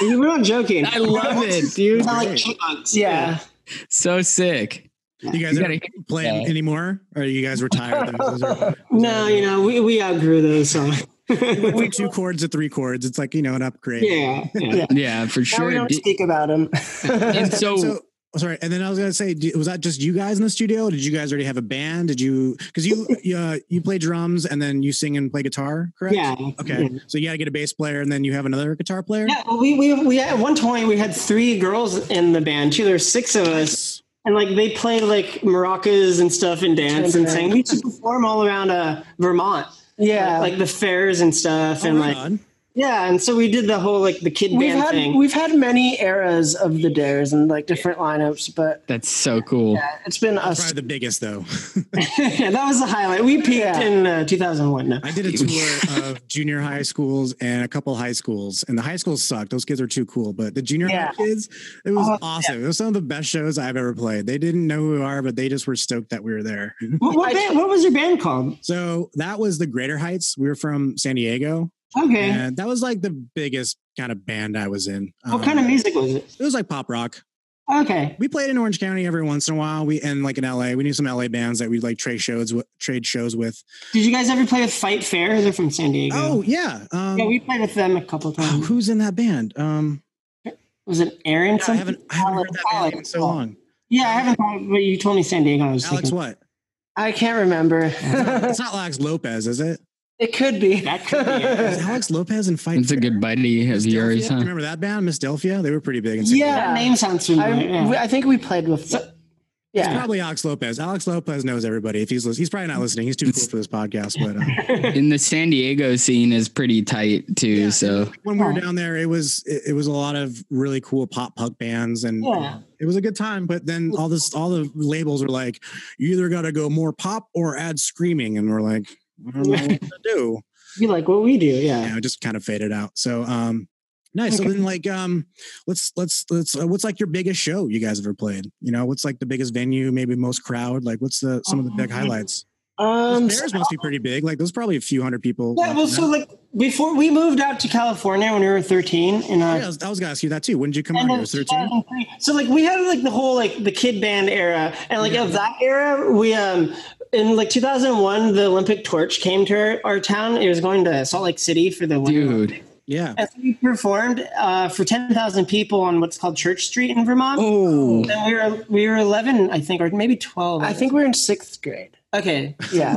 Speaker 5: we were not joking.
Speaker 2: I love it, dude.
Speaker 5: Not like
Speaker 3: Great.
Speaker 5: chipmunks.
Speaker 4: Yeah.
Speaker 2: So sick.
Speaker 3: You guys
Speaker 2: You
Speaker 3: ever
Speaker 2: gotta
Speaker 3: play
Speaker 2: that.
Speaker 3: anymore, or you guys retired? Those are-
Speaker 5: No, you know, we, we outgrew those. So.
Speaker 3: from two chords to three chords. It's like you know an upgrade.
Speaker 5: yeah. yeah.
Speaker 2: Yeah, for
Speaker 4: Now we
Speaker 2: sure.
Speaker 4: don't
Speaker 2: Did-
Speaker 4: speak about him.
Speaker 2: and so,
Speaker 3: So oh, sorry, and then I was gonna say, do- was that just you guys in the studio? Did you guys already have a band? Did you because you you, uh, you play drums and then you sing and play guitar, correct?
Speaker 5: Yeah.
Speaker 3: Okay, so you got to get a bass player, and then you have another guitar player.
Speaker 5: Yeah, well, we, we, we at one point we had three girls in the band too. There were six of us,
Speaker 3: Nice.
Speaker 5: and like they played like maracas and stuff and dance and sang. We used to perform all around uh, Vermont,
Speaker 4: yeah,
Speaker 5: like the fairs and stuff,
Speaker 3: Oh,
Speaker 5: and
Speaker 3: right
Speaker 5: like
Speaker 3: on.
Speaker 5: Yeah, and so we did the whole like the kid
Speaker 4: We've
Speaker 5: band
Speaker 4: had
Speaker 5: thing.
Speaker 4: we've had many eras of the dares and like different lineups, but
Speaker 2: That's so cool.
Speaker 4: it's been us.
Speaker 3: Probably the biggest though.
Speaker 5: yeah, that was the highlight. We peaked
Speaker 4: Yeah.
Speaker 5: in uh, 2001. No.
Speaker 3: I did a tour of junior high schools and a couple high schools, and the high schools sucked. Those kids are too cool, but the junior
Speaker 4: Yeah.
Speaker 3: high kids, it was
Speaker 5: Oh,
Speaker 3: awesome. It was some of the best shows I've ever played. They didn't know who we are, but they just were stoked that we were there.
Speaker 5: What, what, band, what was your band called?
Speaker 3: so that was the Greater Heights. We were from San Diego,
Speaker 5: Okay.
Speaker 3: and that was like the biggest kind of band I was in.
Speaker 5: What
Speaker 3: Um,
Speaker 5: kind of music was it?
Speaker 3: It was like pop rock.
Speaker 5: Okay.
Speaker 3: we played in Orange County every once in a while. We and like in LA, we knew some LA bands that we'd like trade shows wi- trade shows with.
Speaker 5: Did you guys ever play with Fight Fair? They're from San Diego.
Speaker 3: Oh yeah, um,
Speaker 5: yeah, we played with them a couple
Speaker 3: oh,
Speaker 5: times.
Speaker 3: who's in that band? Um,
Speaker 5: Was it Aaron?
Speaker 3: I
Speaker 5: something?
Speaker 3: haven't I haven't heard that band in so long.
Speaker 5: Yeah, I haven't. Thought, but you told me San Diego. I was
Speaker 3: Alex,
Speaker 5: thinking.
Speaker 3: what?
Speaker 4: I can't remember.
Speaker 3: It's not Alex Lopez, is it?
Speaker 4: it could be.
Speaker 5: That could be
Speaker 3: Is Alex Lopez and Fight?
Speaker 2: It's a good buddy of yours,
Speaker 3: Delphia?
Speaker 2: huh?
Speaker 3: Remember that band, Miss Delphia? They were pretty big. In San Diego.
Speaker 4: Yeah.
Speaker 5: That name sounds familiar.
Speaker 4: I,
Speaker 5: yeah.
Speaker 4: we- I think we played with.
Speaker 3: It's
Speaker 4: yeah,
Speaker 3: probably Alex Lopez. Alex Lopez knows everybody. If he's lis- he's probably not listening. He's too cool for this podcast. But um,
Speaker 2: And the San Diego scene is pretty tight too.
Speaker 3: Yeah,
Speaker 2: so
Speaker 3: when we were
Speaker 5: Yeah.
Speaker 3: down there, it was it, it was a lot of really cool pop punk bands, and
Speaker 5: Yeah.
Speaker 3: it was a good time. But then all this, all the labels were like, "You either got to go more pop or add screaming," and we're like, "I don't know what to do."
Speaker 5: be like what we do. Yeah.
Speaker 3: Yeah, it just kind of faded out. So, um, nice. So then, like, um, let's let's let's. Uh, what's like your biggest show you guys ever played? You know, what's like the biggest venue, maybe most crowd? Like, what's the some of the big highlights?
Speaker 4: um,
Speaker 3: Theirs must be pretty big. Like, there's probably a few hundred people.
Speaker 5: Yeah. Well, so like before we moved out to California when we were 13, and
Speaker 3: Yeah, I
Speaker 5: uh,
Speaker 3: was, I was gonna ask you that too. When did you come out
Speaker 5: and
Speaker 3: here?
Speaker 5: then
Speaker 3: Was 13?
Speaker 5: 2003. So like we had like the whole like the kid band era, and like of that era, we um in like 2001 the Olympic torch came to our, our town. It was going to Salt Lake City for the Winter
Speaker 2: dude.
Speaker 3: Yeah.
Speaker 5: Olympics. We performed uh, for 10,000 people on what's called Church Street in Vermont.
Speaker 2: Oh
Speaker 5: And we were we were 11, I think, or maybe 12.
Speaker 4: I think we we're in sixth grade.
Speaker 5: okay.
Speaker 4: Yeah,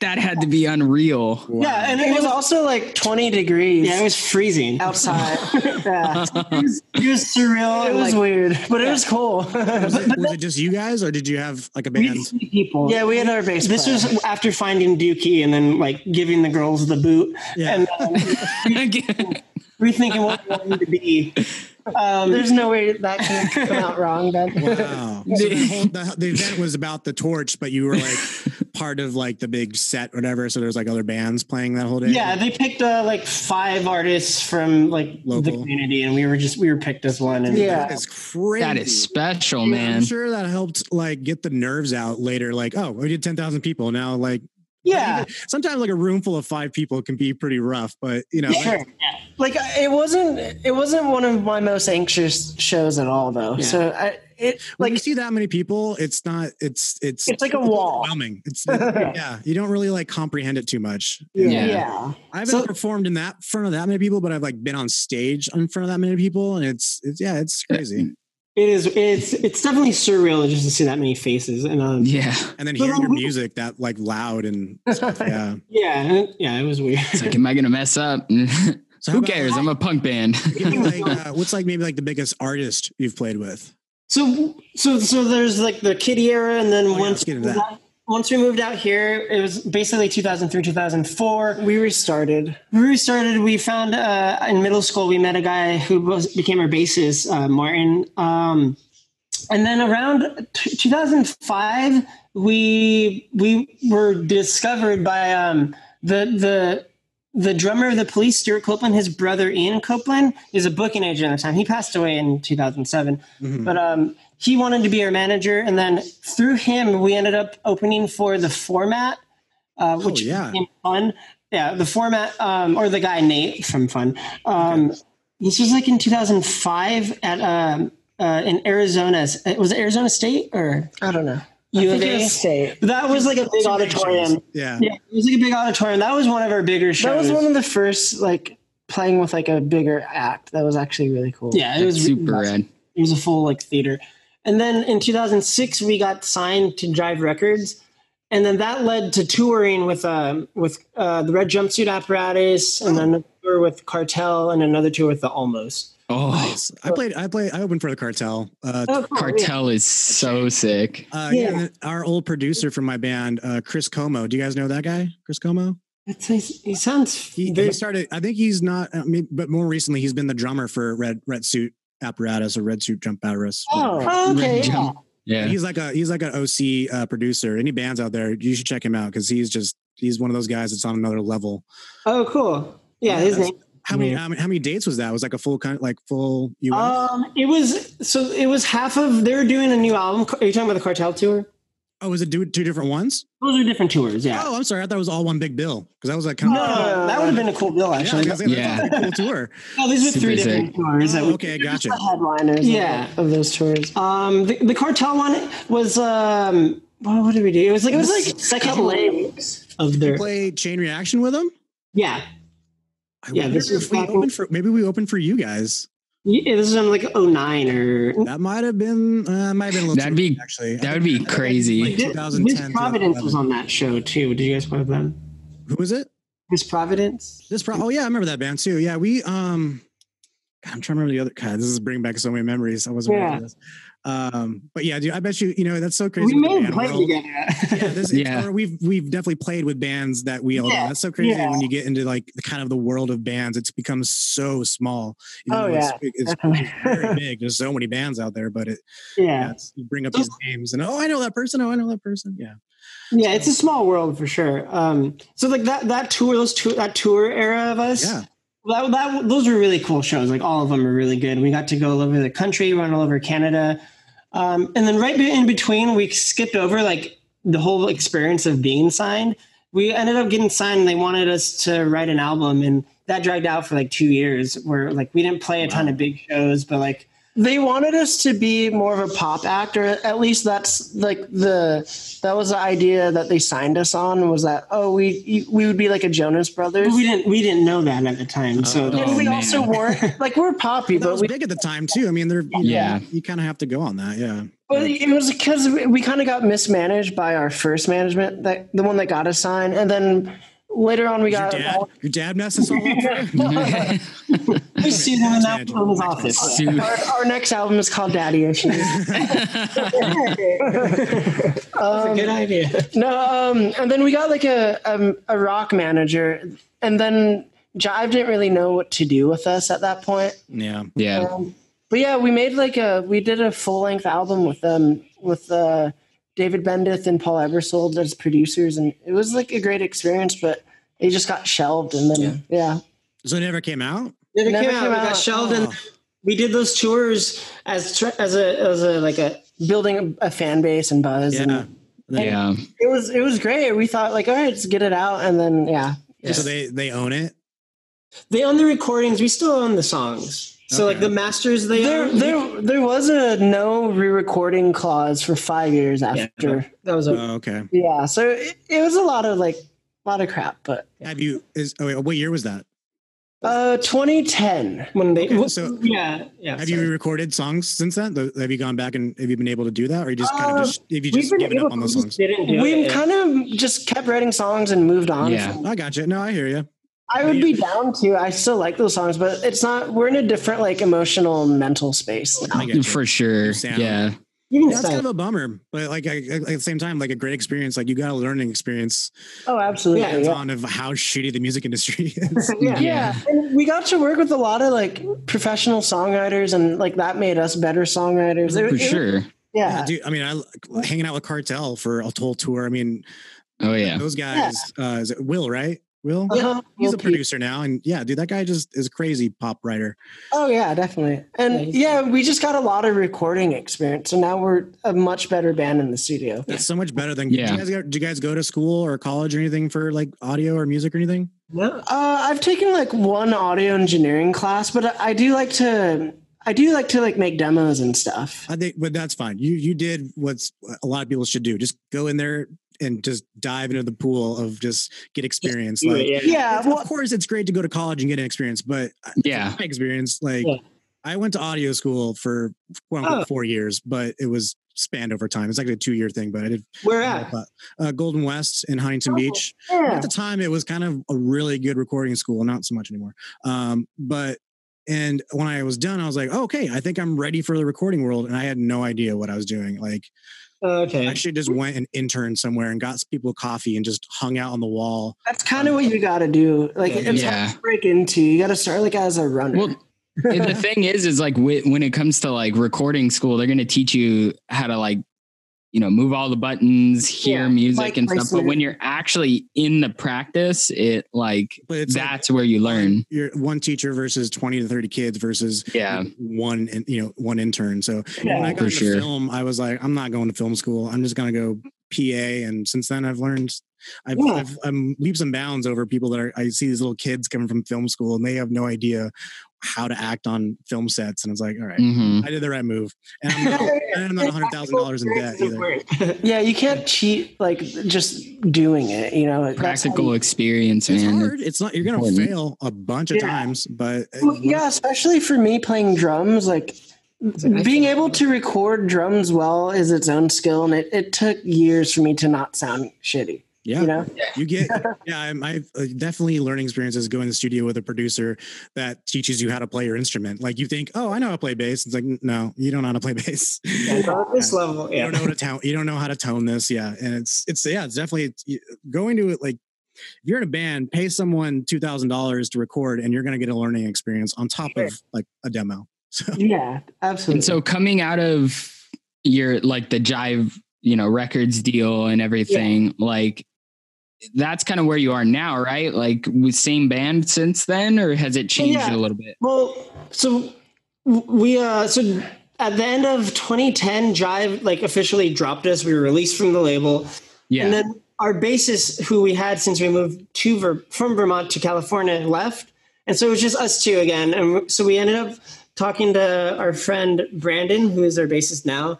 Speaker 2: that had to be unreal.
Speaker 5: Yeah, and
Speaker 4: it was also like 20 degrees
Speaker 5: yeah, it was freezing.
Speaker 4: outside. yeah,
Speaker 5: It was, it was surreal.
Speaker 4: it
Speaker 5: and,
Speaker 4: was
Speaker 5: like,
Speaker 4: weird, but it was cool.
Speaker 3: Was it, was it just you guys, or did you have like a band?
Speaker 5: we- people.
Speaker 4: yeah, we had our bass.
Speaker 5: This
Speaker 4: player.
Speaker 5: was after finding Dookie and then like giving the girls the boot
Speaker 3: Yeah.
Speaker 5: and um, rethinking what we wanted to be. Um,
Speaker 4: There's no way that can come out wrong, Ben.
Speaker 3: Wow. So the, whole, the, the event was about the torch, but you were like part of like the big set, or whatever. So there's like other bands playing that whole day.
Speaker 5: yeah, they picked uh, like five artists from like the
Speaker 3: Local.
Speaker 5: community, and we were just we were picked as one. And
Speaker 4: Yeah.
Speaker 3: that is crazy.
Speaker 2: that is special,
Speaker 3: I'm
Speaker 2: man.
Speaker 3: sure that helped like get the nerves out later. Like, oh, we did ten thousand people now. Like,
Speaker 5: yeah,
Speaker 3: sometimes like a room full of five people can be pretty rough, but you know,
Speaker 5: sure.
Speaker 3: like,
Speaker 5: Yeah.
Speaker 4: like I- it wasn't it wasn't one of my most anxious shows at all though so i it
Speaker 3: when
Speaker 4: like
Speaker 3: you see that many people, it's not. It's it's
Speaker 4: it's like a wall
Speaker 3: overwhelming. It's yeah, you don't really like comprehend it too much.
Speaker 2: Yeah.
Speaker 4: yeah
Speaker 3: I haven't
Speaker 5: So-
Speaker 3: performed in that front of that many people, but I've like been on stage in front of that many people, and it's, it's yeah, it's crazy.
Speaker 5: It is. It's it's definitely surreal just to see that many faces, and um,
Speaker 2: Yeah.
Speaker 3: And then
Speaker 5: But
Speaker 3: hearing
Speaker 5: then
Speaker 3: your
Speaker 5: we-
Speaker 3: music that like loud and stuff, yeah.
Speaker 5: yeah, and it- yeah, it was weird.
Speaker 2: It's like, am I gonna mess up?
Speaker 3: So how
Speaker 2: Who
Speaker 3: about,
Speaker 2: cares? I'm a punk band.
Speaker 3: give me, like, uh, what's like maybe like the biggest artist you've played with?
Speaker 5: So so so there's like the kiddie era, and then
Speaker 3: Oh, yeah, let's
Speaker 5: once
Speaker 3: get into that.
Speaker 5: once we moved out here, it was basically 2003, 2004.
Speaker 4: we restarted
Speaker 5: We restarted. We found uh, in middle school we met a guy who was, became our bassist, uh, Martin. Um, and then around t- 2005, we we were discovered by um, the the the drummer of the Police, Stuart Copeland. His brother Ian Copeland is a booking agent at the time. He passed away in 2007
Speaker 3: Mhm.
Speaker 5: but um, he wanted to be our manager, and then through him, we ended up opening for the format, uh, which
Speaker 3: Oh, yeah.
Speaker 5: became fun. Yeah, the format, um, or the guy Nate from Fun. Um, This was like in 2005 at um, uh, in Arizona. It was it Arizona State or
Speaker 4: i don't know
Speaker 5: U
Speaker 4: I
Speaker 5: of
Speaker 4: think it
Speaker 5: A.
Speaker 4: was state
Speaker 5: That was like a big auditorium.
Speaker 3: Yeah.
Speaker 5: Yeah, it was like a big auditorium. That was one of our bigger shows.
Speaker 4: that was one of the first like playing with like a bigger act that was actually really cool
Speaker 5: yeah, it was
Speaker 2: super rad.
Speaker 5: It was a full like theater. And then in 2006, we got signed to Drive Records, and then that led to touring with um, with uh, the Red Jumpsuit Apparatus, and then a tour with Cartel, and another tour with the Almost.
Speaker 2: Oh,
Speaker 3: I played. I played. I opened for the cartel. Uh,
Speaker 5: Oh,
Speaker 2: cartel is so sick.
Speaker 3: uh, yeah. and then our old producer from my band, uh, Chris Como. Do you guys know that guy, Chris Como?
Speaker 5: It's, he sounds.
Speaker 3: He, he started. I think he's not. I mean, but more recently, he's been the drummer for Red Red Suit Apparatus or Red Suit Jump Apparatus.
Speaker 5: Oh, okay.
Speaker 2: Red
Speaker 5: Yeah.
Speaker 2: Jump. Yeah.
Speaker 3: He's like a he's like an OC uh, producer. Any bands out there, you should check him out because he's just he's one of those guys that's on another level.
Speaker 5: Oh, cool. Yeah, his name.
Speaker 3: How many how many, how many dates was that? It was like a full kind like full US.
Speaker 5: Um, it was so it was half of they were doing a new album. Are you talking about the Cartel tour?
Speaker 3: oh, was it two, two different ones?
Speaker 5: Those are different tours. Yeah.
Speaker 3: Oh, I'm sorry. I thought it was all one big bill because that was like kind
Speaker 5: No,
Speaker 3: of
Speaker 5: that would have been a cool bill
Speaker 3: yeah, I was
Speaker 5: actually.
Speaker 3: gonna say, that's
Speaker 2: Yeah.
Speaker 3: a pretty cool tour.
Speaker 5: No, these were three
Speaker 2: Super
Speaker 5: different
Speaker 2: sick.
Speaker 5: tours. That
Speaker 3: Oh,
Speaker 5: we,
Speaker 3: okay, gotcha.
Speaker 4: The headliners of-
Speaker 5: Yeah.
Speaker 4: of, those tours.
Speaker 5: um, the, the Cartel one was um, what, what did we do? It was like it was like
Speaker 4: second legs.
Speaker 5: of their
Speaker 3: Play Chain Reaction with him.
Speaker 5: yeah.
Speaker 3: I
Speaker 5: Yeah,
Speaker 3: wonder
Speaker 5: this was
Speaker 3: if we
Speaker 5: back-
Speaker 3: open for maybe we open for you guys.
Speaker 5: Yeah, This is in like 09 or
Speaker 3: That might have been uh, might have been a little.
Speaker 2: That'd
Speaker 3: too
Speaker 2: be-
Speaker 3: late, actually. I
Speaker 2: That
Speaker 3: think-
Speaker 2: would be crazy.
Speaker 5: Miss
Speaker 3: 2010,
Speaker 5: Providence was on that show too. Did you guys play with them?
Speaker 3: Who was it?
Speaker 5: Miss Providence.
Speaker 3: This pro- oh yeah, I remember that band too. Yeah, we um God, I'm trying to remember the other God, this is bringing back so many memories. I wasn't ready
Speaker 5: Yeah.
Speaker 3: for this. Um but yeah, dude, I bet you, you know, that's so crazy.
Speaker 5: We
Speaker 3: with the
Speaker 5: may
Speaker 3: band
Speaker 5: have played
Speaker 3: world.
Speaker 5: together.
Speaker 3: Yeah, this,
Speaker 2: Yeah.
Speaker 3: or we've we've definitely played with bands that we all know.
Speaker 5: Yeah,
Speaker 3: That's so crazy
Speaker 5: yeah.
Speaker 3: when you get into like the kind of the world of bands. It's becomes so small. You
Speaker 5: Oh,
Speaker 3: it's-
Speaker 5: yeah,
Speaker 3: it's, very big. There's so many bands out there, but it yeah,
Speaker 5: yeah.
Speaker 3: it's, you bring up these names and oh, I know that person. Oh, I know that person. Yeah,
Speaker 5: Yeah, it's a small world for sure. Um, so like that that tour, those tour, that tour era of us.
Speaker 3: yeah.
Speaker 5: That, that those were really cool shows. Like all of them were really good. We got to go all over the country, run all over Canada, um, and then right be- in between, we skipped over like the whole experience of being signed. We ended up getting signed. and They wanted us to write an album, and that dragged out for like two years. Where like we didn't play a ton of big shows, but like
Speaker 4: They wanted us to be more of a pop act, or at least that's like the that was the idea that they signed us on was that oh we we would be like a Jonas Brothers.
Speaker 5: we didn't we didn't know that at the time. So
Speaker 2: Oh,
Speaker 4: and we
Speaker 2: man.
Speaker 4: also weren't like we're poppy,
Speaker 3: That
Speaker 4: but
Speaker 3: was
Speaker 4: we
Speaker 3: big at the time too. I mean, they're you
Speaker 2: Yeah.
Speaker 3: know, you kind of have to go on that. Yeah,
Speaker 4: Well, it was because we kind of got mismanaged by our first management, that the one that got us signed, and then later on we
Speaker 3: your
Speaker 4: got
Speaker 3: dad, your dad messed us all up.
Speaker 5: we see them in that
Speaker 3: Tangent.
Speaker 5: room's office.
Speaker 2: Dude.
Speaker 4: our, our next album is called Daddy Issues.
Speaker 5: Good idea.
Speaker 4: no, um, and then we got like a um, a rock manager, and then Jive didn't really know what to do with us at that point.
Speaker 3: Yeah.
Speaker 2: Yeah.
Speaker 4: But yeah, we made like a we did a full length album with them with uh, David Bendith and Paul Ebersold as producers, and it was like a great experience. But it just got shelved, and then yeah.
Speaker 3: So it never came Oh. out.
Speaker 5: Never,
Speaker 4: Never
Speaker 5: came, out.
Speaker 4: came
Speaker 5: We got
Speaker 4: out.
Speaker 5: shelved, and we did those tours as tr- as a as a like a
Speaker 4: building a, a fan base and buzz.
Speaker 3: Yeah.
Speaker 4: And
Speaker 2: Yeah.
Speaker 4: it was it was great. We thought like, all right, let's get it out, and then yeah,
Speaker 3: So they they own it.
Speaker 5: they own the recordings. We still own the songs. So like
Speaker 3: Okay.
Speaker 5: the masters, they
Speaker 4: there
Speaker 5: own.
Speaker 4: there there was a no re-recording clause for five years after.
Speaker 5: that was a,
Speaker 3: Oh, okay.
Speaker 4: Yeah, so it, it was a lot of like a lot of crap, but
Speaker 3: Have you is oh wait, what year was that?
Speaker 4: uh, 2010.
Speaker 5: when they
Speaker 3: Okay, so-
Speaker 5: yeah yeah.
Speaker 3: Have
Speaker 5: sorry.
Speaker 3: you recorded songs since then? Th- Have you gone back and have you been able to do that, or you just kind
Speaker 4: Uh,
Speaker 3: of just have you
Speaker 5: We've
Speaker 3: just
Speaker 5: been
Speaker 3: given
Speaker 5: able
Speaker 3: up on
Speaker 5: to-
Speaker 3: those
Speaker 5: we
Speaker 3: songs?
Speaker 5: Didn't do
Speaker 4: We
Speaker 5: it.
Speaker 4: kind of just kept writing songs and moved on.
Speaker 2: Yeah.
Speaker 4: from-
Speaker 3: I got you. No, I hear you.
Speaker 4: I would be down to. I still like those songs, but it's not. We're in a different like emotional and mental space now.
Speaker 3: I get you.
Speaker 2: For sure.
Speaker 3: sound.
Speaker 2: Yeah.
Speaker 3: Yeah,
Speaker 5: You can
Speaker 3: That's
Speaker 5: sign
Speaker 3: kind of a bummer, but like I- I- at the same time, like a great experience. Like you got a learning experience
Speaker 4: Oh, absolutely.
Speaker 5: Yeah,
Speaker 4: yeah.
Speaker 3: on of how shitty the music industry is.
Speaker 5: Yeah.
Speaker 4: Yeah, and we got to work with a lot of like professional songwriters, and like that made us better songwriters. It-
Speaker 2: For
Speaker 4: it-
Speaker 2: sure.
Speaker 4: Yeah.
Speaker 3: Dude, I mean, I hanging out with Cartel for a whole tour. I mean,
Speaker 2: Oh yeah.
Speaker 3: those guys. Uh, is it Will? Right? Will?
Speaker 4: Uh-huh.
Speaker 3: He's a
Speaker 4: Well,
Speaker 3: producer now, and yeah, dude, that guy just is a crazy pop writer.
Speaker 4: Oh yeah, definitely.
Speaker 5: Yeah,
Speaker 4: And
Speaker 5: he's-
Speaker 4: yeah, we just got a lot of recording experience, so now we're a much better band in the studio.
Speaker 3: That's so much better than.
Speaker 2: Yeah.
Speaker 3: Do you, guys go, do you guys go to school or college or anything for like audio or music or anything?
Speaker 5: no.
Speaker 4: Uh, I've taken like one audio engineering class, but I- I do like to. I do like to like make demos and stuff.
Speaker 3: I think, but that's fine. You you did what's what a lot of people should do. Just go in there and just dive into the pool of just get experience.
Speaker 5: do
Speaker 3: Like,
Speaker 5: it, yeah.
Speaker 4: Yeah,
Speaker 3: of
Speaker 4: well,
Speaker 3: course, it's great to go to college and get an experience, but
Speaker 2: Yeah.
Speaker 3: my experience, like
Speaker 5: Yeah.
Speaker 3: I went to audio school for quote unquote,
Speaker 5: Oh.
Speaker 3: four years, but it was spanned over time. It's like a two year thing, but I did
Speaker 5: Where at?
Speaker 3: uh, Golden West in Huntington
Speaker 5: Oh,
Speaker 3: Beach.
Speaker 4: yeah.
Speaker 3: At the time, it was kind of a really good recording school, not so much anymore. Um, but and when I was done, I was like, oh, okay, I think I'm ready for the recording world, and I had no idea what I was doing. Like,
Speaker 5: Okay.
Speaker 3: I actually just went and interned somewhere and got people coffee and just hung out on the wall.
Speaker 4: That's kind of what you got to do. Like, it's
Speaker 2: Yeah.
Speaker 4: hard to break into. You got to start like as a runner.
Speaker 2: Well, and the thing is, is like whe- when it comes to like recording school, they're going to teach you how to like, you know, move all the buttons, hear
Speaker 4: Yeah,
Speaker 2: music
Speaker 4: mic
Speaker 2: and stuff. But
Speaker 4: placement.
Speaker 2: when you're actually in the practice, it like
Speaker 3: But it's like
Speaker 2: that's where you learn.
Speaker 3: you're one teacher versus 20 to 30 kids versus
Speaker 2: Yeah.
Speaker 3: one in- you know one intern so
Speaker 5: Yeah.
Speaker 3: when i
Speaker 2: For
Speaker 3: got into
Speaker 2: sure.
Speaker 3: film i was like i'm not going to film school i'm just going to go pa and since then i've learned I've,
Speaker 5: Yeah.
Speaker 3: I've, I'm leaps and bounds over people that are. I see these little kids coming from film school, and they have no idea how to act on film sets. And it's like, all right,
Speaker 2: hmm
Speaker 3: I did the right move, and I'm not, and I'm not hundred thousand dollars in debt either.
Speaker 4: yeah, you can't cheat like just doing it. You know, That's how
Speaker 2: Practical experience,
Speaker 3: It's
Speaker 2: man.
Speaker 3: hard. It's not. You're gonna
Speaker 2: Important.
Speaker 3: fail a bunch of
Speaker 4: Yeah.
Speaker 3: times, but uh,
Speaker 4: Well, yeah, especially for me playing drums, like being able to record drums well is its own skill, and it, it took years for me to not sound shitty.
Speaker 3: yeah,
Speaker 4: You know,
Speaker 3: you get yeah I'm, i've uh, definitely learning experiences go in the studio with a producer that teaches you how to play your instrument like you think oh i know how to play bass it's like no you don't know how to play bass
Speaker 5: At this level,
Speaker 3: you don't
Speaker 5: yeah.
Speaker 3: know how to tone you don't know how to tone this yeah and it's it's yeah it's definitely it's, you- going to it like if you're in a band pay someone $2000 to record and you're going to get a learning experience on top of like a demo so
Speaker 4: yeah, absolutely.
Speaker 2: And so coming out of your like the Jive, you know, records deal and everything, like that's kind of where you are now, right? Like with same band since then, or has it changed
Speaker 5: Yeah.
Speaker 2: a little bit?
Speaker 5: Well, so w- we uh so at the end of 2010, Jive like officially dropped us. We were released from the label,
Speaker 2: Yeah.
Speaker 5: and then our bassist, who we had since we moved to Ver- from Vermont to California, left, and so it was just us two again. And w- so we ended up talking to our friend Brandon, who is our bassist now.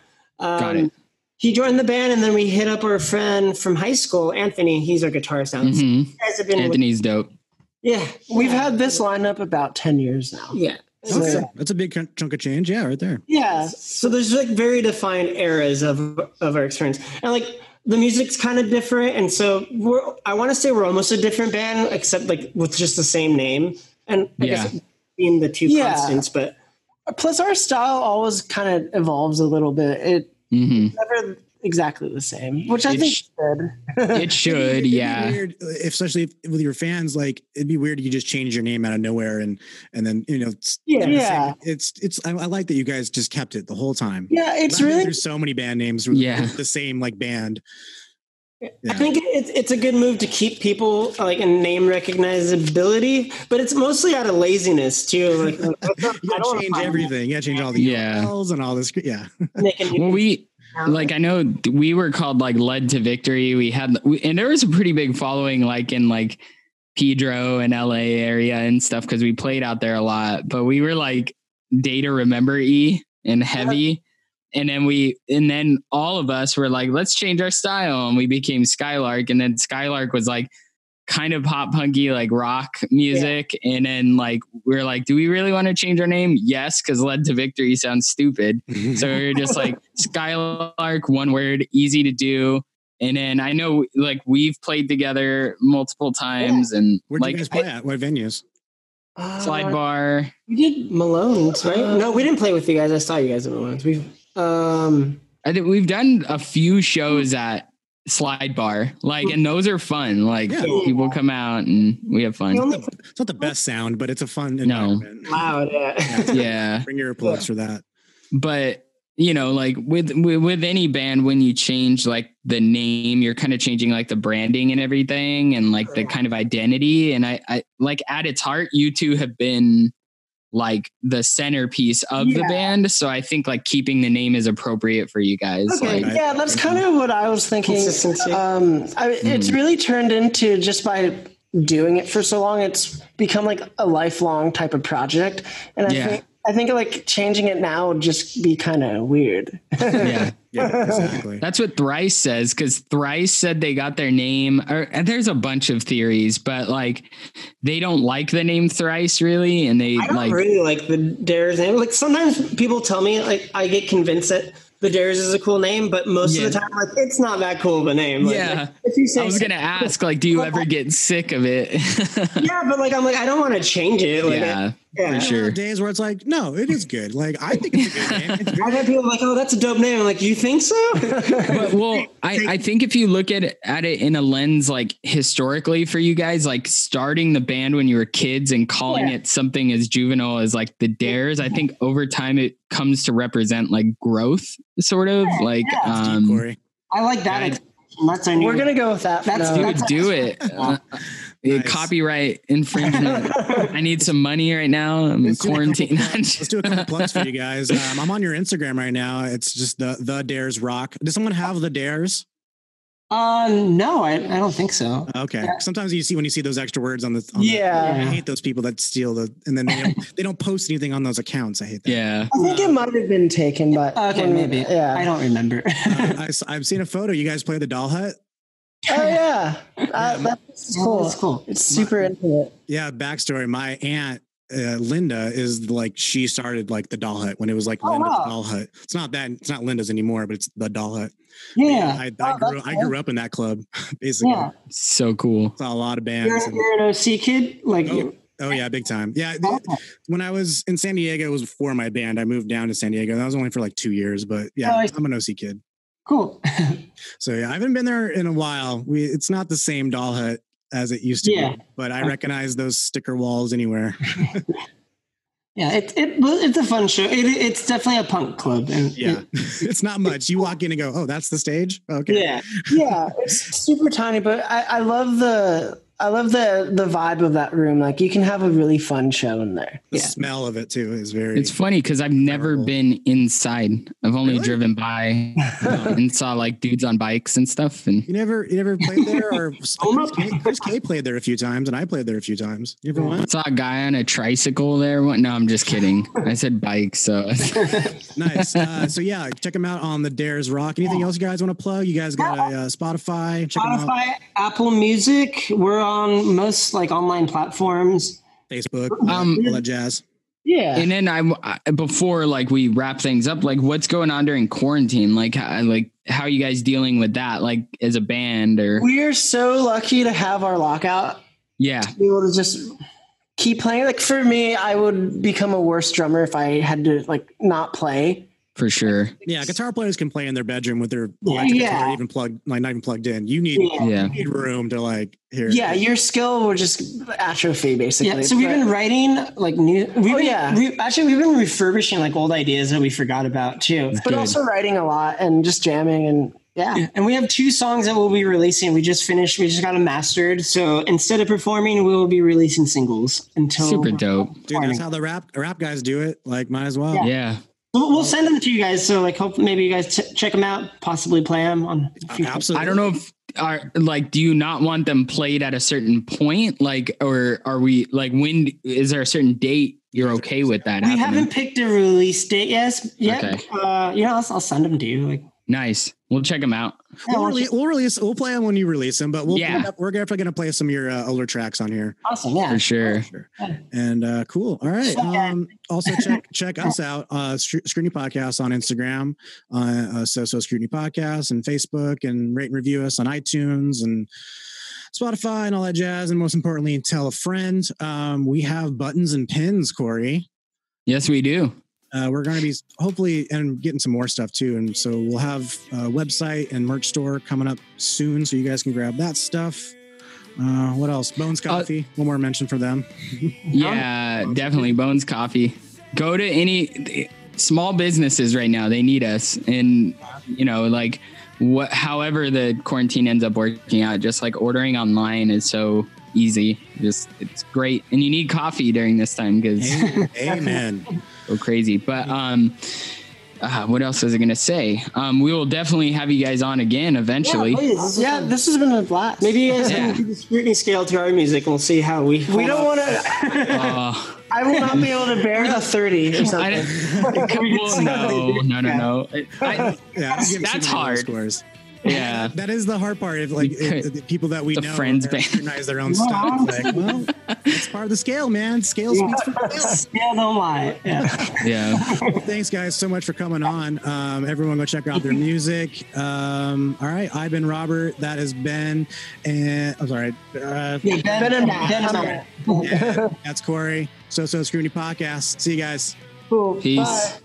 Speaker 5: Um,
Speaker 2: Got it.
Speaker 5: He joined the band, and then we hit up our friend from high school, Anthony. He's our guitarist now. These
Speaker 2: Mhm.
Speaker 5: guys have been with-
Speaker 2: Anthony's dope.
Speaker 5: yeah,
Speaker 4: We've had this lineup about ten years now.
Speaker 5: yeah.
Speaker 3: okay. that's a big chunk- chunk of change yeah right there
Speaker 5: Yeah. So there's like very defined eras of of our experience, and like the music's kind of different, and so we're I want to say we're almost a different band, except like with just the same name, and I guess
Speaker 2: Yeah.
Speaker 5: being the two
Speaker 4: Yeah.
Speaker 5: constants, but
Speaker 4: Plus, our style always kind of evolves a little bit. It
Speaker 2: hmm
Speaker 4: never exactly the same, which I
Speaker 2: It
Speaker 4: think
Speaker 2: sh-
Speaker 4: is good.
Speaker 2: It
Speaker 3: It'd
Speaker 2: should,
Speaker 3: be
Speaker 2: yeah.
Speaker 3: weird, uh, if- especially if, with your fans, like it'd be weird if you just change your name out of nowhere and and then you know it's
Speaker 5: Yeah.
Speaker 4: Yeah.
Speaker 3: it's it's I, I like that you guys just kept it the whole time.
Speaker 4: Yeah, it's
Speaker 3: I've been
Speaker 4: really
Speaker 3: through so many band names with
Speaker 2: Yeah.
Speaker 3: with the same like band.
Speaker 5: I
Speaker 3: Yeah.
Speaker 5: think it's it's a good move to keep people like a name recognizability, but it's mostly out of laziness too. Like
Speaker 3: You
Speaker 5: I don't
Speaker 3: gotta
Speaker 5: wanna
Speaker 3: change
Speaker 5: find-
Speaker 3: everything. You gotta change all the
Speaker 2: Yeah.
Speaker 3: URLs and all this. Yeah.
Speaker 5: make a new
Speaker 2: Well, we
Speaker 5: account.
Speaker 2: like I know th- we were called like led to victory. We had we, and there was a pretty big following like in like Pedro and LA area and stuff because we played out there a lot. But we were like data remember e and heavy. And then we, and then all of us were like, let's change our style. And we became Skylark. And then Skylark was like kind of pop punky, like rock music. And then like, we are like, do we really want to change our name? Yes, because Led to Victory sounds stupid. So we are just like Skylark, one word, easy to do. And then I know like we've played together multiple times and
Speaker 3: Where'd
Speaker 2: like
Speaker 3: you guys play at? What venues?
Speaker 5: Uh,
Speaker 2: slide bar.
Speaker 5: We did Malone's, right? no, we didn't play with you guys. I saw you guys at Malone's. We um
Speaker 2: I think we've done a few shows at slide bar. Like and those are fun. Like
Speaker 3: Yeah.
Speaker 2: people come out and we have
Speaker 5: we
Speaker 2: fun.
Speaker 5: only
Speaker 3: It's not the best sound, but it's a fun
Speaker 2: No.
Speaker 3: environment.
Speaker 5: loud. Yeah.
Speaker 2: Yeah.
Speaker 3: Bring your applause for that.
Speaker 2: but you know like with, with with any band when you change like the name you're kind of changing like the branding and everything and like the kind of identity and i i like at its heart you two have been like the centerpiece of the
Speaker 4: Yeah.
Speaker 2: band so i think like keeping the name is appropriate for you guys
Speaker 4: Okay,
Speaker 2: like
Speaker 4: yeah, that's kind of what I was thinking.
Speaker 5: Consistency.
Speaker 4: Um, I, It's
Speaker 2: Mm.
Speaker 4: really turned into just by doing it for so long, it's become like a lifelong type of project. And I
Speaker 2: Yeah.
Speaker 4: think I think like changing it now would just be kind of weird.
Speaker 2: yeah
Speaker 3: Yeah, exactly.
Speaker 2: That's what Thrice says because Thrice said they got their name. Or and there's a bunch of theories, but like they don't like the name Thrice really, and they
Speaker 5: I don't
Speaker 2: like
Speaker 5: really like the Dares name. Like sometimes people tell me, like I get convinced that the Dares is a cool name, but most
Speaker 2: Yeah.
Speaker 5: of the time, like it's not that cool of a name. Like,
Speaker 2: Yeah.
Speaker 5: If you say,
Speaker 2: I was gonna ask, like, do you ever get sick of it?
Speaker 5: yeah, but like I'm like I don't want to change it. Like,
Speaker 2: yeah,
Speaker 3: yeah. sure. Days where it's like, no, it is good. Like I think it's a good game. It's
Speaker 5: I've had people like, oh, that's a dope name. I'm like, you think so?
Speaker 2: but, well, I, I think if you look at it, at it in a lens like historically for you guys, like starting the band when you were kids and calling
Speaker 5: Yeah.
Speaker 2: it something as juvenile as like the Dares, I think over time it comes to represent like growth, sort of like
Speaker 3: deep,
Speaker 2: um,
Speaker 3: Corey.
Speaker 5: I like that.
Speaker 2: Right.
Speaker 5: expression. That's our new.
Speaker 4: We're gonna go with that.
Speaker 5: That's
Speaker 4: now.
Speaker 5: good.
Speaker 2: dude, do it. Uh,
Speaker 3: Nice.
Speaker 2: Copyright infringement. I need some money right now. Mm, I'm
Speaker 3: Let's do a couple
Speaker 2: quarantined.
Speaker 3: plugs. Let's do a couple plugs for you guys. Um, I'm on your Instagram right now. It's just the the Dares Rock. Does someone have the Dares?
Speaker 5: Uh, no, I, I don't think so.
Speaker 3: Okay. Sometimes you see when you see those extra words on the. On the-
Speaker 4: Yeah.
Speaker 3: I hate those people that steal the and then they don't, they don't post anything on those accounts. I hate that.
Speaker 2: yeah.
Speaker 4: I think it might have been taken, but
Speaker 5: Okay, maybe.
Speaker 4: Yeah.
Speaker 5: I don't remember.
Speaker 3: Um, I, have seen a photo. You guys play the Doll Hut.
Speaker 4: Oh yeah, uh, that's
Speaker 5: Oh,
Speaker 4: cool.
Speaker 5: that's cool.
Speaker 4: It's super intimate.
Speaker 3: Yeah. Backstory: My aunt uh, Linda is like she started like the Doll Hut when it was like Linda
Speaker 5: Oh, wow.
Speaker 3: the Doll Hut. It's not that it's not Linda's anymore, but it's the Doll Hut.
Speaker 5: Yeah.
Speaker 3: I, I
Speaker 5: Oh,
Speaker 3: grew
Speaker 5: that's
Speaker 3: I
Speaker 5: cool.
Speaker 3: grew up in that club basically.
Speaker 5: Yeah.
Speaker 2: So cool.
Speaker 3: Saw a lot of bands.
Speaker 5: You're,
Speaker 3: and-
Speaker 5: you're an OC kid? Like,
Speaker 3: Oh, oh yeah, big time. Yeah, th-
Speaker 5: Okay.
Speaker 3: when I was in San Diego, it was before my band. I moved down to San Diego. That was only for like two years, but yeah,
Speaker 5: Oh, I see.
Speaker 3: I'm an OC kid.
Speaker 5: cool.
Speaker 3: So yeah, I haven't been there in a while. We it's not the same doll hut as it used to
Speaker 5: Yeah.
Speaker 3: be, but I recognize those sticker walls anywhere.
Speaker 5: Yeah, it, it, well, it's a fun show. It, it's definitely a punk club. And
Speaker 3: Yeah, it's not much. You walk in and go, oh, that's the stage. Okay,
Speaker 5: yeah.
Speaker 4: Yeah, it's super tiny, but I, I love the I love the the vibe of that room. Like you can have a really fun show in there.
Speaker 3: the
Speaker 5: Yeah.
Speaker 3: smell of it too is very.
Speaker 2: It's funny because I've never
Speaker 3: Terrible.
Speaker 2: been inside. I've only
Speaker 3: Really?
Speaker 2: driven by and saw like dudes on bikes and stuff. And
Speaker 3: you never, you never played there, or
Speaker 5: Hold
Speaker 3: Chris
Speaker 5: up.
Speaker 3: K, Chris K played there a few times, and I played there a few times. You ever went?
Speaker 2: saw a guy on a tricycle there. What? No, I'm just kidding. I said bike. So
Speaker 3: Nice. Uh, so yeah, check them out on the Dares Rock. Anything else you guys want to plug? You guys got a uh, Spotify. Check 'em out.
Speaker 5: Spotify, Apple Music, we're on most like online platforms.
Speaker 3: Facebook.
Speaker 2: Um,
Speaker 3: all that jazz.
Speaker 4: Yeah,
Speaker 2: and then I I- before like we wrap things up, like what's going on during quarantine? Like how, like how are you guys dealing with that? Like as a band or
Speaker 4: we're so lucky to have our lockout.
Speaker 2: yeah,
Speaker 4: Be able to just keep playing. Like for me, I would become a worse drummer if I had to like not play.
Speaker 2: for sure.
Speaker 3: Yeah, guitar players can play in their bedroom with their electric
Speaker 5: Yeah.
Speaker 3: guitar even plugged, like not even plugged in. You need
Speaker 5: Yeah.
Speaker 2: Yeah.
Speaker 3: you need room to like here.
Speaker 4: Yeah, your skill will just atrophy basically.
Speaker 5: Yeah, so we've
Speaker 4: but-
Speaker 5: been writing like new. We've
Speaker 4: Oh,
Speaker 5: been,
Speaker 4: yeah.
Speaker 5: we- actually, we've been refurbishing like old ideas that we forgot about too.
Speaker 4: but
Speaker 2: Good.
Speaker 4: also writing a lot and just jamming and yeah.
Speaker 5: Yeah, and we have two songs that we'll be releasing. We just finished. We just got them mastered. So instead of performing, we will be releasing singles until
Speaker 2: Super dope.
Speaker 3: Dude, that's how the rap rap guys do it. Like, might as well.
Speaker 2: Yeah.
Speaker 5: We'll, we'll send them to you guys. So like, hope maybe you guys t- check them out, possibly play them on.
Speaker 3: Uh, Absolutely.
Speaker 2: I don't know if are like do you not want them played at a certain point like or are we like when is there a certain date you're okay with that
Speaker 5: We
Speaker 2: happening?
Speaker 5: haven't picked a release date yet. Yet,
Speaker 2: Okay.
Speaker 5: uh, you know, I'll, I'll send them to you. Like,
Speaker 2: nice we'll check them out
Speaker 5: yeah,
Speaker 3: We'll,
Speaker 5: we'll-
Speaker 3: rele- we'll release. We'll play them when you release them, but we'll
Speaker 2: Yeah.
Speaker 3: we're definitely gonna play some of your uh, older tracks on here.
Speaker 5: awesome. Yeah.
Speaker 2: for sure
Speaker 3: And uh, cool. All right.
Speaker 5: Okay.
Speaker 3: Um, also check check us out, uh, Stru- Scrutiny Podcast on Instagram, uh, uh, so so Scrutiny Podcast, and Facebook, and rate and review us on iTunes and Spotify and all that jazz. And most importantly, tell a friend. Um, we have buttons and pins, Corey.
Speaker 2: yes we do
Speaker 3: Uh, we're going to be hopefully and getting some more stuff too. And so we'll have a website and merch store coming up soon, so you guys can grab that stuff. Uh, what else? Bones Coffee. One more mention for them.
Speaker 5: Um,
Speaker 2: yeah definitely bones coffee go to any small businesses right now they need us and you know like what however the quarantine ends up working out just like ordering online is so easy just it's great and you need coffee during this time because
Speaker 3: Amen.
Speaker 2: go crazy. But um, uh, what else was I gonna say? Um, we will definitely have you guys on again eventually.
Speaker 5: Please.
Speaker 4: Yeah, oh, this has been a blast.
Speaker 5: Maybe you guys
Speaker 2: Yeah.
Speaker 5: can do the scrutiny scale to our music, and we'll see how we.
Speaker 4: we don't want to.
Speaker 2: Uh,
Speaker 4: I will not be able to bear the 30 or
Speaker 2: I
Speaker 4: something.
Speaker 2: don't- well, no, no, no, no. I,
Speaker 3: Yeah, I'm giving
Speaker 2: That's
Speaker 3: Super Bowl
Speaker 2: hard.
Speaker 3: Scores.
Speaker 2: Yeah.
Speaker 3: that is the hard part. If like if, the people that we
Speaker 2: The
Speaker 3: know
Speaker 2: friends
Speaker 3: are-
Speaker 2: band.
Speaker 3: recognize their own stuff, like well, it's part of the scale, man. Scale speaks for itself.
Speaker 5: Yeah, don't lie. Yeah.
Speaker 2: Yeah.
Speaker 3: Thanks, guys, so much for coming on. Um, everyone, go check out their music. Um, all right, I've been Robert. That has been, and I'm sorry. Uh,
Speaker 5: Yeah, Ben,
Speaker 4: Ben and
Speaker 5: Ben, Ben is
Speaker 4: Matt.
Speaker 5: not right.
Speaker 3: yeah, that's Corey. So so scrutiny podcast. See you guys.
Speaker 4: Cool.
Speaker 2: Peace.
Speaker 4: Bye.